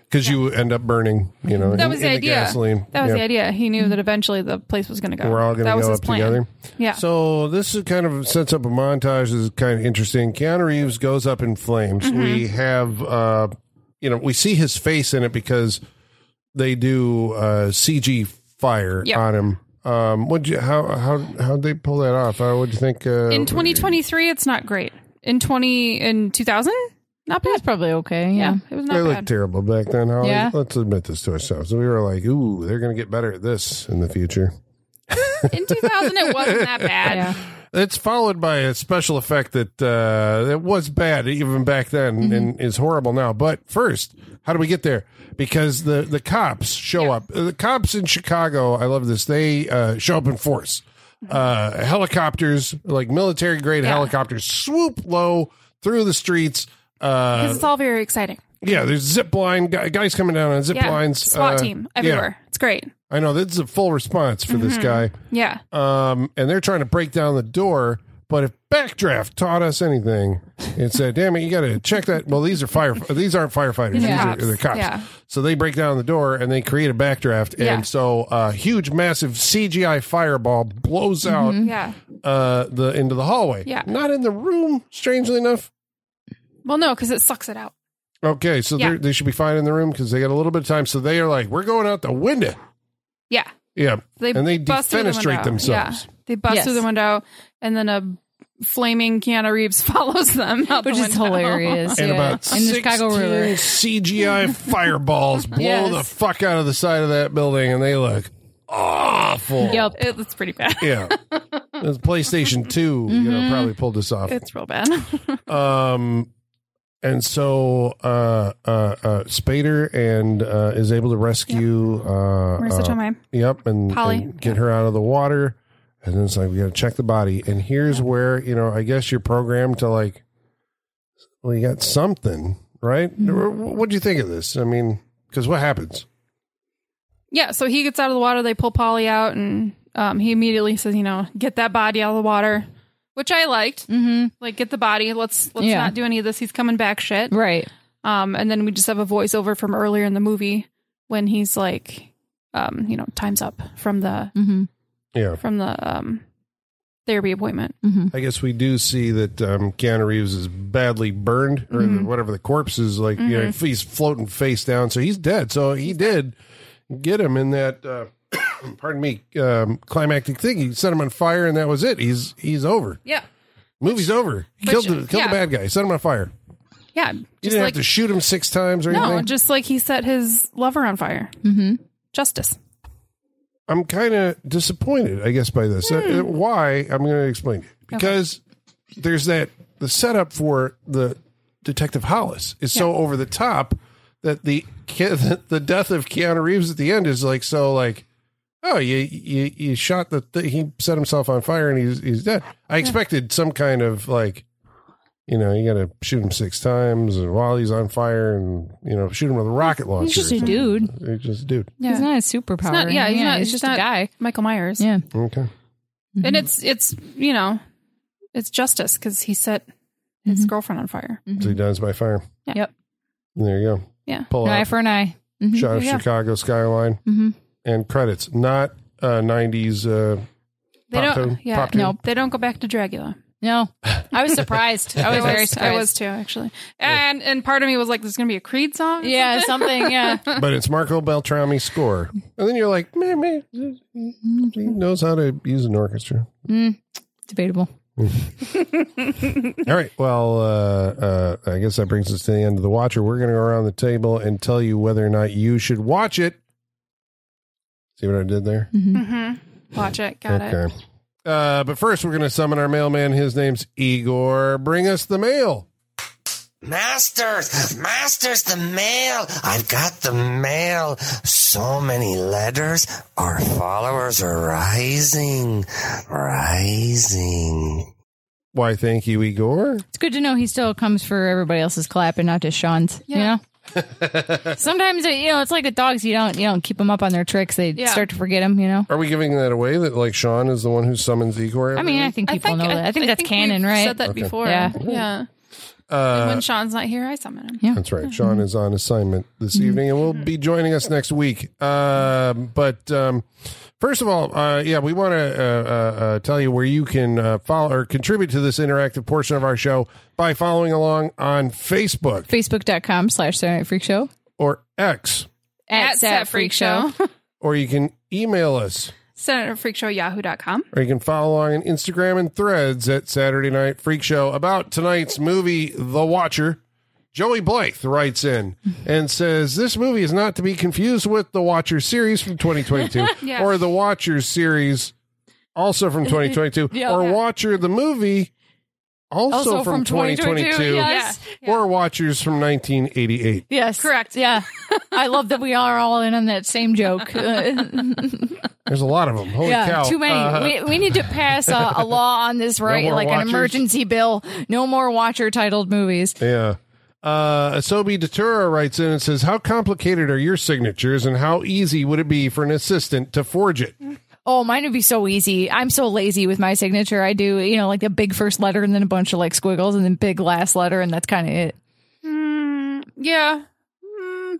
Speaker 2: Because you end up burning, you know.
Speaker 4: That
Speaker 2: in-
Speaker 4: was
Speaker 2: in
Speaker 4: the idea.
Speaker 2: gasoline.
Speaker 4: That was
Speaker 2: Yeah.
Speaker 4: the idea. He knew that eventually the place was going to go.
Speaker 2: We're all going
Speaker 4: that
Speaker 2: to
Speaker 4: was
Speaker 2: go
Speaker 4: his
Speaker 2: up
Speaker 4: plan.
Speaker 2: together.
Speaker 4: Yeah.
Speaker 2: So this is kind of sets up a montage. This is kind of interesting. Keanu Reeves goes up in flames.
Speaker 4: Mm-hmm.
Speaker 2: We have, uh, you know, we see his face in it because they do uh, CG fire
Speaker 4: Yep.
Speaker 2: on him. Um, what you how how how'd they pull that off? How would you think? Uh,
Speaker 4: in 2023 it's not great in 20 in 2000 not bad
Speaker 3: That's probably okay.
Speaker 4: yeah
Speaker 3: Yeah.
Speaker 4: it was
Speaker 2: they
Speaker 4: not
Speaker 2: looked
Speaker 4: bad
Speaker 2: terrible back then. Holly.
Speaker 3: Yeah.
Speaker 2: Let's admit this to ourselves. We were like, "Ooh, they're going to get better at this in the future."
Speaker 4: in 2000 it
Speaker 2: <laughs>
Speaker 4: wasn't that bad
Speaker 3: Yeah.
Speaker 2: It's followed by a special effect that uh, that was bad even back then
Speaker 4: Mm-hmm.
Speaker 2: and is horrible now. But first, how do we get there? Because the the cops show up. The cops in Chicago, I love this. They uh, show up in force.
Speaker 4: Mm-hmm.
Speaker 2: Uh, helicopters, like military grade helicopters, swoop low through the streets.
Speaker 4: because
Speaker 2: Uh,
Speaker 4: it's all very exciting
Speaker 2: yeah, there's zip line guy- guys coming down on zip
Speaker 4: yeah
Speaker 2: lines.
Speaker 4: swat
Speaker 2: Uh,
Speaker 4: team
Speaker 2: yeah.
Speaker 4: everywhere Mm-hmm. it's great
Speaker 2: I know this is a full response for this guy
Speaker 4: yeah
Speaker 2: um, and they're trying to break down the door. But if Backdraft taught us anything, it said, "Damn it, you got to check that." Well, these are fire; these aren't firefighters; these
Speaker 4: are
Speaker 2: are
Speaker 4: cops.
Speaker 2: the cops.
Speaker 4: Yeah.
Speaker 2: So they break down the door and they create a backdraft, and
Speaker 4: Yeah.
Speaker 2: so a huge, massive CGI fireball blows out
Speaker 3: Mm.
Speaker 4: yeah
Speaker 2: uh, the into the hallway.
Speaker 4: Mm-hmm. Yeah.
Speaker 2: not in the room. Strangely enough,
Speaker 4: well no because it sucks it out
Speaker 2: okay, so
Speaker 4: Yeah.
Speaker 2: they're they should be fine in the room because they got a little bit of time. So they are like, "We're going out the window."
Speaker 4: yeah
Speaker 2: Yeah,
Speaker 4: they
Speaker 2: and they
Speaker 4: bust through the
Speaker 2: defenestrate
Speaker 4: window.
Speaker 2: themselves.
Speaker 4: yeah. they bust
Speaker 3: Yes.
Speaker 4: through the window and then a flaming Keanu Reeves <laughs> follows them out
Speaker 3: Which
Speaker 4: the
Speaker 3: is <laughs>
Speaker 4: window.
Speaker 3: hilarious.
Speaker 2: and
Speaker 3: yeah.
Speaker 2: about
Speaker 3: in
Speaker 2: 16
Speaker 3: the Chicago River. <laughs>
Speaker 2: CGI fireballs blow
Speaker 3: Yes.
Speaker 2: the fuck out of the side of that building, and they look awful.
Speaker 3: Yep.
Speaker 4: <laughs> it, it's pretty
Speaker 3: <laughs>
Speaker 4: bad
Speaker 2: Yeah,
Speaker 3: Mm-hmm.
Speaker 4: <laughs>
Speaker 2: This PlayStation 2 you know, probably pulled this off.
Speaker 4: it's real bad
Speaker 2: Um, and so uh, uh, uh, Spader and uh, is able to rescue uh,
Speaker 4: Marissa
Speaker 2: uh,
Speaker 4: Tomei.
Speaker 2: Yep, and,
Speaker 4: Polly.
Speaker 2: and get her out of the water. And then it's like we got to check the body. And here's where you know I guess you're programmed to like, well, you got something, right? What do you think of this? I mean, because what happens?
Speaker 4: Yeah, so he gets out of the water. They pull Polly out, and um, he immediately says, "You know, get that body out of the water," which I liked.
Speaker 3: Mm-hmm.
Speaker 4: Like, get the body. Let's let's
Speaker 3: Yeah.
Speaker 4: not do any of this. He's coming back, shit.
Speaker 3: Right.
Speaker 4: Um, and then we just have a voiceover from earlier in the movie when he's like, um, you know, time's up from the
Speaker 3: Mm-hmm.
Speaker 2: Yeah,
Speaker 4: from the um therapy appointment.
Speaker 3: Mm-hmm.
Speaker 2: I guess we do see that um, Keanu Reeves is badly burned, or
Speaker 4: Mhm.
Speaker 2: whatever the corpse is like. You know, he's floating face down, so he's dead. So he did get him in that. Uh, <coughs> pardon me, um, climactic thing. He set him on fire, and that was it. He's he's over.
Speaker 4: Yeah,
Speaker 2: Movie's over. He killed the, killed
Speaker 4: yeah.
Speaker 2: the bad guy. Set him on fire.
Speaker 4: yeah.
Speaker 2: You
Speaker 4: Just
Speaker 2: didn't
Speaker 4: like
Speaker 2: have to shoot him six times or
Speaker 4: no,
Speaker 2: anything.
Speaker 4: just like he set his lover on fire.
Speaker 3: Mm-hmm.
Speaker 4: Justice.
Speaker 2: I'm kind of disappointed, I guess, by this. Uh,
Speaker 3: Hmm.
Speaker 2: why? I'm going to explain it because there's that the setup for the Detective Hollis is so over the top that the Ke- <laughs> the death of Keanu Reeves at the end is like so like oh you you you shot the th- he set himself on fire and he's he's dead. I expected some kind of like you know you got to shoot him six times and while he's on fire and you know shoot him with a rocket launcher.
Speaker 3: He's just a dude.
Speaker 2: He's just a dude.
Speaker 4: Yeah.
Speaker 3: He's not a superpower.
Speaker 4: not- yeah, he's not-
Speaker 3: he's
Speaker 4: he's
Speaker 3: just
Speaker 4: not-
Speaker 3: a guy.
Speaker 4: Michael Myers.
Speaker 3: Yeah. Mm-hmm.
Speaker 2: Okay.
Speaker 4: And it's it's you know, it's justice because he set his girlfriend on fire.
Speaker 2: So he dies by fire.
Speaker 4: Yeah.
Speaker 3: Mm-hmm. Yep.
Speaker 2: There you go.
Speaker 4: Yeah.
Speaker 2: Pull
Speaker 3: An eye
Speaker 2: out
Speaker 3: for an eye. Mhm.
Speaker 2: shot of
Speaker 4: Yeah. Mm-hmm.
Speaker 2: Chicago skyline
Speaker 3: Mhm.
Speaker 2: and credits. Not uh,
Speaker 4: <laughs>
Speaker 2: 90s. Uh,
Speaker 4: They
Speaker 2: Pop
Speaker 4: don't.
Speaker 2: tune,
Speaker 4: yeah.
Speaker 2: pop tune.
Speaker 4: No, they don't go back to Dracula.
Speaker 3: No, I was surprised. <laughs> I was very surprised.
Speaker 4: I was too actually. And and part of me was like, "There's gonna be a Creed song." or
Speaker 3: Yeah, something. <laughs> Yeah.
Speaker 2: but it's Marco Beltrami's score. And then you're like, man, man, he knows how to use an orchestra.
Speaker 3: Mm, debatable.
Speaker 2: All right. Well, uh, uh, I guess that brings us to the end of The Watcher. We're going to go around the table and tell you whether or not you should watch it. See what I did there?
Speaker 4: Mm-hmm. Watch it. Got it.
Speaker 2: okay. Uh, but first, we're going to summon our mailman. His name's Igor. Bring us the mail.
Speaker 1: Masters, masters, the mail. I've got the mail. So many letters. Our followers are rising, rising.
Speaker 2: Why, thank you, Igor.
Speaker 3: It's good to know he still comes for everybody else's clap and not just Sean's.
Speaker 4: Yeah.
Speaker 3: You know. Sometimes it, you know it's like with dogs. You don't you don't keep them up on their tricks. They
Speaker 4: Yeah.
Speaker 3: start to forget them. You know.
Speaker 2: Are we giving that away that like Sean is the one who summons Igor? every
Speaker 3: I mean, I
Speaker 2: week?
Speaker 3: think people know that. I think that's canon,
Speaker 4: we've
Speaker 3: right?
Speaker 4: Said that before.
Speaker 3: Yeah.
Speaker 4: Yeah.
Speaker 2: Uh,
Speaker 4: when Sean's not here, I summon him.
Speaker 3: Yeah.
Speaker 2: that's right. Sean is on assignment this
Speaker 3: Mm-hmm.
Speaker 2: evening and will be joining us next week. Um, but um, first of all, uh, yeah, we want to uh, uh, uh, tell you where you can uh, follow or contribute to this interactive portion of our show by following along on Facebook
Speaker 3: Facebook.com slash Saturday Night Freak Show
Speaker 2: or X,
Speaker 3: at, Sat Freak Show.
Speaker 4: <laughs>
Speaker 2: or you can email us
Speaker 4: SenatorFreakShowYahoo.com.
Speaker 2: Or you can follow along on Instagram and threads at Saturday Night Freak Show about tonight's movie, The Watcher. Joey Blythe writes in and says, This movie is not to be confused with The Watcher series from
Speaker 3: <laughs>
Speaker 2: 2022
Speaker 4: Yeah.
Speaker 2: or The Watcher series also from 2022
Speaker 3: <laughs> Yeah.
Speaker 2: or
Speaker 3: Yeah.
Speaker 2: Watcher the movie also,
Speaker 3: Also
Speaker 2: from,
Speaker 3: from
Speaker 2: 2022,
Speaker 3: 2022,
Speaker 4: Yes.
Speaker 2: or Watchers from 1988.
Speaker 3: Yes.
Speaker 4: Correct.
Speaker 3: Yeah. I love that we are all in on that same joke.
Speaker 2: There's a lot of them. Holy
Speaker 3: yeah.
Speaker 2: cow.
Speaker 3: Too many.
Speaker 2: Uh,
Speaker 3: we, we need to pass a, a law on this, right?
Speaker 2: more
Speaker 3: like
Speaker 2: watchers.
Speaker 3: an emergency bill. No more watcher titled movies.
Speaker 2: Yeah. Uh, Asobi Datura writes in and says, How complicated are your signatures and how easy would it be for an assistant to forge it?
Speaker 3: Oh, mine would be so easy. I'm so lazy with my signature. I do, you know, like a big first letter and then a bunch of like squiggles and then big last letter, and that's kind of it.
Speaker 4: Mm, yeah. Mm,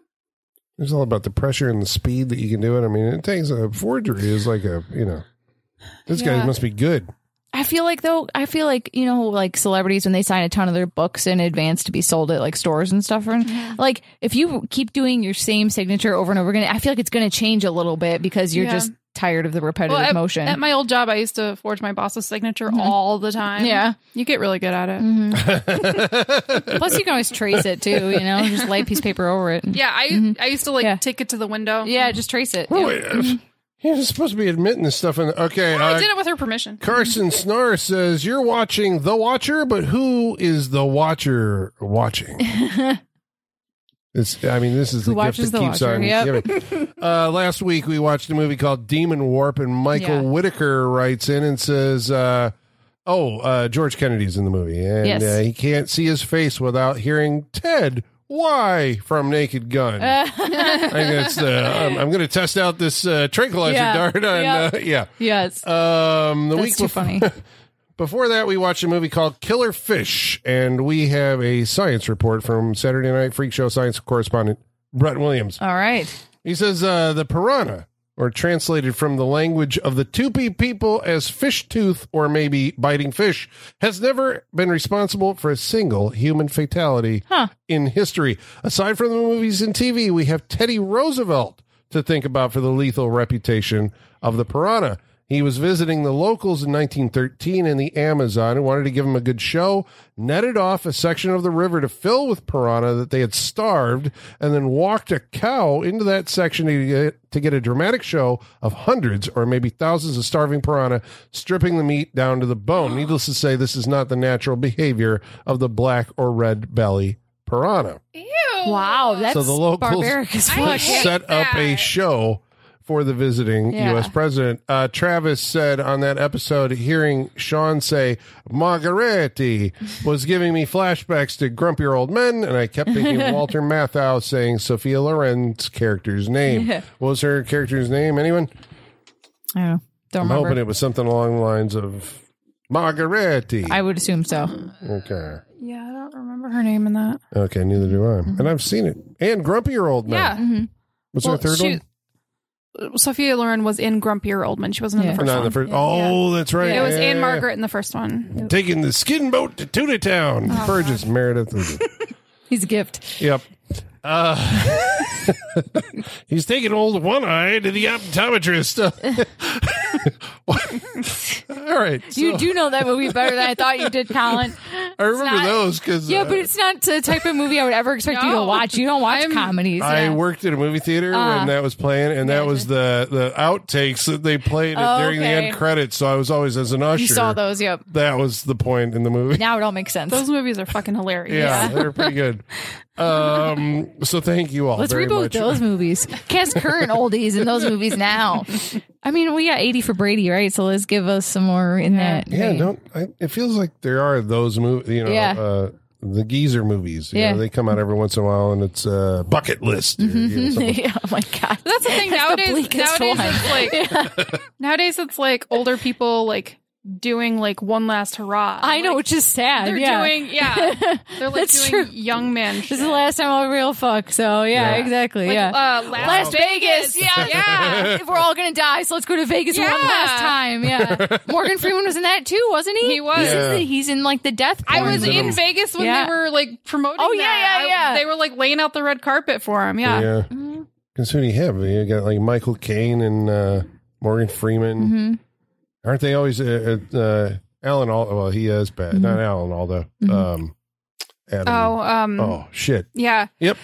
Speaker 2: It's all about the pressure and the speed that you can do it. I mean, it takes a forgery is like a, you know, this guy
Speaker 4: Yeah.
Speaker 2: must be good.
Speaker 3: I feel like though, I feel like you know, like celebrities when they sign a ton of their books in advance to be sold at like stores and stuff. And like, if you keep doing your same signature over and over again, I feel like it's going to change a little bit because you're
Speaker 4: Yeah.
Speaker 3: just tired of the repetitive
Speaker 4: well, at,
Speaker 3: motion.
Speaker 4: at my old job, I used to forge my boss's signature all the time.
Speaker 3: Mm-hmm. Yeah. Mm-hmm.
Speaker 4: You get really good at it.
Speaker 3: Plus, you can always trace it too. You know, <laughs> just lay a piece of paper over it.
Speaker 4: Yeah. I I used to like
Speaker 3: Mm-hmm. Yeah.
Speaker 4: take it to the window.
Speaker 3: yeah, just trace it.
Speaker 2: Oh,
Speaker 3: Yeah.
Speaker 2: yeah. You're supposed to be admitting this stuff. And okay,
Speaker 5: I
Speaker 2: uh,
Speaker 5: did it with her permission.
Speaker 2: Carson Snar says you're watching The Watcher, but who is the Watcher
Speaker 3: <laughs>
Speaker 2: watching? It's, I mean, this is
Speaker 3: Who
Speaker 2: the gift
Speaker 3: watches
Speaker 2: that
Speaker 3: The
Speaker 2: keeps
Speaker 3: Watcher,
Speaker 2: on
Speaker 3: yep. <laughs>
Speaker 2: giving. Uh, last week we watched a movie called Demon Warp, and Michael
Speaker 3: Yeah.
Speaker 2: Whitaker writes in and says, uh, "Oh, uh, George Kennedy's in the movie, and
Speaker 3: Yes.
Speaker 2: uh, he can't see his face without hearing Ted." Why from Naked
Speaker 3: <laughs>
Speaker 2: Gun? I think that's the. I'm, I'm going to test out this uh, tranquilizer
Speaker 3: Yeah.
Speaker 2: dart on.
Speaker 3: Yeah.
Speaker 2: Uh, yeah.
Speaker 3: yes.
Speaker 2: Um, the
Speaker 3: That's
Speaker 2: week
Speaker 3: too
Speaker 2: bef- <laughs>
Speaker 3: funny.
Speaker 2: before that, we watched a movie called Killer Fish, and we have a science report from Saturday Night Freak Show science correspondent Brett Williams.
Speaker 3: All right.
Speaker 2: He says uh, the piranha, or translated from the language of the Tupi people as fish tooth or maybe biting fish, has never been responsible for a single human fatality
Speaker 3: Huh.
Speaker 2: in history. Aside from the movies and TV, we have Teddy Roosevelt to think about for the lethal reputation of the piranha. He was visiting the locals in 1913 in the Amazon and wanted to give them a good show, netted off a section of the river to fill with piranha that they had starved, and then walked a cow into that section to get, to get a dramatic show of hundreds or maybe thousands of starving piranha, stripping the meat down to the bone. Needless to say, this is not the natural behavior of the black or red belly piranha.
Speaker 3: Wow. That's
Speaker 2: the locals-
Speaker 3: barbaric
Speaker 2: <laughs>
Speaker 3: as
Speaker 5: I
Speaker 3: fuck.
Speaker 5: hate
Speaker 2: set up a
Speaker 5: that.
Speaker 2: show for the visiting
Speaker 3: Yeah.
Speaker 2: U.S. president. Uh, Travis said on that episode, hearing Sean say Margaretti was giving me flashbacks to grumpier old men, and I kept
Speaker 5: <laughs>
Speaker 2: thinking Walter Matthau saying Sophia Loren's character's name.
Speaker 3: Yeah.
Speaker 2: What was her character's name? Anyone?
Speaker 3: I don't know. Don't
Speaker 2: I'm
Speaker 3: remember.
Speaker 2: hoping it was something along the lines of Margaretti.
Speaker 3: I would assume so.
Speaker 2: okay.
Speaker 5: Yeah, I don't remember her name in that.
Speaker 2: Okay, neither do I. And I've seen it. And grumpier old men.
Speaker 5: Mm-hmm. Yeah.
Speaker 3: Mhm.
Speaker 2: What's
Speaker 5: Well,
Speaker 2: her third
Speaker 5: she-
Speaker 2: one?
Speaker 5: Sophia Lauren was in Grumpier Oldman. She wasn't in
Speaker 3: Yeah.
Speaker 5: the first
Speaker 2: Not
Speaker 5: one.
Speaker 2: the first. Oh, that's right.
Speaker 5: It was
Speaker 2: Yeah,
Speaker 5: Anne
Speaker 2: yeah, yeah.
Speaker 5: Margaret in the first one.
Speaker 2: taking the skin boat to Tuna Town.
Speaker 3: Oh,
Speaker 2: Burgess Meredith. is-
Speaker 3: <laughs> He's a gift.
Speaker 2: yep. Uh, <laughs> he's taking old one eye to the optometrist. <laughs> All right.
Speaker 3: You
Speaker 2: so
Speaker 3: do know that movie better than I thought you did, Colin.
Speaker 2: <laughs> I remember
Speaker 3: not-
Speaker 2: those because
Speaker 3: Yeah, but it's not the type of movie I would ever expect you to
Speaker 5: No.
Speaker 3: watch. You don't watch comedies.
Speaker 2: uh, I
Speaker 3: yeah.
Speaker 2: worked at a movie theater
Speaker 3: Ah.
Speaker 2: when that was playing, and that was the, the outtakes that they played
Speaker 3: Oh,
Speaker 2: during the
Speaker 3: okay.
Speaker 2: end credits. So I was always as an usher.
Speaker 3: You saw those, yep.
Speaker 2: That was the point in the movie.
Speaker 3: Now it all makes sense.
Speaker 5: Those movies are fucking hilarious.
Speaker 2: <laughs> Yeah, they're pretty
Speaker 3: <laughs>
Speaker 2: good. Um, so thank you all
Speaker 3: Let's
Speaker 2: very
Speaker 3: reboot
Speaker 2: much.
Speaker 3: those movies. Cast current oldies in those movies now. <laughs> I mean, we got 80 for Brady, right? So let's give us some more in that.
Speaker 2: Yeah,
Speaker 3: vein.
Speaker 2: don't. I, it feels like there are those movies. You know,
Speaker 3: Yeah.
Speaker 2: uh, the geezer movies. You
Speaker 3: Yeah.
Speaker 2: know, they come out every once in a while, and it's uh, bucket list. or,
Speaker 5: Mm-hmm.
Speaker 2: you know, something.
Speaker 3: <laughs> yeah, oh my God.
Speaker 5: <laughs> That's the thing
Speaker 3: That's the
Speaker 5: nowadays.
Speaker 3: bleakest
Speaker 5: nowadays
Speaker 3: one.
Speaker 5: it's
Speaker 3: <laughs>
Speaker 5: like nowadays it's like older people like doing like one last hurrah.
Speaker 3: I know,
Speaker 5: Like,
Speaker 3: which is sad.
Speaker 5: they're
Speaker 3: yeah.
Speaker 5: doing
Speaker 3: <laughs>
Speaker 5: yeah. They're like
Speaker 3: That's
Speaker 5: doing
Speaker 3: true.
Speaker 5: young man.
Speaker 3: This is the last time I'll real fuck. So, yeah,
Speaker 2: Yeah.
Speaker 3: exactly.
Speaker 5: like,
Speaker 3: yeah.
Speaker 5: uh, last,
Speaker 3: Las Vegas. Yeah. <laughs>
Speaker 5: yeah.
Speaker 3: If we're all going to die, so let's go to Vegas one
Speaker 5: Yeah.
Speaker 3: last
Speaker 5: <laughs>
Speaker 3: time. Yeah. Morgan Freeman was in that too, wasn't he?
Speaker 5: He was.
Speaker 3: He's, in
Speaker 2: Yeah.
Speaker 3: the- he's in like the death.
Speaker 5: I
Speaker 3: porn.
Speaker 5: was
Speaker 2: Pointed
Speaker 5: in
Speaker 2: him.
Speaker 5: Vegas when
Speaker 3: Yeah.
Speaker 5: they were like promoting.
Speaker 3: Oh, yeah,
Speaker 5: that.
Speaker 3: yeah,
Speaker 5: I-
Speaker 3: yeah.
Speaker 5: they were like laying out the red carpet for him. <laughs> Yeah,
Speaker 2: Yeah. Because who do you have? You got like Michael Caine and uh, Morgan Freeman.
Speaker 5: Mm-hmm.
Speaker 2: Aren't they always uh, uh, Alan? All well, he is bad. Not Alan Alda. Um, Adam.
Speaker 5: Mm-hmm. Oh, um,
Speaker 2: Oh, shit.
Speaker 5: yeah.
Speaker 2: Yep.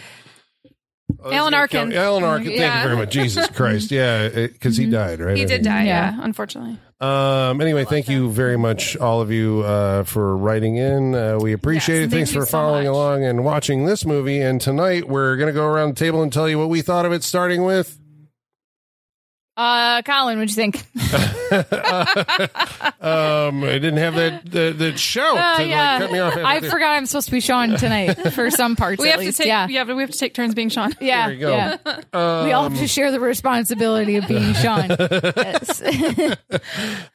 Speaker 2: Oh, that's
Speaker 5: Alan
Speaker 2: gonna count.
Speaker 5: Arkin.
Speaker 2: Alan Arkin. Thank
Speaker 5: Yeah. Mm-hmm.
Speaker 2: you very
Speaker 5: <laughs>
Speaker 2: much. Jesus Christ. Yeah, because he died, right?
Speaker 5: He
Speaker 2: I
Speaker 5: did
Speaker 2: think.
Speaker 5: die.
Speaker 3: Yeah.
Speaker 5: Yeah, unfortunately.
Speaker 2: Um, anyway, thank you very much, all of you, uh, for writing in. Uh, we appreciate
Speaker 5: Yes,
Speaker 2: it.
Speaker 5: thank
Speaker 2: Thanks
Speaker 5: you
Speaker 2: for
Speaker 5: so
Speaker 2: following
Speaker 5: much.
Speaker 2: along and watching this movie. And tonight we're going to go around the table and tell you what we thought of it, starting with. <laughs>
Speaker 3: Uh, Colin, what'd you think?
Speaker 2: Um, I didn't have that that, that
Speaker 5: Oh,
Speaker 2: shout
Speaker 3: Uh,
Speaker 2: to
Speaker 3: yeah.
Speaker 2: like, cut me off.
Speaker 3: I forgot I'm supposed to be Sean tonight
Speaker 5: <laughs>
Speaker 3: for some parts.
Speaker 5: We
Speaker 3: at
Speaker 5: have
Speaker 3: least.
Speaker 5: to take.
Speaker 3: yeah.
Speaker 5: Yeah. we have to take turns being Sean. <laughs>
Speaker 3: Yeah,
Speaker 2: There you go.
Speaker 3: yeah. we all have to share the responsibility of being Sean.
Speaker 2: <laughs>
Speaker 3: Yes.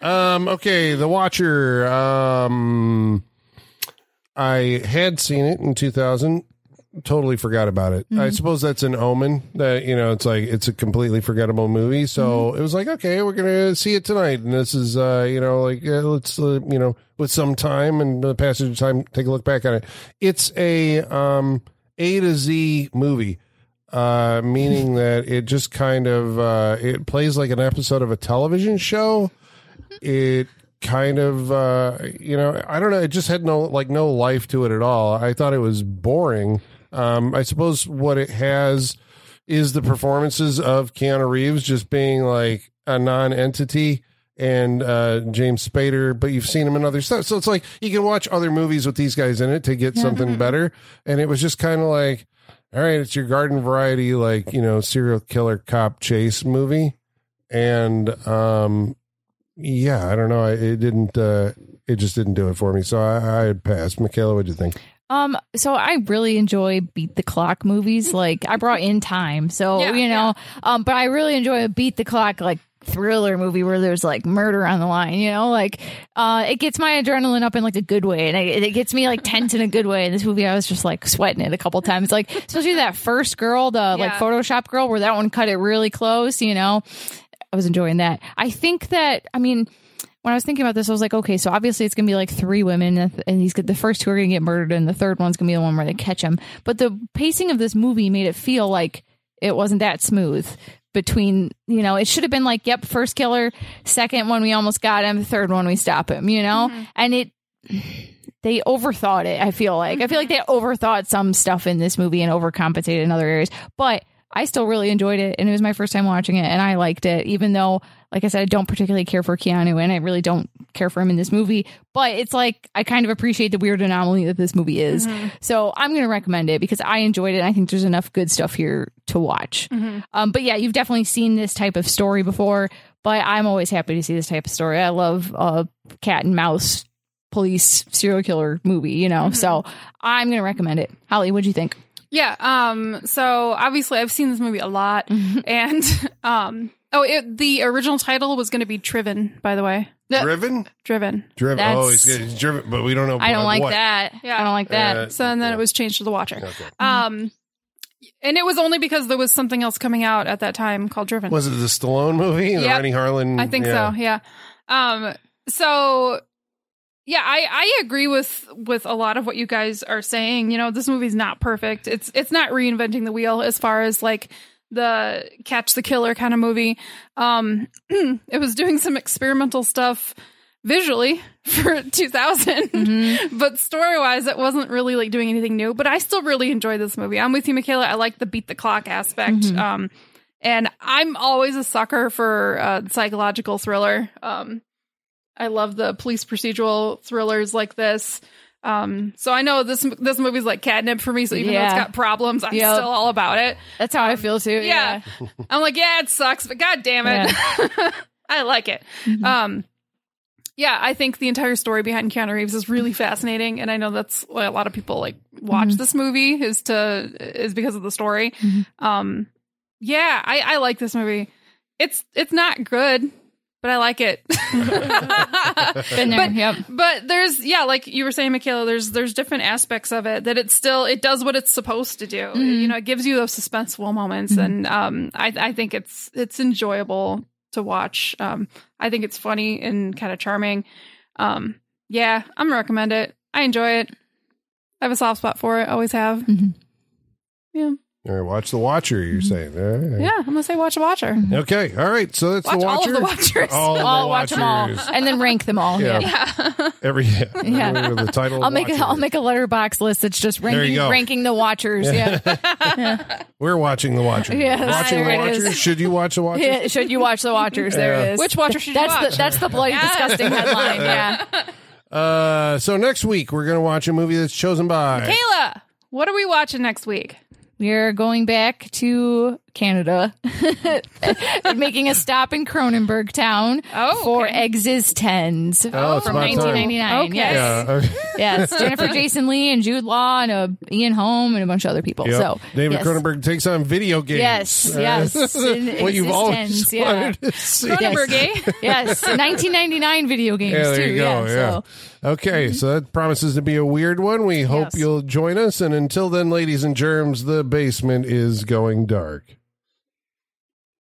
Speaker 2: Um, okay, The Watcher. Um, I had seen it in 2000. Totally forgot about it. I suppose that's an omen that you know it's like it's a completely forgettable movie. So it was like, okay, we're gonna see it tonight, and this is uh, you know like uh, let's uh, you know with some time and the passage of time take a look back at it. It's a um A to Z movie uh, meaning that it just kind of uh, it plays like an episode of a television show. It kind of uh, you know I don't know. It just had no like no life to it at all. I thought it was boring. Um, I suppose what it has is the performances of Keanu Reeves just being like a non-entity and uh, James Spader, but you've seen him in other stuff. So it's like you can watch other movies with these guys in it to get something better. And it was just kind of like, all right, it's your garden variety, like you know, serial killer cop chase movie. And um, yeah, I don't know. I, it didn't. Uh, it just didn't do it for me. So I, I passed. Michaela, what'd you think?
Speaker 3: Um, so I really enjoy beat the clock movies. Like I brought in time, so
Speaker 6: Mm-hmm. Yeah,
Speaker 3: you know. Um, but I really enjoy a beat the clock like thriller movie where there's like murder on the line. You know, like uh, it gets my adrenaline up in like a good way, and I, it gets me like tense in a good way. In this movie, I was just like sweating it a couple times. Like especially that first girl, the like
Speaker 6: Yeah.
Speaker 3: Photoshop girl, where that one cut it really close. You know, I was enjoying that. I think that I mean when I was thinking about this, I was like, okay, so obviously it's gonna be like three women, and- and these the first two are gonna get murdered, and the third one's gonna be the one where they catch him. But the pacing of this movie made it feel like it wasn't that smooth. Between you know, it should have been like, yep, first killer, second one we almost got him, third one we stop him, you know, and it they overthought it. I feel like I feel like they overthought some stuff in this movie and overcompensated in other areas, but. I still really enjoyed it, and it was my first time watching it, and I liked it, even though, like I said, I don't particularly care for Keanu, and I really don't care for him in this movie. But it's like I kind of appreciate the weird anomaly that this movie is, so I'm going to recommend it because I enjoyed it. and I think there's enough good stuff here to watch. Um, but yeah, you've definitely seen this type of story before, but I'm always happy to see this type of story. I love uh, cat and mouse police serial killer movie, you know. So I'm going to recommend it. Holly, what'd you think?
Speaker 4: Yeah. Um. So obviously, I've seen this movie a
Speaker 3: <laughs>
Speaker 4: lot,
Speaker 3: Mhm.
Speaker 4: and um. Oh, it, the original title was going to be Driven. By the way,
Speaker 2: Driven,
Speaker 4: Driven.
Speaker 2: driven. oh, he's,
Speaker 3: That's-
Speaker 2: he's driven, but we don't know.
Speaker 3: I don't
Speaker 2: what-
Speaker 3: like
Speaker 2: what.
Speaker 3: that.
Speaker 4: Yeah.
Speaker 3: I don't like that.
Speaker 2: Uh,
Speaker 4: So and then
Speaker 2: yeah.
Speaker 4: it was changed to The Watcher.
Speaker 2: Okay.
Speaker 4: Um. And it was only because there was something else coming out at that time called Driven.
Speaker 2: Was it the Stallone movie? The
Speaker 4: Yep.
Speaker 2: Rennie Harlan.
Speaker 4: I think
Speaker 2: yeah.
Speaker 4: so. Yeah. Um. So, yeah, I I agree with with a lot of what you guys are saying. You know, this movie's not perfect. It's it's not reinventing the wheel as far as like the catch the killer kind of movie. Um, <clears throat> it was doing some experimental stuff visually <laughs> for 2000
Speaker 3: Mm-hmm.
Speaker 4: but story-wise it wasn't really like doing anything new but i still really enjoyed this movie i'm with you michaela i like the beat the clock aspect
Speaker 3: Mm-hmm.
Speaker 4: um and i'm always a sucker for uh psychological thriller um i love the police procedural thrillers like this um so i know this this movie's like catnip for me so even though it's
Speaker 3: Yeah.
Speaker 4: got problems i'm
Speaker 3: Yep.
Speaker 4: still all about it
Speaker 3: That's how I feel too.
Speaker 4: yeah. <laughs> I'm like, yeah, it sucks, but god damn it. <laughs> I like it. Um yeah, I think the entire story behind Keanu Reeves is really fascinating, and I know that's why a lot of people like watch this movie is to is because of the story. Um, yeah, I, I like this movie. It's it's not good, but I like it.
Speaker 3: Been there.
Speaker 4: But-
Speaker 3: yep.
Speaker 4: but there's yeah like you were saying michaela there's there's different aspects of it that it still it does what it's supposed to do you know it gives you those suspenseful moments and um i i think it's it's enjoyable to watch um i think it's funny and kind of charming um yeah i'm gonna recommend it i enjoy it i have a soft spot for it always have
Speaker 2: All right, watch The Watcher, you're
Speaker 3: Mm-hmm.
Speaker 2: saying. All right.
Speaker 4: yeah i'm gonna say watch a watcher
Speaker 2: Okay. All right. So that's
Speaker 4: watch
Speaker 2: The
Speaker 4: all
Speaker 2: Watcher.
Speaker 4: of the watchers
Speaker 2: All the
Speaker 3: I'll watch them all
Speaker 2: Watchers.
Speaker 3: and then rank them all.
Speaker 2: Yeah.
Speaker 3: Yeah.
Speaker 2: Every yeah.
Speaker 3: <laughs> Yeah.
Speaker 2: Every- The title.
Speaker 3: I'll make a,
Speaker 2: Watcher.
Speaker 3: I'll make a letterbox list that's just
Speaker 2: you
Speaker 3: ranking
Speaker 2: go.
Speaker 3: ranking the watchers. Yeah.
Speaker 2: We're watching The Watcher.
Speaker 3: Yes,
Speaker 2: watching The
Speaker 3: there it is.
Speaker 2: Watcher. Should you watch The Watcher?
Speaker 3: Yeah, Should you watch the watchers? There it is.
Speaker 4: which watcher should you
Speaker 3: that's
Speaker 4: watch
Speaker 3: the that's the bloody
Speaker 2: <laughs>
Speaker 3: disgusting headline. <laughs> Yeah.
Speaker 2: Uh, so next week we're gonna watch a movie that's chosen by.
Speaker 4: Kayla, <laughs> what are we watching next week
Speaker 3: We are going back to Canada, and making a stop in Cronenberg Town
Speaker 4: Oh,
Speaker 3: for
Speaker 4: okay.
Speaker 3: Existence
Speaker 2: Oh, it's
Speaker 3: from
Speaker 2: about time.
Speaker 3: 1999.
Speaker 4: Okay.
Speaker 3: Yes.
Speaker 2: Yeah. okay.
Speaker 3: yes, Jennifer Jason Lee and Jude Law and uh, Ian Holm and a bunch of other people.
Speaker 2: Yep.
Speaker 3: So
Speaker 2: David
Speaker 3: yes.
Speaker 2: Cronenberg takes on video games. <laughs>
Speaker 3: Yes, yes. In
Speaker 2: what you've always
Speaker 3: existence, yeah.
Speaker 2: wanted
Speaker 3: <laughs>
Speaker 2: to see.
Speaker 4: Cronenberg, eh?
Speaker 3: Yes, 1999 video games
Speaker 2: Yeah, there
Speaker 3: too.
Speaker 2: you go. Yeah.
Speaker 3: yeah, so Mm-hmm.
Speaker 2: Okay, so that promises to be a weird one. We hope
Speaker 3: Yes.
Speaker 2: you'll join us. And until then, ladies and germs, the basement is going dark.